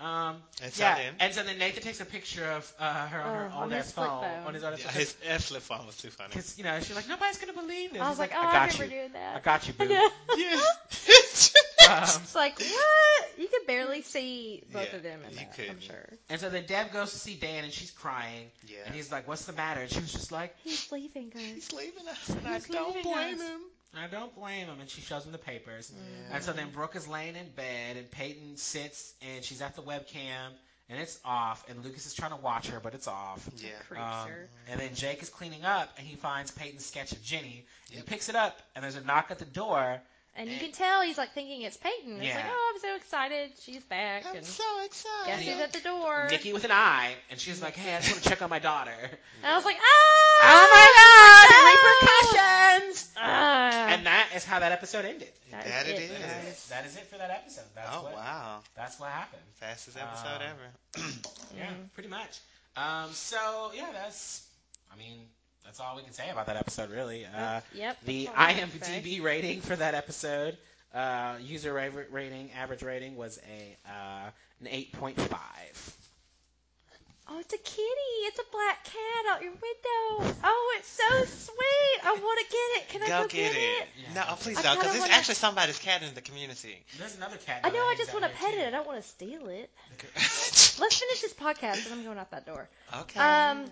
Speaker 1: know. Um,
Speaker 2: It's
Speaker 1: yeah,
Speaker 2: not him.
Speaker 1: and so then Nathan takes a picture of uh, her on her
Speaker 3: Oh, on
Speaker 1: old
Speaker 3: his
Speaker 1: ass
Speaker 3: flip
Speaker 1: phone,
Speaker 3: phone.
Speaker 1: on his old ass
Speaker 2: Yeah,
Speaker 1: phone.
Speaker 2: his F flip phone was too funny.
Speaker 1: Because you know, she's like, nobody's gonna believe this.
Speaker 3: I was
Speaker 1: He's
Speaker 3: like, oh,
Speaker 1: I
Speaker 3: I
Speaker 1: got
Speaker 3: remember
Speaker 1: you,
Speaker 3: doing
Speaker 1: I
Speaker 3: that.
Speaker 1: got you, boo.
Speaker 3: [LAUGHS] Yeah.
Speaker 2: [LAUGHS]
Speaker 1: um,
Speaker 3: It's like, what? You
Speaker 2: [LAUGHS]
Speaker 3: could barely see both
Speaker 2: Yeah,
Speaker 3: of them in
Speaker 2: you
Speaker 3: that, I'm
Speaker 2: couldn't.
Speaker 3: sure.
Speaker 1: and so then Deb goes to see Dan, and she's crying,
Speaker 2: yeah.
Speaker 1: and he's like, "What's the matter?" And she was just like,
Speaker 3: He's leaving, guys.
Speaker 2: He's leaving us, and I
Speaker 1: He's
Speaker 2: don't
Speaker 1: leaving
Speaker 2: blame
Speaker 1: us.
Speaker 2: him.
Speaker 1: "I don't blame him." And she shows him the papers.
Speaker 3: Mm. Mm-hmm.
Speaker 2: Yeah.
Speaker 1: And so then Brooke is laying in bed, and Peyton sits, and she's at the webcam, and it's off, and Lucas is trying to watch her, but it's off.
Speaker 2: Yeah.
Speaker 3: Creeps
Speaker 1: Um,
Speaker 3: her.
Speaker 1: and then Jake is cleaning up, and he finds Peyton's sketch of Jenny. and He
Speaker 2: Yep.
Speaker 1: picks it up, and there's a knock at the door.
Speaker 3: And you
Speaker 1: and-
Speaker 3: can tell he's like thinking it's Peyton. It's like,
Speaker 1: Yeah.
Speaker 3: oh, I'm so excited. She's back.
Speaker 2: I'm
Speaker 3: and
Speaker 2: so
Speaker 3: guess
Speaker 2: excited.
Speaker 3: who's at the door?
Speaker 1: Nikki with an eye, and she's like, "Hey, I just want to check on my daughter."
Speaker 3: And I was like,
Speaker 2: Ah!
Speaker 1: Oh my
Speaker 3: [LAUGHS] ah!
Speaker 1: God! Repercussions.
Speaker 3: my god!
Speaker 1: And that is how that episode ended.
Speaker 3: That
Speaker 2: That
Speaker 3: is
Speaker 2: it
Speaker 3: it,
Speaker 2: is.
Speaker 3: guys.
Speaker 1: That is it for that episode. That's
Speaker 2: Oh
Speaker 1: what
Speaker 2: wow,
Speaker 1: that's what happened.
Speaker 2: fastest
Speaker 1: Um,
Speaker 2: episode ever.
Speaker 1: Yeah,
Speaker 3: Mhm.
Speaker 1: pretty much. Um, so yeah, that's I mean that's all we can say about that episode really. Uh,
Speaker 3: yep.
Speaker 1: the
Speaker 3: that's all I have to say.
Speaker 1: IMDb rating for that episode, uh, user ra- rating, average rating was a uh, an eight point five.
Speaker 3: Oh, it's a kitty. It's a black cat out your window. Oh, it's so sweet. I want to get it. Can I
Speaker 2: go,
Speaker 3: go
Speaker 2: get, it.
Speaker 1: it?
Speaker 2: No,
Speaker 1: Yeah.
Speaker 2: oh, please don't,
Speaker 3: I kinda
Speaker 2: because it's
Speaker 3: wanna-
Speaker 2: actually somebody's cat in the community.
Speaker 1: There's another cat.
Speaker 3: I know. I
Speaker 1: named
Speaker 3: just
Speaker 1: out
Speaker 3: want to
Speaker 1: here,
Speaker 3: pet
Speaker 1: too.
Speaker 3: it. I don't want to steal it.
Speaker 2: okay.
Speaker 3: [LAUGHS]
Speaker 2: [LAUGHS]
Speaker 3: Let's finish this podcast, and I'm going out that door. Um.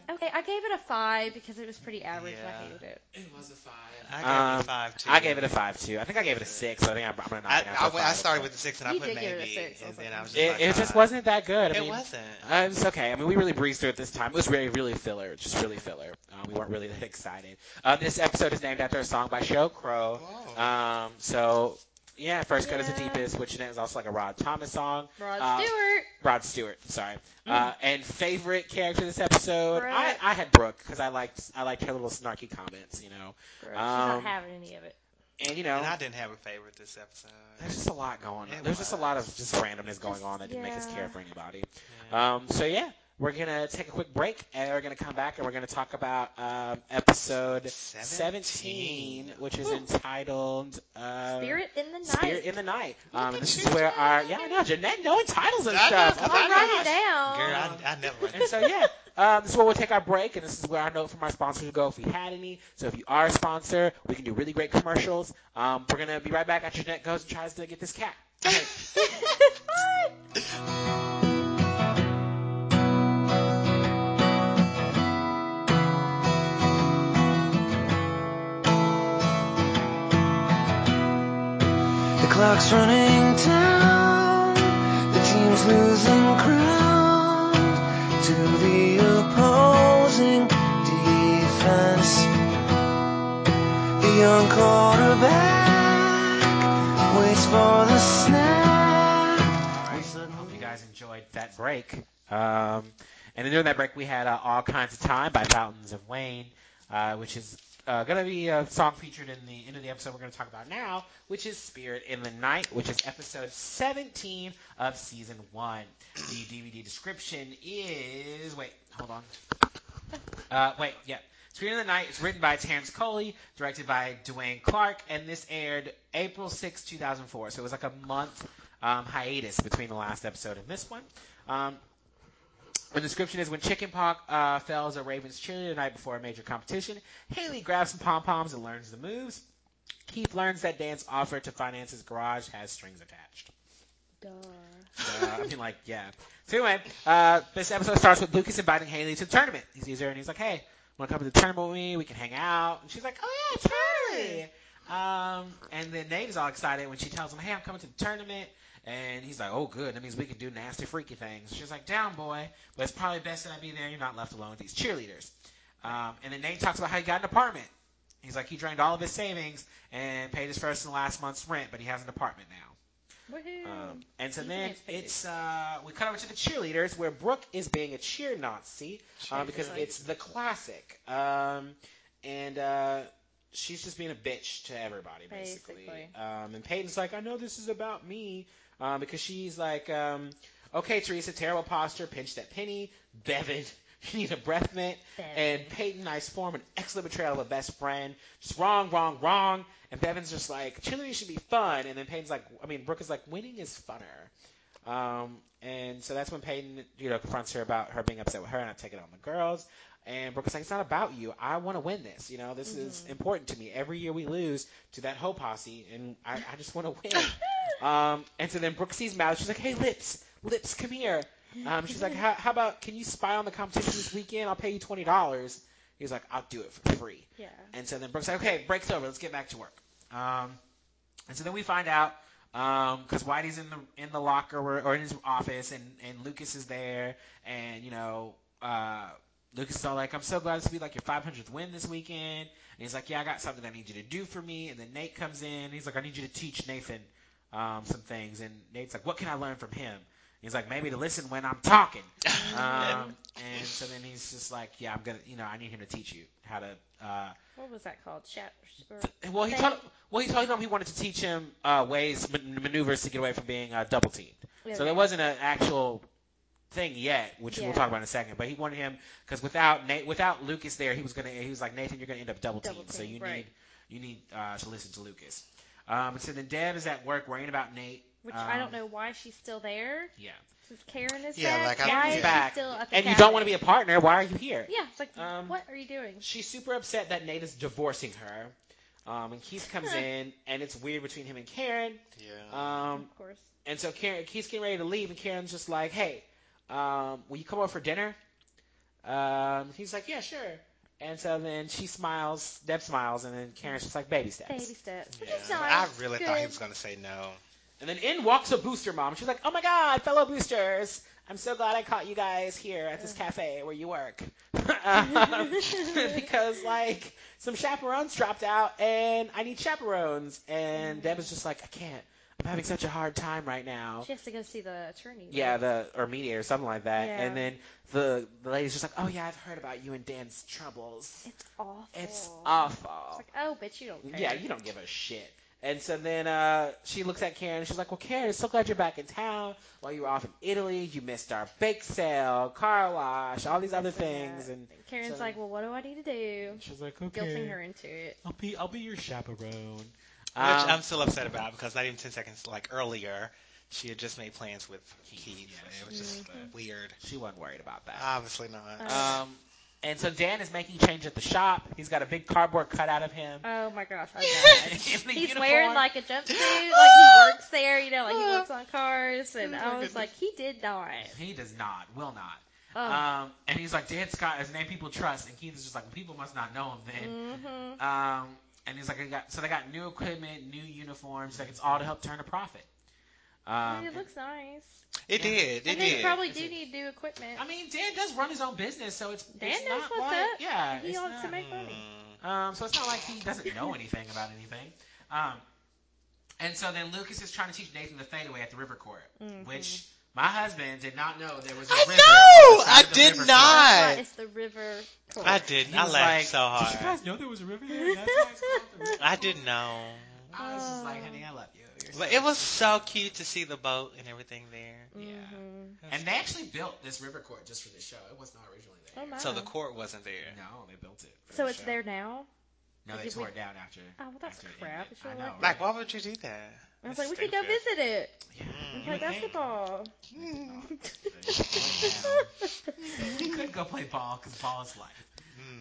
Speaker 3: Okay. I gave it a five because it was pretty average, and I
Speaker 2: Yeah.
Speaker 3: hated it.
Speaker 1: It was a five.
Speaker 2: I gave
Speaker 1: um,
Speaker 2: it a five too.
Speaker 1: I gave it a five too. I think I gave it a six. I think I'm, I'm gonna knock
Speaker 2: I,
Speaker 1: it down to
Speaker 2: I,
Speaker 1: a
Speaker 2: went- I
Speaker 1: five.
Speaker 2: started with a six and I
Speaker 3: You
Speaker 2: put
Speaker 3: did give it a
Speaker 2: maybe,
Speaker 3: six, I
Speaker 2: and
Speaker 3: was
Speaker 2: then
Speaker 3: like,
Speaker 2: I was just
Speaker 1: It,
Speaker 2: like,
Speaker 1: it just
Speaker 2: "Ah."
Speaker 1: wasn't that good. I
Speaker 2: It
Speaker 1: mean,
Speaker 2: wasn't.
Speaker 1: Uh, it was okay. I mean, we really breezed through it this time. It was really, really filler. Just really filler. Um, we weren't really that excited. Um, this episode is named after a song by Sheryl Crow.
Speaker 2: Whoa.
Speaker 1: Um, so, yeah, First Cut is the
Speaker 3: Yeah.
Speaker 1: Deepest, which is also like a Rod Thomas song.
Speaker 3: Rod
Speaker 1: Uh,
Speaker 3: Stewart.
Speaker 1: Rod Stewart, sorry.
Speaker 2: Mm.
Speaker 1: Uh, and favorite character this episode,
Speaker 3: Brooke.
Speaker 1: I, I had Brooke because I liked I liked her little snarky comments, you know.
Speaker 3: Gross.
Speaker 1: um,
Speaker 3: She's not having any of it.
Speaker 1: And you know,
Speaker 2: and I didn't have a favorite this episode.
Speaker 1: there's just a lot going on.
Speaker 2: It
Speaker 1: There's just a
Speaker 2: was.
Speaker 1: lot of just randomness going
Speaker 3: Just-
Speaker 1: on that didn't make us
Speaker 3: yeah.
Speaker 1: care for anybody.
Speaker 2: Yeah.
Speaker 1: Um, so yeah, we're gonna take a quick break, and we're gonna come back, and we're gonna talk about um, episode 17, which is
Speaker 3: Woo.
Speaker 1: entitled uh,
Speaker 3: Spirit in the night.
Speaker 1: Spirit in the Night. Um,
Speaker 3: at
Speaker 1: this
Speaker 3: you,
Speaker 1: is where our yeah,
Speaker 3: Janet.
Speaker 1: I know Jeanette knowing titles and
Speaker 2: I know,
Speaker 1: stuff.
Speaker 2: come
Speaker 1: Oh my
Speaker 2: on,
Speaker 1: gosh.
Speaker 3: write it down.
Speaker 2: Girl, I, I never read
Speaker 1: And so yeah, um, this is where we'll take our break, and this is where our note from our sponsors will go if we had any. So if you are a sponsor, we can do really great commercials. Um, we're gonna be right
Speaker 3: [LAUGHS]
Speaker 1: back after Jeanette goes and tries to get this cat. Okay.
Speaker 3: All right.
Speaker 4: clock's running down. The team's losing ground to the opposing defense. The young quarterback waits for the snap.
Speaker 1: Hope you guys enjoyed that break. Um, and then during that break, we had uh, All Kinds of Time by Fountains of Wayne, uh, which is uh, going to be a song featured in the end of the episode we're going to talk about now, which is Spirit in the Night, which is episode 17 of season 1. The DVD description is. Wait, hold on. Uh, wait, yeah. Spirit in the Night is written by Terrence Coley, directed by Dwayne Clark, and this aired April 6, 2004. So it was like a month um, hiatus between the last episode and this one. Um, the description is when Chickenpock uh, fells a Ravens cheerleader the night before a major competition, Haley grabs some pom poms and learns the moves. Keith learns that Dan's offer to finance his garage has strings attached.
Speaker 3: Duh.
Speaker 1: Uh, I mean, like, yeah. So anyway, uh, this episode starts with Lucas inviting Haley to the tournament. He sees her and he's like, "Hey, want to come to the tournament with me? We can hang out." And she's like, "Oh yeah, totally." Um, and then Nate is all excited when she tells him, "Hey, I'm coming to the tournament." And he's like, "Oh, good. That means we can do nasty, freaky things." She's like, "Down, boy, but it's probably best that I be there. You're not left alone with these cheerleaders." Um, and then Nate talks about how he got an apartment. He's like, he drained all of his savings and paid his first and last month's rent, but he has an apartment now.
Speaker 3: Woohoo.
Speaker 1: Um, and so
Speaker 3: You
Speaker 1: then
Speaker 3: can't fake it.
Speaker 1: it's uh, we cut over to the cheerleaders where Brooke is being a cheer Nazi uh, because
Speaker 3: Cheerleader.
Speaker 1: it's the classic, um, and uh, she's just being a bitch to everybody basically.
Speaker 3: Basically.
Speaker 1: Um, and Peyton's like, I know this is about me um, because she's like, um, okay, Teresa, terrible posture, pinch that penny, Bevan. [LAUGHS] You need a breath mint. And Peyton, nice form, an excellent portrayal of a best friend. Just wrong, wrong, wrong. And Bevan's just like, cheerleading should be fun. And then Peyton's like, I mean, Brooke is like, winning is funner. Um, and so that's when Peyton, you know, confronts her about her being upset with her and not taking on the girls. And Brooke is like, it's not about you. I want to win this. You know, this is important to me. Every year we lose to that whole posse, and I, I just want to win. Um, and so then Brooke sees Malice. She's like, "Hey, Lips, Lips, come here." Um, she's like, how, "How about can you spy on the competition this weekend? I'll pay you twenty dollars." He's like, "I'll do it for free."
Speaker 3: yeah.
Speaker 1: And so then Brooke's like, "Okay, break's over. Let's get back to work." Um, and so then we find out because Whitey's in the in the locker or, or in his office, and and Lucas is there, and you know. Uh, Lucas is all like, I'm so glad this will be like your 500th win this weekend. And he's like, Yeah, I got something I need you to do for me. And then Nate comes in. And he's like, I need you to teach Nathan um, some things. And Nate's like, What can I learn from him? He's like, Maybe to listen when I'm talking. Um, and so then he's just like, Yeah, I'm going to, you know, I need him to teach you how to. Uh,
Speaker 3: What was that called? Chat. Or,
Speaker 1: well, he
Speaker 3: Thank-
Speaker 1: told, well, he told him he wanted to teach him uh, ways, man- maneuvers to get away from being uh, double teamed. So there wasn't an actual thing yet, which we'll
Speaker 3: Yeah.
Speaker 1: talk about in a second. But he wanted him because without Nate, without Lucas there, he was gonna. He was like Nathan, you're gonna end up double teamed.
Speaker 3: Double
Speaker 1: so you
Speaker 3: teamed, right.
Speaker 1: need you need uh, to listen to Lucas. Um, so then Deb is at work worrying about Nate.
Speaker 3: Which I
Speaker 1: um,
Speaker 3: don't know why she's still there.
Speaker 1: Yeah,
Speaker 3: Since Karen
Speaker 2: [LAUGHS]
Speaker 3: is
Speaker 2: Yeah,
Speaker 3: back.
Speaker 2: like, I-
Speaker 3: why
Speaker 2: Karen's
Speaker 3: is she
Speaker 1: back.
Speaker 3: still at the
Speaker 1: and you don't
Speaker 3: cafe?
Speaker 1: want to be a partner. Why are you here?
Speaker 3: Yeah, it's like,
Speaker 1: Um,
Speaker 3: what are you doing?
Speaker 1: She's super upset that Nate is divorcing her. Um, and Keith comes in, and it's weird between him and Karen.
Speaker 2: Yeah.
Speaker 1: Um,
Speaker 3: of course.
Speaker 1: And so Karen, he's getting ready to leave, and Karen's just like, "Hey, um, will you come over for dinner?" Um, he's like, "Yeah, sure." And so then she smiles, Deb smiles, and then Karen's just like, "Baby steps."
Speaker 3: Baby steps. Which
Speaker 2: Yeah.
Speaker 3: is nice.
Speaker 2: I really thought he
Speaker 3: Good.
Speaker 2: was gonna say no.
Speaker 1: And then in walks a booster mom. She's like, "Oh my God, fellow boosters! I'm so glad I caught you guys here at this cafe where you work, [LAUGHS] Um, because like some chaperones dropped out, and I need chaperones." And Deb is just like, "I can't. I'm having such a hard time right now."
Speaker 3: She has to go see the attorney.
Speaker 1: Yeah,
Speaker 3: right?
Speaker 1: the or media or something like that.
Speaker 3: Yeah.
Speaker 1: And then the, the lady's just like, "Oh yeah, I've heard about you and Dan's troubles.
Speaker 3: It's awful.
Speaker 1: It's
Speaker 3: It's
Speaker 1: awful.
Speaker 3: like, oh, bitch, you don't care.
Speaker 1: yeah, you don't give a shit." And so then uh, she looks at Karen and she's like, "Well, Karen, so glad you're back in town. While you were off in Italy, you missed our bake sale, car wash, all these other
Speaker 3: This and
Speaker 1: things."
Speaker 3: that.
Speaker 1: And
Speaker 3: Karen's
Speaker 1: so-
Speaker 3: like, well, what do I need to do?
Speaker 1: she's like,
Speaker 3: Guilting
Speaker 1: "Okay,
Speaker 3: her into it.
Speaker 1: I'll be I'll be your chaperone."
Speaker 2: Which
Speaker 1: Um,
Speaker 2: I'm still upset about because not even ten seconds like earlier, she had just made plans with Keith.
Speaker 1: Yeah,
Speaker 2: it was just weird.
Speaker 1: she wasn't worried about that.
Speaker 2: Obviously not.
Speaker 1: Um, and so Dan is making change at the shop. He's got a big cardboard cutout of [LAUGHS] him.
Speaker 3: Oh my gosh,
Speaker 1: [LAUGHS]
Speaker 3: I
Speaker 1: In
Speaker 3: died.
Speaker 1: the
Speaker 3: He's
Speaker 1: uniform.
Speaker 3: wearing like a
Speaker 1: [LAUGHS]
Speaker 3: jumpsuit, like he works there, you know, like he
Speaker 1: Oh.
Speaker 3: works on cars, and I was like, he did not.
Speaker 1: He does not, will not.
Speaker 3: Oh,
Speaker 1: Um, and he's like, Dan Scott is a name people trust, and Keith is just like, people must not know him then.
Speaker 3: mhm.
Speaker 1: Um, And he's like, I got so they got new equipment, new uniforms. Like it's all to help turn a profit.
Speaker 3: I
Speaker 1: Um,
Speaker 3: mean, it looks nice.
Speaker 2: It
Speaker 1: Yeah.
Speaker 2: did.
Speaker 3: I
Speaker 2: It
Speaker 3: think
Speaker 2: did.
Speaker 3: you probably
Speaker 1: It's
Speaker 3: do
Speaker 1: a-
Speaker 3: need new equipment.
Speaker 1: I mean, Dan does run his own business, so it's
Speaker 3: Dan
Speaker 1: it's
Speaker 3: knows
Speaker 1: not
Speaker 3: what's
Speaker 1: like
Speaker 3: up.
Speaker 1: yeah,
Speaker 3: He
Speaker 1: it's
Speaker 3: wants to
Speaker 1: not-
Speaker 3: make money.
Speaker 2: Mm.
Speaker 1: Um, so it's not like he doesn't
Speaker 3: [LAUGHS]
Speaker 1: know anything about anything. Um, and so then Lucas is trying to teach Nathan the fadeaway at the river court,
Speaker 3: Mhm.
Speaker 1: which my husband did not know there was a
Speaker 2: I
Speaker 1: river.
Speaker 2: know!
Speaker 1: on the side
Speaker 2: I
Speaker 1: of the
Speaker 2: did
Speaker 1: river
Speaker 3: That's
Speaker 2: not!
Speaker 3: why
Speaker 2: God.
Speaker 3: It's the [LAUGHS] river. Court.
Speaker 2: I did.
Speaker 1: He
Speaker 2: I
Speaker 1: was
Speaker 2: laughed
Speaker 1: like,
Speaker 2: so
Speaker 1: court. Did you
Speaker 4: [LAUGHS]
Speaker 2: hard.
Speaker 1: guys know there was a river there? That's
Speaker 3: [LAUGHS]
Speaker 1: why it's called the river
Speaker 2: I
Speaker 1: court."
Speaker 2: didn't know.
Speaker 1: I was just like,
Speaker 3: Oh.
Speaker 1: honey, I love you. You're
Speaker 2: But
Speaker 1: so
Speaker 2: it was
Speaker 1: sweet."
Speaker 2: so cute to see the boat and everything there.
Speaker 1: [LAUGHS]
Speaker 3: Mhm.
Speaker 1: And they actually built this river court just for the show. It was not originally there.
Speaker 3: Oh my.
Speaker 2: So the court wasn't there.
Speaker 1: No, they built it. for
Speaker 3: So
Speaker 1: the
Speaker 3: it's
Speaker 1: show.
Speaker 3: there now.
Speaker 1: No, they
Speaker 3: Did
Speaker 1: tore
Speaker 3: we-
Speaker 1: it down after.
Speaker 3: Oh, well, that's
Speaker 1: after it
Speaker 3: crap.
Speaker 1: ended.
Speaker 3: It should've
Speaker 1: I know,
Speaker 3: left.
Speaker 1: right?
Speaker 2: Like, why would you do that?
Speaker 3: I was
Speaker 2: That's
Speaker 3: like, we could go
Speaker 2: stupid.
Speaker 3: visit it.
Speaker 1: You
Speaker 3: Play
Speaker 1: would think. [LAUGHS]
Speaker 3: basketball.
Speaker 1: you could go play ball because ball is life.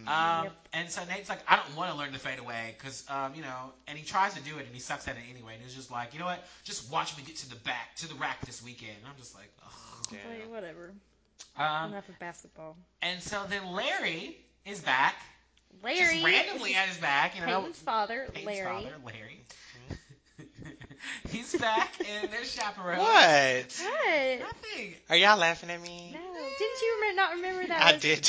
Speaker 2: Mm.
Speaker 1: Um,
Speaker 3: Yep.
Speaker 1: And so Nate's like, I don't want to learn the fadeaway because, um, you know, and he tries to do it and he sucks at it anyway. And he's just like, you know what? Just watch me get to the back, to the rack this weekend. And I'm just like, ugh.
Speaker 2: Yeah.
Speaker 3: It's [LAUGHS] like, whatever.
Speaker 1: Um,
Speaker 3: Enough of basketball.
Speaker 1: and so then Larry is back,
Speaker 3: Larry.
Speaker 1: just randomly at his back. You know,
Speaker 3: Peyton's father,
Speaker 1: Peyton's
Speaker 3: Larry.
Speaker 1: father, Larry. Hmm? [LAUGHS] He's back and they're chaperone.
Speaker 3: [LAUGHS]
Speaker 2: What?
Speaker 3: What?
Speaker 1: Nothing.
Speaker 2: Are y'all laughing at me?
Speaker 3: No. Didn't you remember, not remember that?
Speaker 2: I
Speaker 3: was-
Speaker 2: did.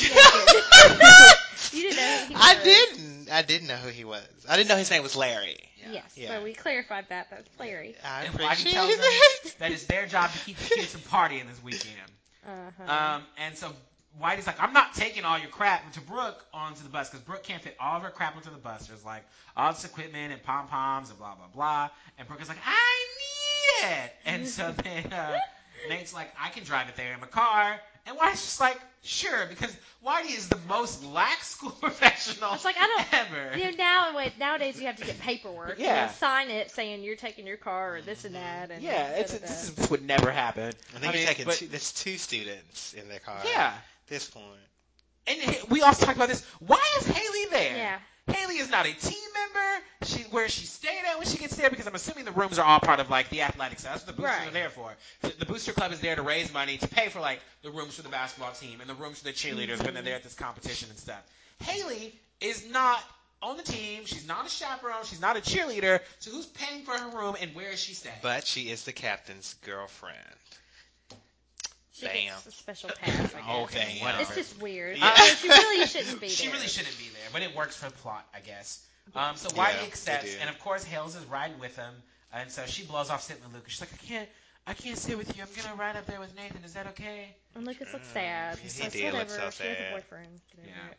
Speaker 1: [LAUGHS]
Speaker 3: Yeah, you did. [LAUGHS] you didn't know who
Speaker 2: [LAUGHS]
Speaker 3: he
Speaker 2: I
Speaker 3: was.
Speaker 2: didn't. I didn't know who he was. I didn't know his name was Larry.
Speaker 3: Yes,
Speaker 2: Yeah.
Speaker 3: but we clarified that. That's Larry.
Speaker 2: I
Speaker 1: And Blackie
Speaker 2: appreciate
Speaker 1: tells him-
Speaker 2: that.
Speaker 1: That is their job to keep the kids from partying this weekend.
Speaker 3: Uh-huh.
Speaker 1: Um, and so White is like, I'm not taking all your crap to Brooke onto the bus because Brooke can't fit all of her crap onto the bus. There's like all this equipment and pom poms and blah blah blah. And Brooke is like, I need it. And
Speaker 3: [LAUGHS]
Speaker 1: so then uh, Nate's like, I can drive it there in my car. And White's just like, sure, because Whitey is the most lax [LAUGHS] school professional.
Speaker 3: It's like, I don't-
Speaker 1: ever.
Speaker 3: you know, now wait, nowadays you have to get paperwork. You know,
Speaker 1: Yeah.
Speaker 3: sign it saying you're taking your car or this and that. And da-da-da.
Speaker 1: this would never happen.
Speaker 2: I think
Speaker 1: I mean,
Speaker 2: you're taking
Speaker 1: but-
Speaker 2: two, there's two students in their car.
Speaker 1: Yeah.
Speaker 2: At this point.
Speaker 1: And h- we also talked about this. Why is Haley there?
Speaker 3: yeah.
Speaker 1: Haley is not a team member. She where she's staying at when she gets there because I'm assuming the rooms are all part of like the athletics. That's what the boosters
Speaker 3: Right.
Speaker 1: are there for. The, the booster club is there to raise money to pay for like the rooms for the basketball team and the rooms for the cheerleaders when they're there at this competition and stuff. Haley is not on the team. She's not a chaperone. She's not a cheerleader. So who's paying for her room and where is she staying?
Speaker 2: But she is the captain's girlfriend.
Speaker 3: She
Speaker 2: Bam.
Speaker 3: gets a special
Speaker 2: [LAUGHS]
Speaker 3: pass. I guess.
Speaker 2: Okay,
Speaker 1: whatever.
Speaker 3: It's just weird.
Speaker 2: Oh, Yeah.
Speaker 3: Uh, she really shouldn't be
Speaker 1: [LAUGHS]
Speaker 3: there.
Speaker 1: She really shouldn't be there, but it works for plot, I guess. Um, so Whitey
Speaker 2: Yeah, they
Speaker 1: accepts,
Speaker 2: do.
Speaker 1: and of course Hales is riding with him, and so she blows off sitting with Lucas. She's like, I can't, I can't sit with you. I'm gonna ride up there with Nathan. Is that okay?
Speaker 3: And Lucas looks
Speaker 2: Mm,
Speaker 3: sad.
Speaker 2: he
Speaker 3: It's like,
Speaker 2: did look
Speaker 3: whatever.
Speaker 2: so
Speaker 3: She has
Speaker 2: sad.
Speaker 3: a boyfriend. Get over
Speaker 1: Yeah.
Speaker 3: it.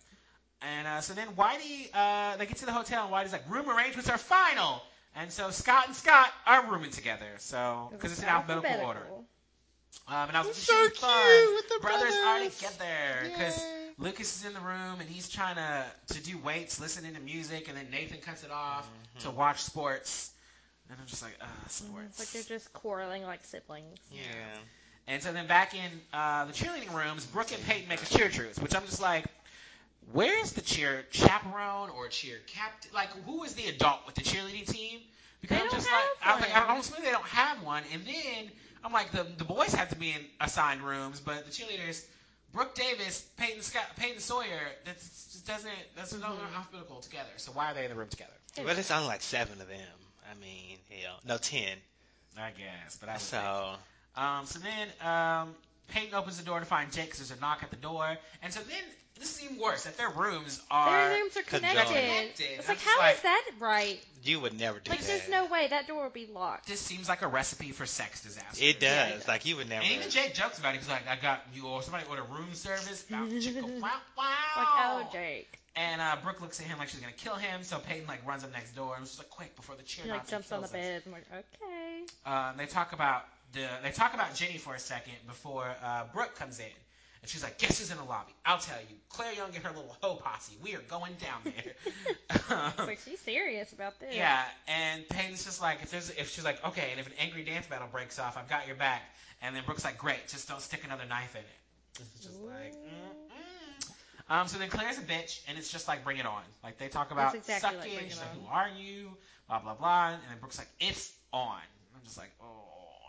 Speaker 1: And uh, so then Whitey, uh, they get to the hotel, and Whitey's like, room arrangements are final. And so Scott and Scott are rooming together, so because it's in alphabetical order.
Speaker 3: Alphabetical.
Speaker 1: Um, and I was
Speaker 2: It's
Speaker 1: just
Speaker 2: so
Speaker 1: having
Speaker 2: cute with the
Speaker 1: brothers, are
Speaker 2: brothers.
Speaker 1: together because
Speaker 2: Yay.
Speaker 1: Lucas is in the room and he's trying to to do weights, listening to music, and then Nathan cuts it off
Speaker 2: Mm-hmm.
Speaker 1: to watch sports. And I'm just like, ah,
Speaker 3: Mm, It's like
Speaker 1: sports.
Speaker 3: they're just quarreling like siblings.
Speaker 2: Yeah.
Speaker 1: and so then back in uh, the cheerleading rooms, Brooke and Peyton make a cheer truce, which I'm just like, where's the cheer chaperone or cheer captain? Like, who is the adult with the cheerleading team? Because
Speaker 3: They
Speaker 1: I'm
Speaker 3: don't
Speaker 1: just like,
Speaker 3: have
Speaker 1: I'm like, I
Speaker 3: one.
Speaker 1: don't see they don't have one. And then I'm like, the the boys have to be in assigned rooms, but the cheerleaders, Brooke Davis, Peyton Scott, Peyton Sawyer, that's just doesn't that's not
Speaker 3: Mhm.
Speaker 1: alphabetical together. So why are they in the room together?
Speaker 2: But it's only like seven of them. I mean, hell. No, ten.
Speaker 1: I guess, but I
Speaker 2: So.
Speaker 1: Um, so then um, Peyton opens the door to find Jake 'cause there's a knock at the door. And so then this is even worse that their rooms are.
Speaker 3: Their rooms are
Speaker 2: conjoined.
Speaker 3: connected.
Speaker 1: Connected.
Speaker 3: It's
Speaker 1: I'm
Speaker 3: like,
Speaker 1: just
Speaker 3: how is
Speaker 1: like-
Speaker 3: that right?
Speaker 2: You would never do
Speaker 3: Like,
Speaker 2: that.
Speaker 3: there's no way that door would be locked.
Speaker 1: This seems like a recipe for sex disaster.
Speaker 2: It does.
Speaker 3: Yeah, it does.
Speaker 2: Like you would never.
Speaker 1: And even Jake jokes about it. He's like, I got you or somebody order room service. Wow, chicka,
Speaker 3: [LAUGHS]
Speaker 1: wow,
Speaker 3: Like,
Speaker 1: wow.
Speaker 3: oh, Jake.
Speaker 1: And uh, Brooke looks at him like she's gonna kill him. So Peyton like runs up next door and she's like, quick before the cheer
Speaker 3: He like
Speaker 1: Nazi
Speaker 3: jumps on the
Speaker 1: kills us.
Speaker 3: bed. I'm like, okay.
Speaker 1: um, they talk about the they talk about Jenny for a second before uh, Brooke comes in, and she's like, "Guess who's in the lobby? I'll tell you. Claire Young and her little hoe posse. We are going down
Speaker 3: [LAUGHS]
Speaker 1: there."
Speaker 3: It's
Speaker 1: Um,
Speaker 3: like she's serious about this.
Speaker 1: yeah, and Peyton's just like, if there's if she's like, okay, and if an angry dance battle breaks off, I've got your back. And then Brooke's like, great, just don't stick another knife in it. It's just like. mm, mm-mm. Um, so then Claire's a bitch, and it's just like bring it on. Like they talk about
Speaker 3: That's exactly
Speaker 1: sucking.
Speaker 3: like Bring It
Speaker 1: she's like,
Speaker 3: On.
Speaker 1: who are you? Blah blah blah. And then Brooke's like, it's on. I'm just like, oh,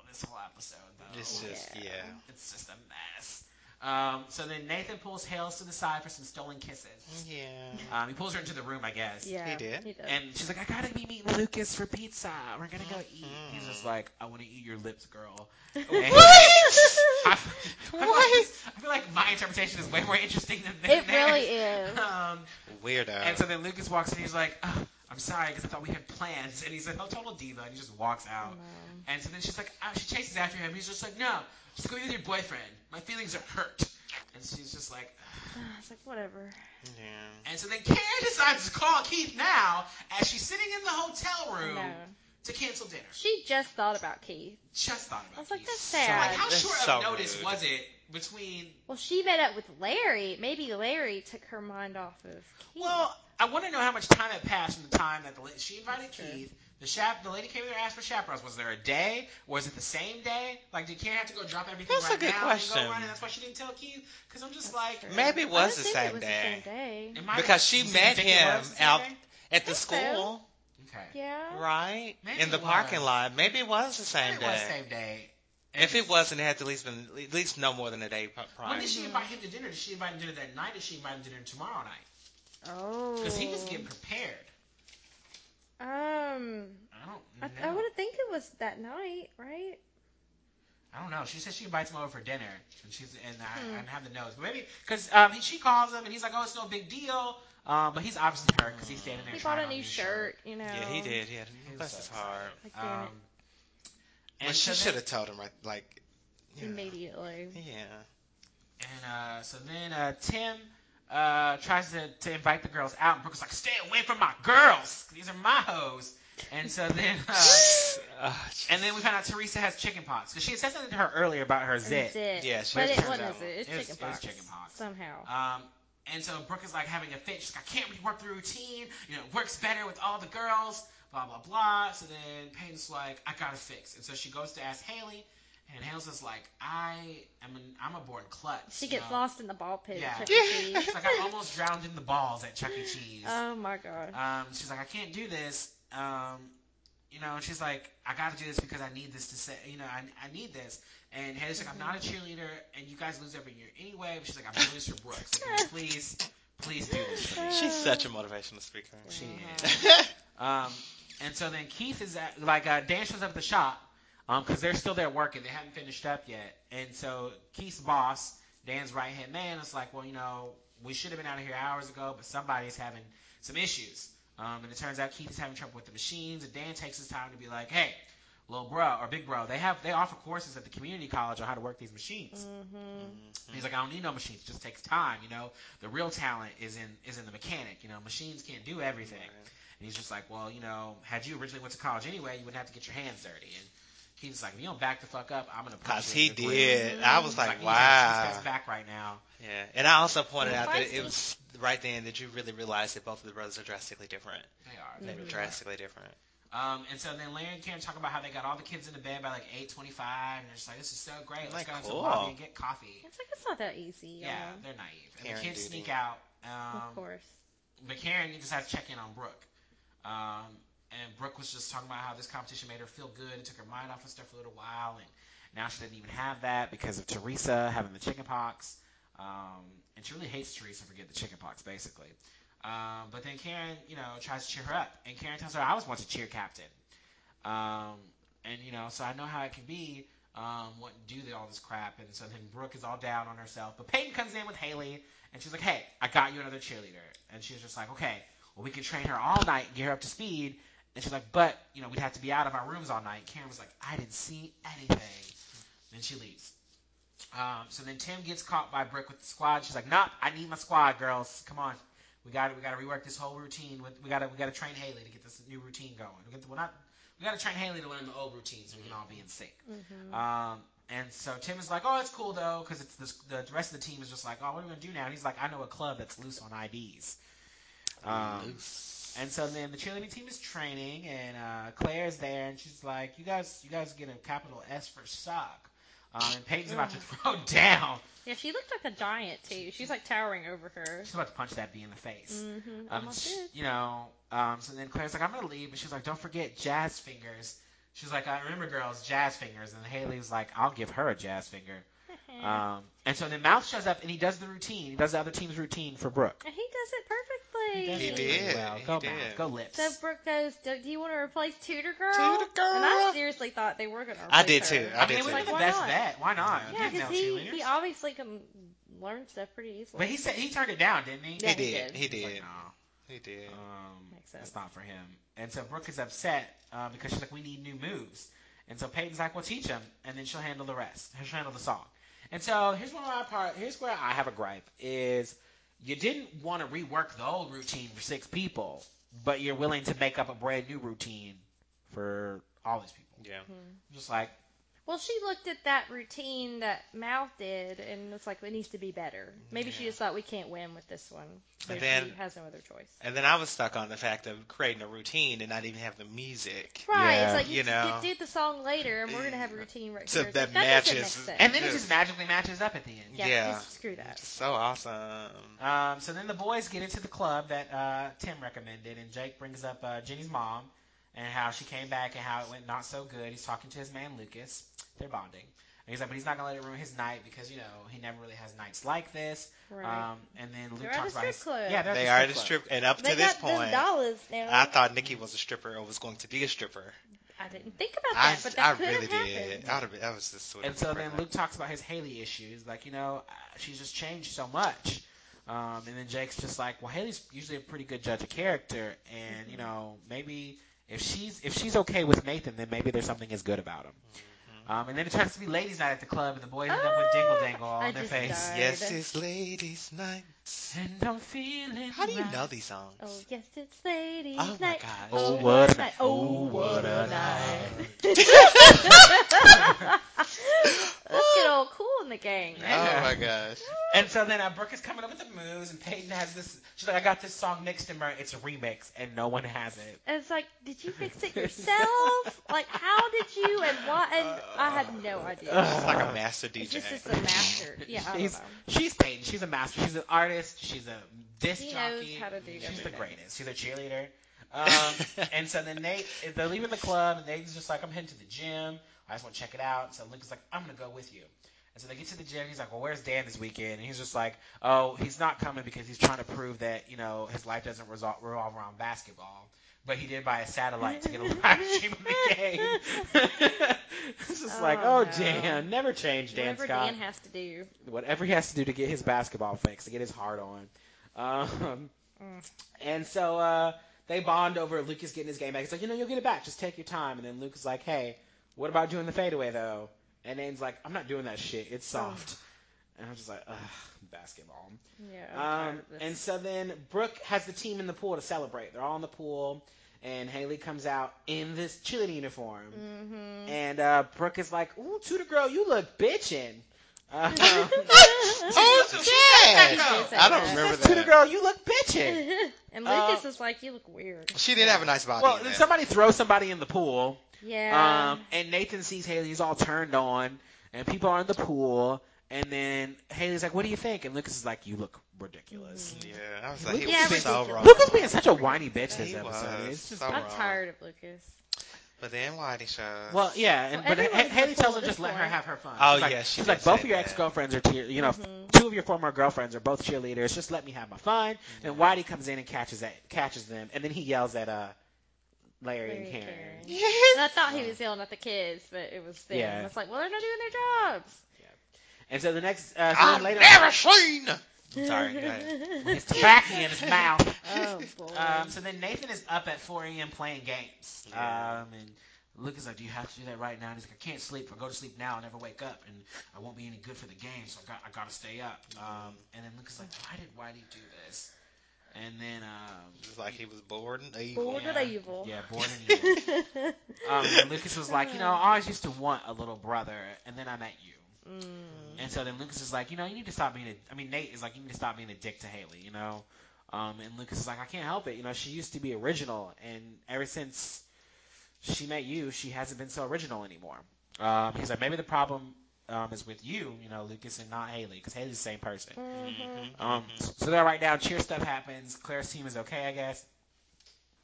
Speaker 1: this whole episode. Though.
Speaker 2: It's just yeah.
Speaker 1: It's just a mess. Um, so then Nathan pulls Hales to the side for some stolen kisses.
Speaker 2: Yeah.
Speaker 1: Um, he pulls her into the room, I guess.
Speaker 3: Mm-hmm. Yeah.
Speaker 2: He did?
Speaker 3: He does.
Speaker 1: And she's like, I gotta be meeting Lucas for pizza. We're gonna go eat.
Speaker 2: Mhm.
Speaker 1: He's just like, I wanna eat your lips,
Speaker 3: [LAUGHS]
Speaker 1: girl. I, I
Speaker 2: What?
Speaker 1: feel like this- I feel like my interpretation is way more interesting than this.
Speaker 3: it really is.
Speaker 1: Um,
Speaker 2: Weirdo.
Speaker 1: and so then Lucas walks in. He's like, "Ugh, I'm sorry, because I thought we had plans. And he's a total diva, and he just walks
Speaker 3: I
Speaker 1: out.
Speaker 3: know. [SIGHS]
Speaker 1: And so then she's like, ah, she chases after him. He's just like, no, just go be with your boyfriend. My feelings are hurt. And she's just like,
Speaker 3: It's like whatever.
Speaker 2: yeah.
Speaker 1: and so then Karen decides to call Keith now as she's sitting in the hotel
Speaker 3: I
Speaker 1: room
Speaker 3: know.
Speaker 1: to cancel dinner.
Speaker 3: She just thought about Keith.
Speaker 1: Just thought about
Speaker 3: I was like,
Speaker 1: Keith.
Speaker 3: that's
Speaker 2: So,
Speaker 1: I'm
Speaker 3: sad.
Speaker 1: like, how
Speaker 2: That's
Speaker 1: short
Speaker 2: so
Speaker 1: of notice
Speaker 2: rude.
Speaker 1: was it between?
Speaker 3: well, she met up with Larry. Maybe Larry took her mind off of Keith.
Speaker 1: Well, I want to know how much time had passed from the time that the la- she invited
Speaker 3: That's true.
Speaker 1: Keith. The chap, the lady came in there and asked for chaperones. Was there a day? Was it the same day? Like, did Karen have to go drop everything
Speaker 2: That's a
Speaker 1: right
Speaker 2: good
Speaker 1: now
Speaker 2: question.
Speaker 1: and go run? And that's why she didn't tell Keith. Because I'm just like,
Speaker 3: true.
Speaker 2: Maybe it
Speaker 3: I
Speaker 2: was
Speaker 3: don't
Speaker 2: the
Speaker 3: think
Speaker 2: same
Speaker 3: it was
Speaker 2: day.
Speaker 3: The same day.
Speaker 1: Am I-
Speaker 2: Because she
Speaker 1: do you
Speaker 2: met
Speaker 1: think it
Speaker 2: him
Speaker 1: was the same
Speaker 2: out-
Speaker 1: day?
Speaker 2: At the
Speaker 3: think so.
Speaker 2: school,
Speaker 1: Okay.
Speaker 3: Yeah.
Speaker 2: right?
Speaker 1: Maybe
Speaker 2: In the
Speaker 1: it
Speaker 2: parking
Speaker 1: was.
Speaker 2: lot. Maybe it was the same
Speaker 1: It
Speaker 2: day.
Speaker 1: was same day.
Speaker 2: If it wasn't, it had to at least been at least no more than a day p- prior.
Speaker 1: When did she invite him to dinner? Did she invite him to dinner that night? Or did she invite him to dinner tomorrow night?
Speaker 3: Oh.
Speaker 1: Because he was getting prepared.
Speaker 3: Um.
Speaker 1: I
Speaker 3: I,
Speaker 1: don't
Speaker 3: I
Speaker 1: know.
Speaker 3: would think it was that night, right?
Speaker 1: I, don't know. She said she invites him over for dinner, and she's and I,
Speaker 3: Hmm.
Speaker 1: I don't have the notes, but maybe because um, he- she calls him and he's like, "Oh, it's no big deal," um, but he's obviously hurt because he's standing there.
Speaker 3: He
Speaker 1: trying
Speaker 3: bought a
Speaker 1: on
Speaker 3: new shirt, you know.
Speaker 2: Yeah, he did. Yeah,
Speaker 1: He was
Speaker 2: bless
Speaker 1: so
Speaker 2: his heart.
Speaker 1: excited.
Speaker 3: Like, damn
Speaker 1: Um,
Speaker 3: it.
Speaker 2: And she should have told him right, like. Yeah.
Speaker 3: Immediately.
Speaker 2: Yeah.
Speaker 1: And uh, so then uh, Tim uh, tries to, to invite the girls out, and Brooke is like, "Stay away from my girls. These are my hoes." And so then.
Speaker 3: [LAUGHS]
Speaker 1: Uh,
Speaker 2: Ah,
Speaker 1: And then we found out Teresa has chicken pox because she had said something to her earlier about her zit.
Speaker 3: Zit.
Speaker 2: Yeah, she
Speaker 3: but
Speaker 2: was
Speaker 3: it
Speaker 2: turned
Speaker 3: wasn't a
Speaker 2: out.
Speaker 3: zit. It's
Speaker 1: It was-
Speaker 3: chicken
Speaker 1: it was
Speaker 3: pox.
Speaker 1: chickenpox.
Speaker 3: Somehow.
Speaker 1: Um, and so Brooke is like having a fit. She's like, I can't rework the routine. You know, it works better with all the girls. Blah blah blah. So then Peyton's like, I gotta fix. And so she goes to ask Haley, and Haley's is like, I am an, I'm a born klutz.
Speaker 3: she
Speaker 1: you
Speaker 3: gets
Speaker 1: know?
Speaker 3: lost in the ball pit.
Speaker 1: Yeah.
Speaker 3: Chuck E.
Speaker 1: [LAUGHS]
Speaker 3: Cheese.
Speaker 1: She's like, I almost drowned in the balls at Chuck E.
Speaker 3: [LAUGHS]
Speaker 1: Cheese.
Speaker 3: oh my god.
Speaker 1: Um, she's like, I can't do this. Um, you know, she's like, I gotta do this because I need this to say, you know, I, I need this. And Heather's like, I'm not a cheerleader, and you guys lose every year anyway. But she's like, I'm doing this for Brooks. Like, "Can you please, please do this for me.
Speaker 2: She's such a motivational speaker.
Speaker 1: She is.
Speaker 2: is.
Speaker 1: Um, and so then Keith is at, like, uh, Dan shows up at the shop because they're still there working. They haven't finished up yet. And so Keith's boss, Dan's right hand man, is like, well, you know, we should have been out of here hours ago, but somebody's having some issues. Um, and it turns out Keith is having trouble with the machines. And Dan takes his time to be like, hey, little bro or big bro, they have they offer courses at the community college on how to work these machines.
Speaker 3: Mm-hmm.
Speaker 2: [LAUGHS]
Speaker 1: And He's like, I don't need no machines. It just takes time. You know, the real talent is in is in the mechanic. You know, machines can't do everything. And he's just like, well, you know, had you originally went to college anyway, you wouldn't have to get your hands dirty. And he's like, if you don't back the fuck up, I'm gonna punch
Speaker 2: Cause
Speaker 1: you
Speaker 2: he
Speaker 1: in your grill."
Speaker 2: did. I was like,
Speaker 1: he's Like,
Speaker 2: wow.
Speaker 1: he's back right now.
Speaker 2: Yeah. And I also pointed
Speaker 3: He's
Speaker 2: out that
Speaker 3: feisty.
Speaker 2: it was right then that you really realized that both of the brothers are drastically different.
Speaker 1: They
Speaker 3: Mm-hmm.
Speaker 1: are.
Speaker 2: They
Speaker 1: They
Speaker 2: were
Speaker 1: really are.
Speaker 2: drastically different.
Speaker 1: Um, and so then Larry and Karen talk about how they got all the kids into bed by like 8:25, and they're just like, this is so great. Let's
Speaker 2: Like,
Speaker 1: go to the
Speaker 2: cool.
Speaker 1: lobby and get coffee.
Speaker 3: It's like it's not that easy.
Speaker 1: Yeah,
Speaker 3: y'all.
Speaker 1: they're naive. And
Speaker 2: Karen
Speaker 1: the kids
Speaker 2: duty.
Speaker 1: sneak out.
Speaker 3: Of
Speaker 1: Um,
Speaker 3: course.
Speaker 1: but Karen decides to check in on Brooke. Um, and Brooke was just talking about how this competition made her feel good and took her mind off of stuff for a little while. And now she doesn't even have that because of Teresa having the chicken pox. Um, and she really hates Teresa for getting the chicken pox, basically. Um, but then Karen, you know, tries to cheer her up. And Karen tells her, I was once a cheer captain. Um, and, you know, so I know how it can be. Um, what do the- all this crap? And so then Brooke is all down on herself. But Peyton comes in with Haley and she's like, "Hey, I got you another cheerleader." And she's just like, "Okay, well we can train her all night, and get her up to speed." And she's like, "But you know, we'd have to be out of our rooms all night." Karen was like, "I didn't see anything." Then she leaves. Um, so then Tim gets caught by Brooke with the squad. She's like, "Nope, I need my squad, girls. Come on, we got to we got to rework this whole routine. With, we got to we got to train Haley to get this new routine going. We got to, well, not we got to train Haley to learn the old routine so we can all be in sync."
Speaker 3: Mm-hmm.
Speaker 1: Um, and so Tim is like, "Oh, it's cool though, because it's this, the rest of the team is just like, oh, what are we gonna do now?" And he's like, "I know a club that's loose on IDs." Um,
Speaker 3: Mm-hmm.
Speaker 1: and so then the cheerleading team is training, and uh, Claire is there, and she's like, "You guys, you guys get a capital S for suck." Um, and Peyton's about
Speaker 3: Mm.
Speaker 1: to throw [LAUGHS] down.
Speaker 3: Yeah, she looked like a giant too. She's like towering over her.
Speaker 1: She's about to punch that bee in the face.
Speaker 3: Mm-hmm.
Speaker 1: Um,
Speaker 3: Almost
Speaker 1: sh-
Speaker 3: did.
Speaker 1: you know, um, so then Claire's like, I'm gonna leave, but she's like, don't forget jazz
Speaker 3: [LAUGHS]
Speaker 1: fingers. She's like, I remember girls, jazz fingers, and Haley's like, I'll give her a jazz finger. Um, and so then Mouth shows up and he does the routine. He does the other team's routine for Brooke.
Speaker 3: And he does it perfectly.
Speaker 2: He
Speaker 1: Does
Speaker 2: did.
Speaker 1: really Well.
Speaker 2: He
Speaker 1: Go
Speaker 2: did.
Speaker 1: Mouth. Go Lips.
Speaker 3: So Brooke goes, do, do you want to replace Tudor Girl?
Speaker 2: Tudor Girl.
Speaker 3: And I seriously thought they were going to replace
Speaker 2: I did
Speaker 3: her.
Speaker 2: too. I
Speaker 1: I
Speaker 2: did
Speaker 1: mean,
Speaker 2: too.
Speaker 1: we
Speaker 3: Like,
Speaker 1: can
Speaker 3: why
Speaker 1: best
Speaker 3: not?
Speaker 1: that. Why not?
Speaker 2: Yeah,
Speaker 1: You
Speaker 3: Yeah,
Speaker 1: didn't know
Speaker 3: because he,
Speaker 1: cheerleaders.
Speaker 3: he obviously can learn stuff pretty easily.
Speaker 1: But he said he turned it down, didn't he?
Speaker 3: Yeah,
Speaker 2: he,
Speaker 3: he
Speaker 2: did.
Speaker 3: did.
Speaker 2: He
Speaker 1: He's
Speaker 2: did.
Speaker 1: like, "Nah."
Speaker 2: He did.
Speaker 1: Um,
Speaker 3: Makes
Speaker 1: that's
Speaker 3: sense.
Speaker 1: not for him. And so Brooke is upset uh, because she's like, we need new moves. And so Peyton's like, well, teach him, and then she'll handle the rest. She'll handle the song. And so here's where my part. Here's where I have a gripe is you didn't want to rework the old routine for six people, but you're willing to make up a brand new routine for all these people.
Speaker 2: Yeah.
Speaker 3: Mm-hmm.
Speaker 1: Just like
Speaker 3: Well, she looked at that routine that Mouth did and was like, it needs to be better. Maybe she
Speaker 2: Yeah.
Speaker 3: just thought we can't win with this one. So
Speaker 2: And then-
Speaker 3: she has no other choice.
Speaker 2: And then I was stuck on the fact of creating a routine and not even have the music.
Speaker 3: Right.
Speaker 1: Yeah.
Speaker 3: It's like you,
Speaker 2: You know. Eh,
Speaker 3: you do the song later and we're going to have a routine right
Speaker 2: So
Speaker 3: here. It's
Speaker 2: that
Speaker 3: like, that doesn't
Speaker 2: matches-
Speaker 3: make sense.
Speaker 1: and then it
Speaker 2: Yeah.
Speaker 1: just magically matches up at the end.
Speaker 3: yeah,
Speaker 2: Yeah.
Speaker 3: Just screw that.
Speaker 2: So awesome.
Speaker 1: Um, so then the boys get into the club that uh, Tim recommended, and Jake brings up uh, Jenny's mom and how she came back and how it went not so good. He's talking to his man Lucas. They're bonding. And he's like, but he's not gonna let it ruin his night because you know he never really has nights like this.
Speaker 3: Right.
Speaker 1: Um, and then Luke
Speaker 3: They're at
Speaker 1: talks
Speaker 3: a
Speaker 1: about his,
Speaker 3: strip club.
Speaker 1: yeah, they're
Speaker 2: They are
Speaker 1: at
Speaker 2: the
Speaker 1: club.
Speaker 2: strip, and up
Speaker 3: they
Speaker 2: to this
Speaker 3: got those
Speaker 2: point,
Speaker 3: dollars now.
Speaker 2: I thought Nikki was a stripper or was going to be a stripper.
Speaker 3: I didn't think about
Speaker 2: I,
Speaker 3: that, but
Speaker 2: I
Speaker 3: that could
Speaker 2: really
Speaker 3: have happened.
Speaker 2: did. I would have been, that was just sort
Speaker 1: And
Speaker 2: of.
Speaker 1: so then
Speaker 2: incredible.
Speaker 1: Luke talks about his Haley issues, like you know uh, she's just changed so much. Um, and then Jake's just like, well, Haley's usually a pretty good judge of character, and you know maybe if she's if she's okay with Nathan, then maybe there's something as good about him. Um, and then it turns to be ladies' night at the club, and the boys end up with
Speaker 3: Ah,
Speaker 1: dingle dangle
Speaker 3: I
Speaker 1: on their
Speaker 3: just
Speaker 1: face.
Speaker 3: died.
Speaker 2: Yes, it's ladies' night.
Speaker 1: And I'm feeling.
Speaker 2: How do you
Speaker 1: right.
Speaker 2: know these songs?
Speaker 3: Oh yes, it's ladies'
Speaker 2: Oh my
Speaker 3: night.
Speaker 2: gosh.
Speaker 1: Oh,
Speaker 3: Oh,
Speaker 1: what
Speaker 3: what
Speaker 1: a
Speaker 3: a night.
Speaker 1: night.
Speaker 3: Oh, what a night. Let's get all cool in the gang.
Speaker 1: Yeah.
Speaker 2: Oh my gosh.
Speaker 1: And so then uh, Brooke is coming up with the moves, and Peyton has this. She's like, I got this song next to her. It's a remix, and no one has it.
Speaker 3: And It's like, did you
Speaker 1: [LAUGHS]
Speaker 3: fix it yourself? like, how did you and why? And I had no idea.
Speaker 2: It's like a master DJ.
Speaker 3: It's just it's
Speaker 2: [LAUGHS]
Speaker 3: a master. Yeah, I don't
Speaker 1: She's-
Speaker 3: know.
Speaker 1: She's Peyton. She's a master. She's an artist. She's a disc
Speaker 3: She
Speaker 1: jockey.
Speaker 3: knows how to do
Speaker 1: She's the
Speaker 3: everything.
Speaker 1: greatest. She's a cheerleader. Um, and so then Nate, they're leaving the club, and Nate's just like, I'm heading to the gym. I just want to check it out. So Luke is like, I'm going to go with you. And so they get to the gym. He's like, Well, where's Dan this weekend? And he's just like, Oh, he's not coming because he's trying to prove that, you know, his life doesn't resol- revolve around basketball. But he did buy a satellite
Speaker 3: [LAUGHS]
Speaker 1: to get a live stream of the game. [LAUGHS] it's just like,
Speaker 3: Oh,
Speaker 1: Oh,
Speaker 3: no.
Speaker 1: Dan, never change Dan
Speaker 3: Whatever
Speaker 1: Scott
Speaker 3: Dan has to do.
Speaker 1: whatever he has to do to get his basketball fix, to get his heart on. Um,
Speaker 3: Mm.
Speaker 1: And so uh, they bond over Lucas getting his game back. He's like, you know, you'll get it back. Just take your time. And then Luke is like, hey, what about doing the fadeaway though? And Nate's like, I'm not doing that shit. It's
Speaker 3: Oh.
Speaker 1: soft. And I'm just like, ugh, basketball.
Speaker 3: Yeah. I'm tired
Speaker 1: Um,
Speaker 3: of this.
Speaker 1: and
Speaker 3: [LAUGHS]
Speaker 1: so then Brooke has the team in the pool to celebrate. They're all in the pool, and Haley comes out in this cheerleading uniform.
Speaker 3: Mhm.
Speaker 1: And uh, Brooke is like, ooh, Tudor girl, you look
Speaker 3: [LAUGHS]
Speaker 1: bitchin'. Um,
Speaker 2: [LAUGHS] oh,
Speaker 3: She
Speaker 2: shit!
Speaker 3: did say
Speaker 2: I
Speaker 3: that.
Speaker 2: don't remember
Speaker 1: Tudor
Speaker 2: that.
Speaker 1: girl, you look bitchin'.
Speaker 3: [LAUGHS] and
Speaker 1: Uh,
Speaker 3: Lucas was like, "You look weird."
Speaker 2: She did have a nice body.
Speaker 1: Well,
Speaker 2: in
Speaker 1: then
Speaker 2: that.
Speaker 1: somebody throws somebody in the pool,
Speaker 3: Yeah.
Speaker 1: um, and Nathan sees Haley. He's all turned on, and people are in the pool. And then Haley's like, "What do you think?" And Lucas is like, "You look ridiculous."
Speaker 2: yeah, I was like, he
Speaker 3: Yeah,
Speaker 2: was so
Speaker 3: ridiculous.
Speaker 2: wrong.
Speaker 1: Lucas being such a whiny bitch this
Speaker 2: He
Speaker 1: episode.
Speaker 2: was
Speaker 1: It's just
Speaker 2: so
Speaker 3: I'm
Speaker 2: wrong.
Speaker 3: tired of Lucas.
Speaker 2: But then why did he show?
Speaker 1: well, yeah. And,
Speaker 3: Well,
Speaker 1: but
Speaker 3: everyone's
Speaker 1: Ha- Haley
Speaker 3: before
Speaker 1: tells him
Speaker 3: this
Speaker 1: just let her
Speaker 3: point.
Speaker 1: have her fun.
Speaker 2: Oh,
Speaker 1: she's like,
Speaker 2: yeah, she
Speaker 1: she's
Speaker 2: did
Speaker 1: like both
Speaker 2: say
Speaker 1: of your
Speaker 2: that. Mm-hmm.
Speaker 1: ex girlfriends are cheer. You know, f-
Speaker 3: Mhm.
Speaker 1: two of your former girlfriends are both cheerleaders. Just let me have my fun.
Speaker 2: Mm-hmm.
Speaker 1: And Whitey comes in and catches that, catches them, and then he yells at uh, Larry,
Speaker 3: Larry
Speaker 1: and
Speaker 3: and
Speaker 1: Karen.
Speaker 3: Karen.
Speaker 2: yes.
Speaker 3: And I thought he was yelling at the kids, but it was them.
Speaker 1: Yeah.
Speaker 3: It's like, well, they're not doing their jobs.
Speaker 1: And so the next, uh, so
Speaker 2: I've
Speaker 1: then later,
Speaker 2: never seen. I'm sorry.
Speaker 1: [LAUGHS]
Speaker 2: go ahead. [LAUGHS]
Speaker 1: his tacky in his mouth.
Speaker 3: [LAUGHS] oh boy.
Speaker 1: [LAUGHS] Um, so then Nathan is up at 4 a.m. playing games.
Speaker 2: Yeah.
Speaker 1: Um, and Luke is like, "Do you have to do that right now?" And he's like, "I can't sleep. I go to sleep now. I'll never wake up, and I won't be any good for the game. So I got I gotta stay up." Um, and then Luke is like, "Why did Why did he do this?" And then um,
Speaker 2: It was like he was bored and evil.
Speaker 3: Bored
Speaker 1: yeah.
Speaker 3: and evil.
Speaker 1: yeah, bored
Speaker 3: [LAUGHS]
Speaker 1: and evil.
Speaker 2: [LAUGHS]
Speaker 1: um, and Lucas was like, "You know, I always used to want a little brother, and then I met you."
Speaker 3: Mm.
Speaker 1: And so then Lucas is like, you know, you need to stop being a. I mean, Nate is like, you need to stop being a dick to Haley, you know. Um, and Lucas is like, I can't help it. You know, she used to be original, and ever since she met you, she hasn't been so original anymore. Um, he's like, maybe the problem um, is with you, you know, Lucas, and not Haley, because Haley's the same person.
Speaker 3: Mhm.
Speaker 2: Mm-hmm,
Speaker 1: Um, so they're right now. Cheer stuff happens. Claire's team is okay, I guess.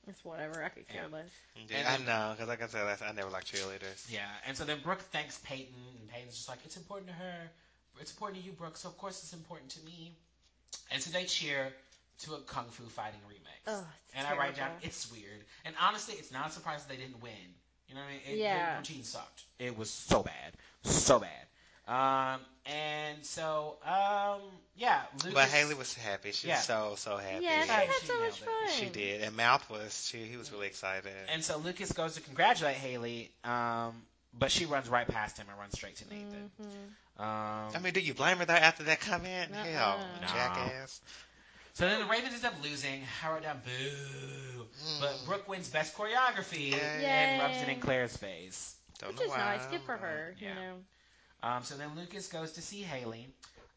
Speaker 3: It's whatever. I could care
Speaker 1: Yeah.
Speaker 3: less.
Speaker 2: Yeah, I know, because like I said, I, I never liked cheerleaders.
Speaker 1: Yeah, and so then Brooke thanks Peyton, and Peyton's just like, it's important to her It's important to you, Brooke, so of course it's important to me. And so they cheer to a kung fu fighting remix.
Speaker 3: Oh, it's
Speaker 1: and I write down, it's weird. And honestly, it's not a surprise that they didn't win. You know what I mean? It,
Speaker 3: Yeah.
Speaker 1: The routine sucked. It was so bad. So bad. Um, and so, um, yeah. Lucas,
Speaker 2: But Haley was happy. She
Speaker 1: Yeah.
Speaker 2: was so so happy.
Speaker 3: Yeah,
Speaker 1: Yeah,
Speaker 3: they had
Speaker 1: she
Speaker 3: so much
Speaker 1: nailed
Speaker 3: fun.
Speaker 2: She did, and Mouth was too. He was really excited.
Speaker 1: And so Lucas goes to congratulate Haley, um, but she runs right past him and runs straight to Nathan.
Speaker 3: Mhm.
Speaker 1: Um,
Speaker 2: I mean, do you blame her though after that comment?
Speaker 3: Nuh-uh.
Speaker 2: Hell,
Speaker 3: Nah.
Speaker 2: jackass.
Speaker 1: so then the Ravens ends up losing. Howard down boo. But
Speaker 2: Mm.
Speaker 1: Brooke wins best choreography
Speaker 2: Yay.
Speaker 1: and rubs
Speaker 3: Yay.
Speaker 1: it in Claire's face.
Speaker 2: Don't
Speaker 3: Which
Speaker 2: know
Speaker 3: is
Speaker 2: why,
Speaker 3: nice. Good for
Speaker 2: but-
Speaker 3: her.
Speaker 1: yeah.
Speaker 3: You know.
Speaker 1: Um, so then Lucas goes to see Haley,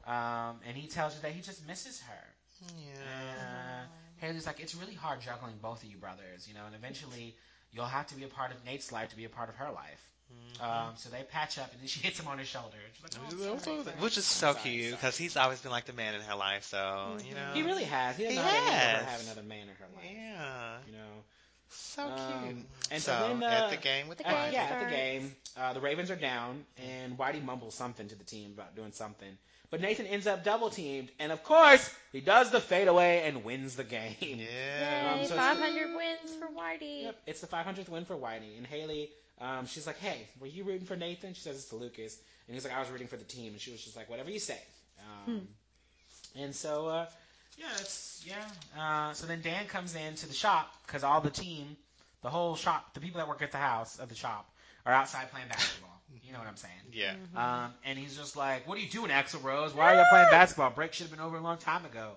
Speaker 1: um, and he tells her that he just misses her.
Speaker 2: Yeah.
Speaker 1: Uh, Haley's like, it's really hard juggling both of you brothers, you know, and eventually you'll have to be a part of Nate's life to be a part of her life.
Speaker 2: Mm-hmm. Uh,
Speaker 1: Um, so they patch up, and then she [LAUGHS] hits him on his shoulder. She's like, "Oh, I'm sorry, sorry."
Speaker 2: Which is so
Speaker 1: Sorry,
Speaker 2: cute
Speaker 1: sorry.
Speaker 2: because he's always been like the man in her life. So
Speaker 3: Mm-hmm.
Speaker 2: you know,
Speaker 1: He really has. He doesn't
Speaker 2: He
Speaker 1: know how to handle her-
Speaker 2: has.
Speaker 1: have another man in her life.
Speaker 2: yeah,
Speaker 1: You know.
Speaker 2: so
Speaker 1: Um,
Speaker 2: cute.
Speaker 1: and so
Speaker 2: so,
Speaker 1: then the-
Speaker 2: at the game with
Speaker 3: The
Speaker 2: Mike.
Speaker 3: game
Speaker 1: At- yeah, at the
Speaker 3: starts.
Speaker 1: game, uh, the Ravens are down, and Whitey mumbles something to the team about doing something. But Nathan ends up double teamed, and of course, he does the fadeaway and wins the game.
Speaker 2: Yeah.
Speaker 1: Um,
Speaker 3: Yay!
Speaker 1: so it's-
Speaker 3: 500 wins for Whitey.
Speaker 1: Yep, it's the 500th win for Whitey. And Haley, um, she's like, hey, were you rooting for Nathan? She says it's to Lucas. And he's like, I was rooting for the team. And she was just like, whatever you say. Um, And so, uh, yeah, that's, yeah. Uh, so then Dan comes in to the shop because all the team, the whole shop, the people that work at the house of the shop are outside playing basketball. you know what I'm saying?
Speaker 2: Yeah.
Speaker 1: Um, and he's just like, "What are you doing, Axel Rose? Why are you playing basketball? Break should have been over a long time ago."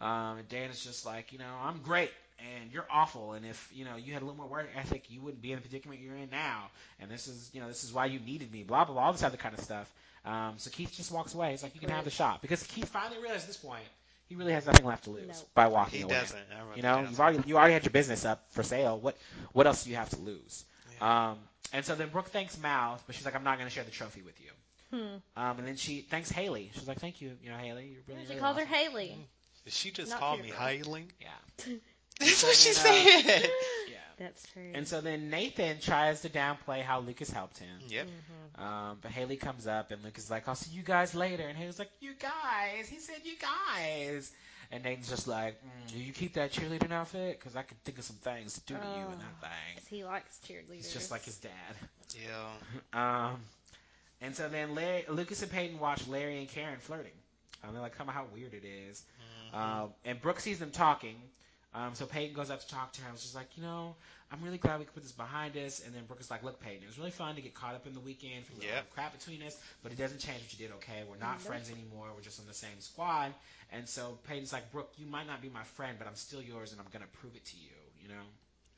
Speaker 1: Um, and Dan is just like, "You know, I'm great, and you're awful. And if you know you had a little more work ethic, you wouldn't be in the predicament you're in now. And this is, you know, this is why you needed me. Blah blah blah. All this other kind of stuff." Um, so Keith just walks away. He's like, "You can have the shot," because Keith finally realized at this point he really has nothing left to lose
Speaker 3: No.
Speaker 1: by walking
Speaker 2: He
Speaker 1: away.
Speaker 2: doesn't. I really
Speaker 1: You know,
Speaker 2: doesn't.
Speaker 1: you've already you already had your business up for sale. What what else do you have to lose? Um, and so then Brooke thanks Mouth, but she's like, I'm not going to share the trophy with you.
Speaker 3: Hmm.
Speaker 1: Um, and then she thanks Haley. She's like, "Thank you, you know, Haley. You're really."
Speaker 3: She
Speaker 1: really
Speaker 3: calls her
Speaker 1: awesome."
Speaker 3: Haley.
Speaker 1: Mm-hmm.
Speaker 2: She just
Speaker 3: Not
Speaker 2: called me
Speaker 3: Peter
Speaker 2: hailing.
Speaker 1: Yeah,
Speaker 2: That's what she
Speaker 1: So, you
Speaker 2: said.
Speaker 1: yeah.
Speaker 3: That's true.
Speaker 1: And so then Nathan tries to downplay how Lucas helped him,
Speaker 2: [LAUGHS] Yep.
Speaker 3: Mm-hmm.
Speaker 1: um, but Haley comes up and Lucas is like, "I'll see you guys later." And Haley's like, "You guys?" He said, "You guys." And Nathan's just like, mm, "Do you keep that cheerleading outfit? Because I could think of some things to do to you in that
Speaker 3: Oh.
Speaker 1: thing."
Speaker 3: 'Cause he likes cheerleaders.
Speaker 1: He's just like his dad. [LAUGHS]
Speaker 2: Yeah.
Speaker 1: Um, and so then Larry, Lucas and Peyton watch Larry and Karen flirting. Um, they're like, come on, how weird it is.
Speaker 2: mm-hmm.
Speaker 1: Um, and Brooke sees them talking. Um, so Peyton goes up to talk to her. and was just like, you know, I'm really glad we could put this behind us. And then Brooke is like, look, Peyton, it was really fun to get caught up in the weekend from the
Speaker 2: Yep.
Speaker 1: crap between us, but it doesn't change what you did, okay? We're not
Speaker 3: Nope.
Speaker 1: friends anymore. We're just on the same squad. And so Peyton's like, Brooke, you might not be my friend, but I'm still yours, and I'm going to prove it to you, you know?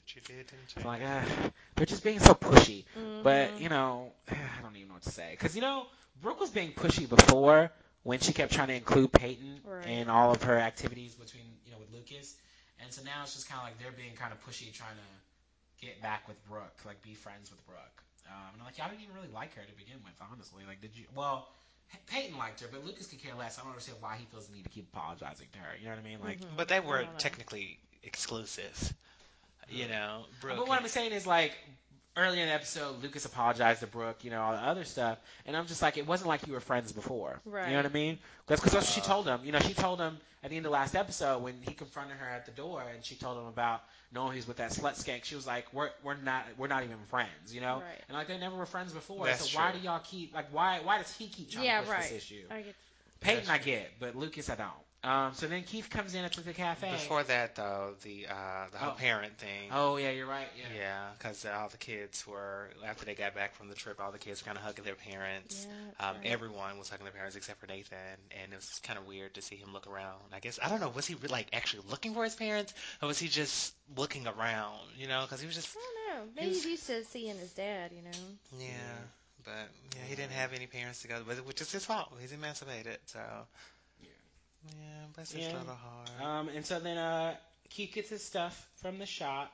Speaker 2: But you did, didn't
Speaker 1: So
Speaker 2: you?
Speaker 1: I'm like, ah, they're just being so pushy. But
Speaker 3: Mhm.
Speaker 1: you know, [SIGHS] I don't even know what to say because you know Brooke was being pushy before when she kept trying to include Peyton
Speaker 3: Right.
Speaker 1: in all of her activities between you know with Lucas, and so now it's just kind of like they're being kind of pushy trying to get back with Brooke, like be friends with Brooke. Um, and I'm like, y'all didn't even really like her to begin with, honestly. Like, did you? Well, H- Peyton liked her, but Lucas could care less. I don't understand why he feels the need to keep apologizing to her. You know what I mean? Like,
Speaker 2: But they were
Speaker 3: don't know.
Speaker 2: technically exclusive.
Speaker 1: Mm.
Speaker 2: You know, Brooke.
Speaker 1: But what I'm saying is like earlier in the episode, Lucas apologized to Brooke, you know, all the other stuff, and I'm just like, it wasn't like you were friends before. You
Speaker 3: Right.
Speaker 1: know what I mean? That's because that's what she told him. You know, she told him at the end of last episode when he confronted her at the door, and she told him about knowing he was with that slut skank. She was like, we're we're not we're not even friends, you know?
Speaker 3: Right.
Speaker 1: And like they never were friends before.
Speaker 2: That's
Speaker 1: so why
Speaker 2: true.
Speaker 1: do y'all keep like why why does he keep trying
Speaker 3: Yeah,
Speaker 1: to push
Speaker 3: right.
Speaker 1: this issue?
Speaker 3: I get
Speaker 1: Peyton
Speaker 2: That's
Speaker 1: I get, but Lucas I don't. Um, so then Keith comes in to the cafe.
Speaker 2: Before that, though, the uh, the whole
Speaker 1: Oh.
Speaker 2: parent thing.
Speaker 1: oh yeah, you're right. Yeah.
Speaker 2: Yeah, because all the kids were after they got back from the trip, all the kids were kind of hugging their parents.
Speaker 3: Yeah, that's
Speaker 2: um,
Speaker 3: right.
Speaker 2: Everyone was hugging their parents except for Nathan, and it was kind of weird to see him look around. I guess I don't know was he re- like actually looking for his parents, or was he just looking around? You know, because he was just
Speaker 3: I don't know. Maybe
Speaker 2: was-
Speaker 3: he's used to seeing his dad, you know.
Speaker 1: Mm-hmm.
Speaker 2: yeah.
Speaker 1: Yeah.
Speaker 2: But yeah, he didn't have any parents to go with, which is his fault. He's emancipated, so
Speaker 1: Yeah.
Speaker 2: yeah, but it's just
Speaker 1: Yeah.
Speaker 2: a little hard.
Speaker 1: Um, and so then uh, Keith gets his stuff from the shop.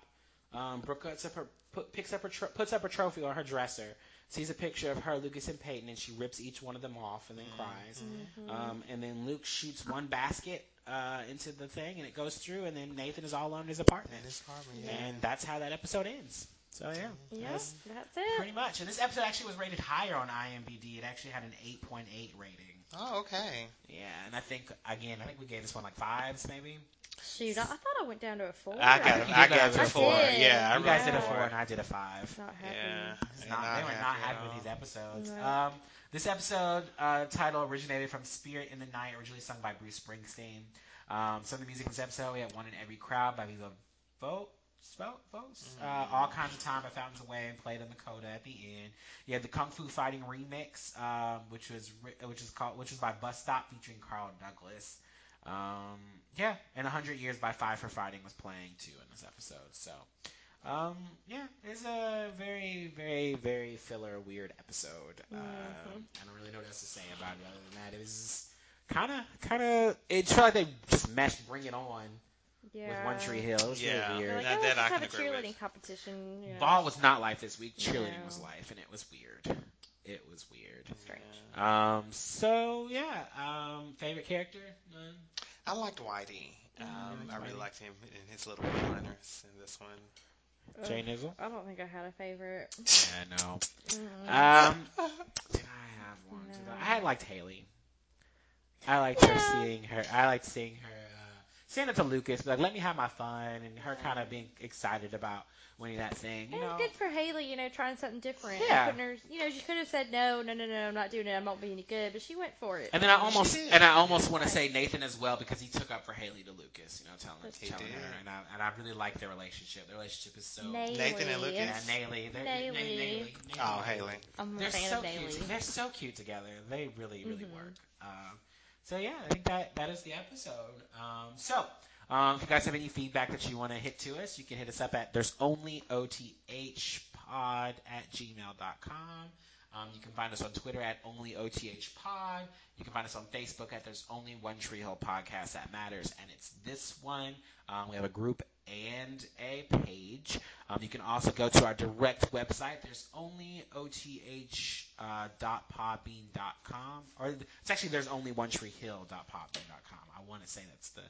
Speaker 1: Um, Brooke puts up her, put, picks up her tro- puts up her trophy on her dresser. Sees a picture of her, Lucas, and Peyton, and she rips each one of them off and then cries.
Speaker 3: Mm-hmm.
Speaker 1: Um, and then Luke shoots one basket uh, into the thing, and it goes through. And then Nathan is all alone in his apartment,
Speaker 2: And it's hard,
Speaker 3: Yeah.
Speaker 2: man.
Speaker 1: and that's how that episode ends. So yeah,
Speaker 3: Yep,
Speaker 1: that's
Speaker 3: that's it.
Speaker 1: pretty much. And this episode actually was rated higher on IMDb. It actually had an 8.8 rating.
Speaker 2: Oh, okay.
Speaker 1: Yeah, and I think again, I think we gave this one like fives, maybe.
Speaker 3: Shoot, I, I thought I went down to a four.
Speaker 2: I
Speaker 1: think
Speaker 2: got
Speaker 1: you guys
Speaker 2: I got
Speaker 1: did
Speaker 2: it
Speaker 1: a
Speaker 2: four.
Speaker 3: four.
Speaker 2: Yeah, I
Speaker 3: You
Speaker 1: you guys did a
Speaker 2: rolled
Speaker 1: four,
Speaker 2: four.
Speaker 1: and I did a five.
Speaker 3: Not happening.
Speaker 2: Yeah,
Speaker 1: It's
Speaker 2: and
Speaker 1: not-
Speaker 2: not
Speaker 1: they were not
Speaker 2: happy at
Speaker 1: happy with
Speaker 2: all.
Speaker 1: these episodes.
Speaker 3: No.
Speaker 1: Um, this episode uh, title originated from "Spirit in the Night," originally sung by Bruce Springsteen. Um, some of the music in this episode we had "One in Every Crowd" by Viva Vote. Vote, votes. Uh, all kinds of time at Fountains Away and played on the coda at the end. You had the Kung Fu Fighting remix, um, which was ri- which is called which was by Bus Stop featuring Carl Douglas. Um, yeah, and 100 Years by Five for Fighting was playing too in this episode. So, um, yeah, it's a very, very, very filler, weird episode. Um, I don't really know what else to say about it other than that. It was kind of, kind of, it tried to just mesh Bring It On
Speaker 3: Yeah.
Speaker 1: with One Tree Hill. It was
Speaker 2: Yeah.
Speaker 1: really weird.
Speaker 3: They're Like,
Speaker 2: That-
Speaker 3: oh,
Speaker 2: that
Speaker 3: let's
Speaker 2: I
Speaker 3: have
Speaker 2: can
Speaker 3: a
Speaker 2: agree with.
Speaker 3: cheerleading competition. You know,
Speaker 1: Ball was not life this week. Cheerleading
Speaker 3: No.
Speaker 1: was life, and it was weird. It was weird.
Speaker 3: strange.
Speaker 1: Um, so, yeah, um, favorite character? None?
Speaker 2: I liked Whitey. Um,
Speaker 1: Yeah,
Speaker 2: I really
Speaker 1: Whitey.
Speaker 2: liked him in his little one-liners in this one.
Speaker 3: Ugh,
Speaker 1: Jay Nizzle?
Speaker 3: I don't think I had a favorite.
Speaker 1: Yeah, no.
Speaker 2: [LAUGHS]
Speaker 3: Mm.
Speaker 1: Um,
Speaker 2: Oh,
Speaker 1: did I have one? Did
Speaker 3: No.
Speaker 1: I, I had liked Haley. I liked
Speaker 3: Yeah.
Speaker 1: her seeing her. I liked seeing her. Uh, saying it to Lucas, like, let me have my fun, and her kind of being excited about winning that thing. You
Speaker 3: It was
Speaker 1: know,
Speaker 3: good for Haley, you know, trying something different. and
Speaker 1: Yeah.
Speaker 3: putting her, you know, she could have said no, no, no, no, I'm not doing it. I'm not being any good, but she went for it.
Speaker 1: And then I almost
Speaker 2: She did.
Speaker 1: and I almost want to say Nathan as well because he took up for Haley to Lucas, you know, telling,
Speaker 3: That's
Speaker 1: telling
Speaker 2: true.
Speaker 1: her, and I and I really like their relationship. Their relationship is so
Speaker 3: Naily.
Speaker 2: Nathan and Lucas?
Speaker 1: yeah, Naily. They're,
Speaker 3: Naily.
Speaker 1: Na- Naily.
Speaker 2: Oh, Haley.
Speaker 3: I'm a
Speaker 1: They're
Speaker 3: fan
Speaker 1: so
Speaker 3: of Naily.
Speaker 1: cute. They're so cute together. They really really
Speaker 3: Mhm.
Speaker 1: work. Um, so yeah, I think that that is the episode. Um, so. Um, if you guys have any feedback that you want to hit to us, you can hit us up at there's only othpod at gmail.com. Um, you can find us on Twitter at only othpod. You can find us on Facebook at There's Only One Tree Hill Podcast That Matters, and it's this one. Um, we have a group and a page. Um, you can also go to our direct website. There's only oth uh, dot podbean dot com, or it's actually there's only one tree hill dot podbean dot com. I want to say that's the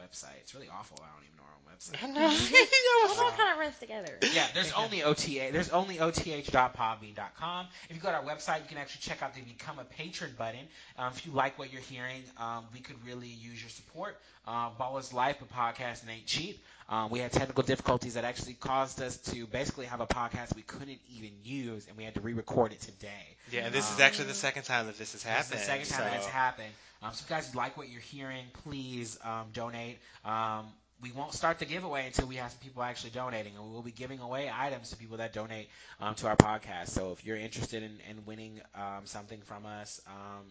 Speaker 1: website. It's really awful. I don't even know our own website.
Speaker 3: It all kind of runs together.
Speaker 1: Yeah, there's only OTA. There's only OTH.podbean.com. If you go to our website, you can actually check out the Become a Patron button. Um, if you like what you're hearing, um, we could really use your support. Um, Ball is life, but podcasting ain't cheap. Um, we had technical difficulties that actually caused us to basically have a podcast we couldn't even use, and we had to re-record it today.
Speaker 2: [LAUGHS] Yeah, and this is
Speaker 1: Um,
Speaker 2: actually the second time that this has
Speaker 1: That's
Speaker 2: happened.
Speaker 1: the second time that
Speaker 2: so.
Speaker 1: it's happened. Um, so if you guys like what you're hearing, please um, donate. Um, we won't start the giveaway until we have some people actually donating, and we will be giving away items to people that donate um, to our podcast. So if you're interested in, in winning um, something from us, um,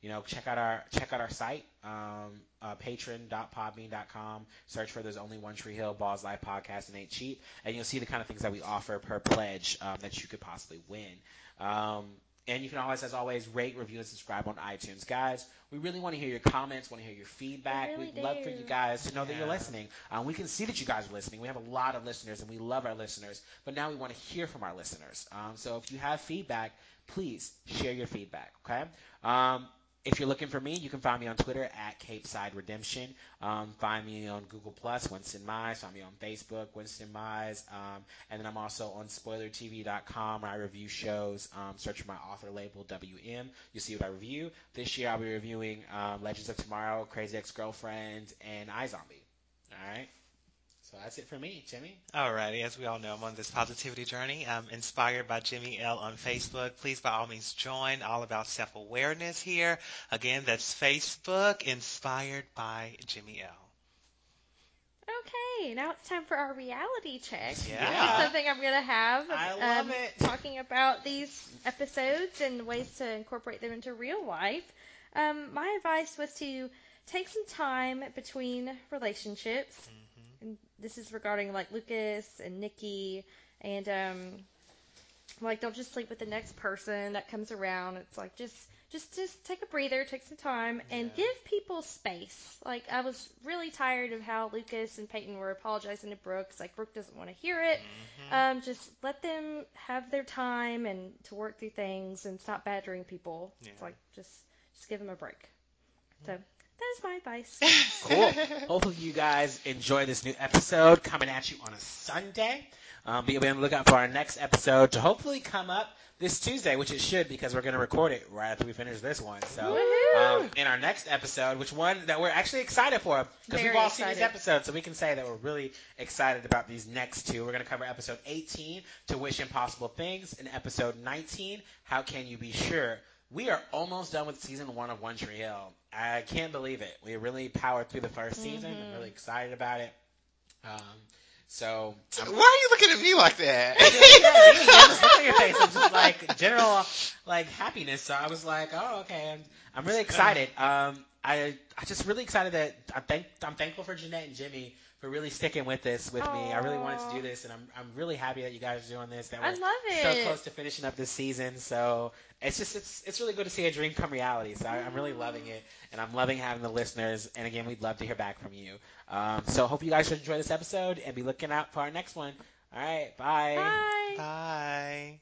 Speaker 1: you know, check out our check out our site, um, uh, patron.podbean.com. Search for "There's Only One Tree Hill Balls Live Podcast" and "Ain't Cheap," and you'll see the kind of things that we offer per pledge um, that you could possibly win. Um, and you can always, as always, rate, review, and subscribe on iTunes. Guys, we really want to hear your comments, want to hear your feedback.
Speaker 3: really
Speaker 1: We'd love for
Speaker 3: do.
Speaker 1: you guys to know that you're
Speaker 2: Yeah.
Speaker 1: listening. Um, we can see that you guys are listening. We have a lot of listeners, and we love our listeners. But now we want to hear from our listeners. Um, so if you have feedback, please share your feedback, okay? Um, if you're looking for me, you can find me on Twitter at Cape Side Redemption. Um, find me on Google Plus, Winston Mize. Find me on Facebook, Winston Mize. Um, and then I'm also on SpoilerTV.com where I review shows. Um, search for my author label WM. You'll see what I review. This year I'll be reviewing um, Legends of Tomorrow, Crazy Ex-Girlfriend, and iZombie. All right. So that's it for me, Jimmy.
Speaker 2: Alrighty, as we all know, I'm on this positivity journey. I'm inspired by Jimmy L on Facebook. Please, by all means, join. All about self awareness here. Again, that's Facebook, inspired by Jimmy L.
Speaker 3: Okay, now it's time for our reality check.
Speaker 2: Yeah.
Speaker 3: This is something I'm gonna have.
Speaker 1: I love
Speaker 3: um,
Speaker 1: it.
Speaker 3: Talking about these episodes and ways to incorporate them into real life. Um, my advice was to take some time between relationships.
Speaker 1: Mm-hmm.
Speaker 3: And this is regarding like Lucas and Nikki, and um, like don't just sleep with the next person that comes around. It's like just just just take a breather, take some time, and
Speaker 2: Yeah.
Speaker 3: give people space. Like I was really tired of how Lucas and Peyton were apologizing to Brooke. It's like Brooke doesn't want to hear it.
Speaker 1: Mm-hmm.
Speaker 2: Mm-hmm.
Speaker 3: Um, just let them have their time and to work through things and stop badgering people.
Speaker 2: Yeah.
Speaker 1: Mm-hmm.
Speaker 3: It's like just just give them a break. So That is my advice.
Speaker 1: Cool. [LAUGHS] Hopefully, you guys enjoy this new episode coming at you on a Sunday. Um, be on the lookout for our next episode to hopefully come up this Tuesday, which it should because we're going to record it right after we finish this one. So,
Speaker 3: Woohoo!
Speaker 1: um, in our next episode, which one that we're actually excited for because we've
Speaker 3: Very
Speaker 1: all seen these
Speaker 3: excited.
Speaker 1: episodes, so we can say that we're really excited about these next two. We're going to cover episode 18, To Wish Impossible Things, and episode 19, How Can You Be Sure? We are almost done with season one of One Tree Hill. I can't believe it. We really powered through the 1st season. I'm
Speaker 3: Mhm.
Speaker 1: really excited about it. Um, so, I'm-
Speaker 5: Why are you looking at me like
Speaker 1: [LAUGHS]
Speaker 2: [LAUGHS]
Speaker 1: Yes,
Speaker 5: that?
Speaker 1: look on your face. It's just like general like happiness. So I was like, oh okay, I'm, I'm really excited. Um, I I just really excited that I thank I'm thankful for Jeanette and Jimmy for really sticking with this with me. I really wanted to do this, and I'm I'm really happy that you guys are doing this. That
Speaker 3: I
Speaker 1: we're
Speaker 3: love
Speaker 1: so
Speaker 3: it.
Speaker 1: close to finishing up this season. So it's just it's it's really good to see a dream come reality. So I, I'm really loving it, and I'm loving having the listeners. And again, we'd love to hear back from you. Um, so hope you guys enjoy this episode and be looking out for our next one. All right,
Speaker 3: Bye.
Speaker 2: Bye.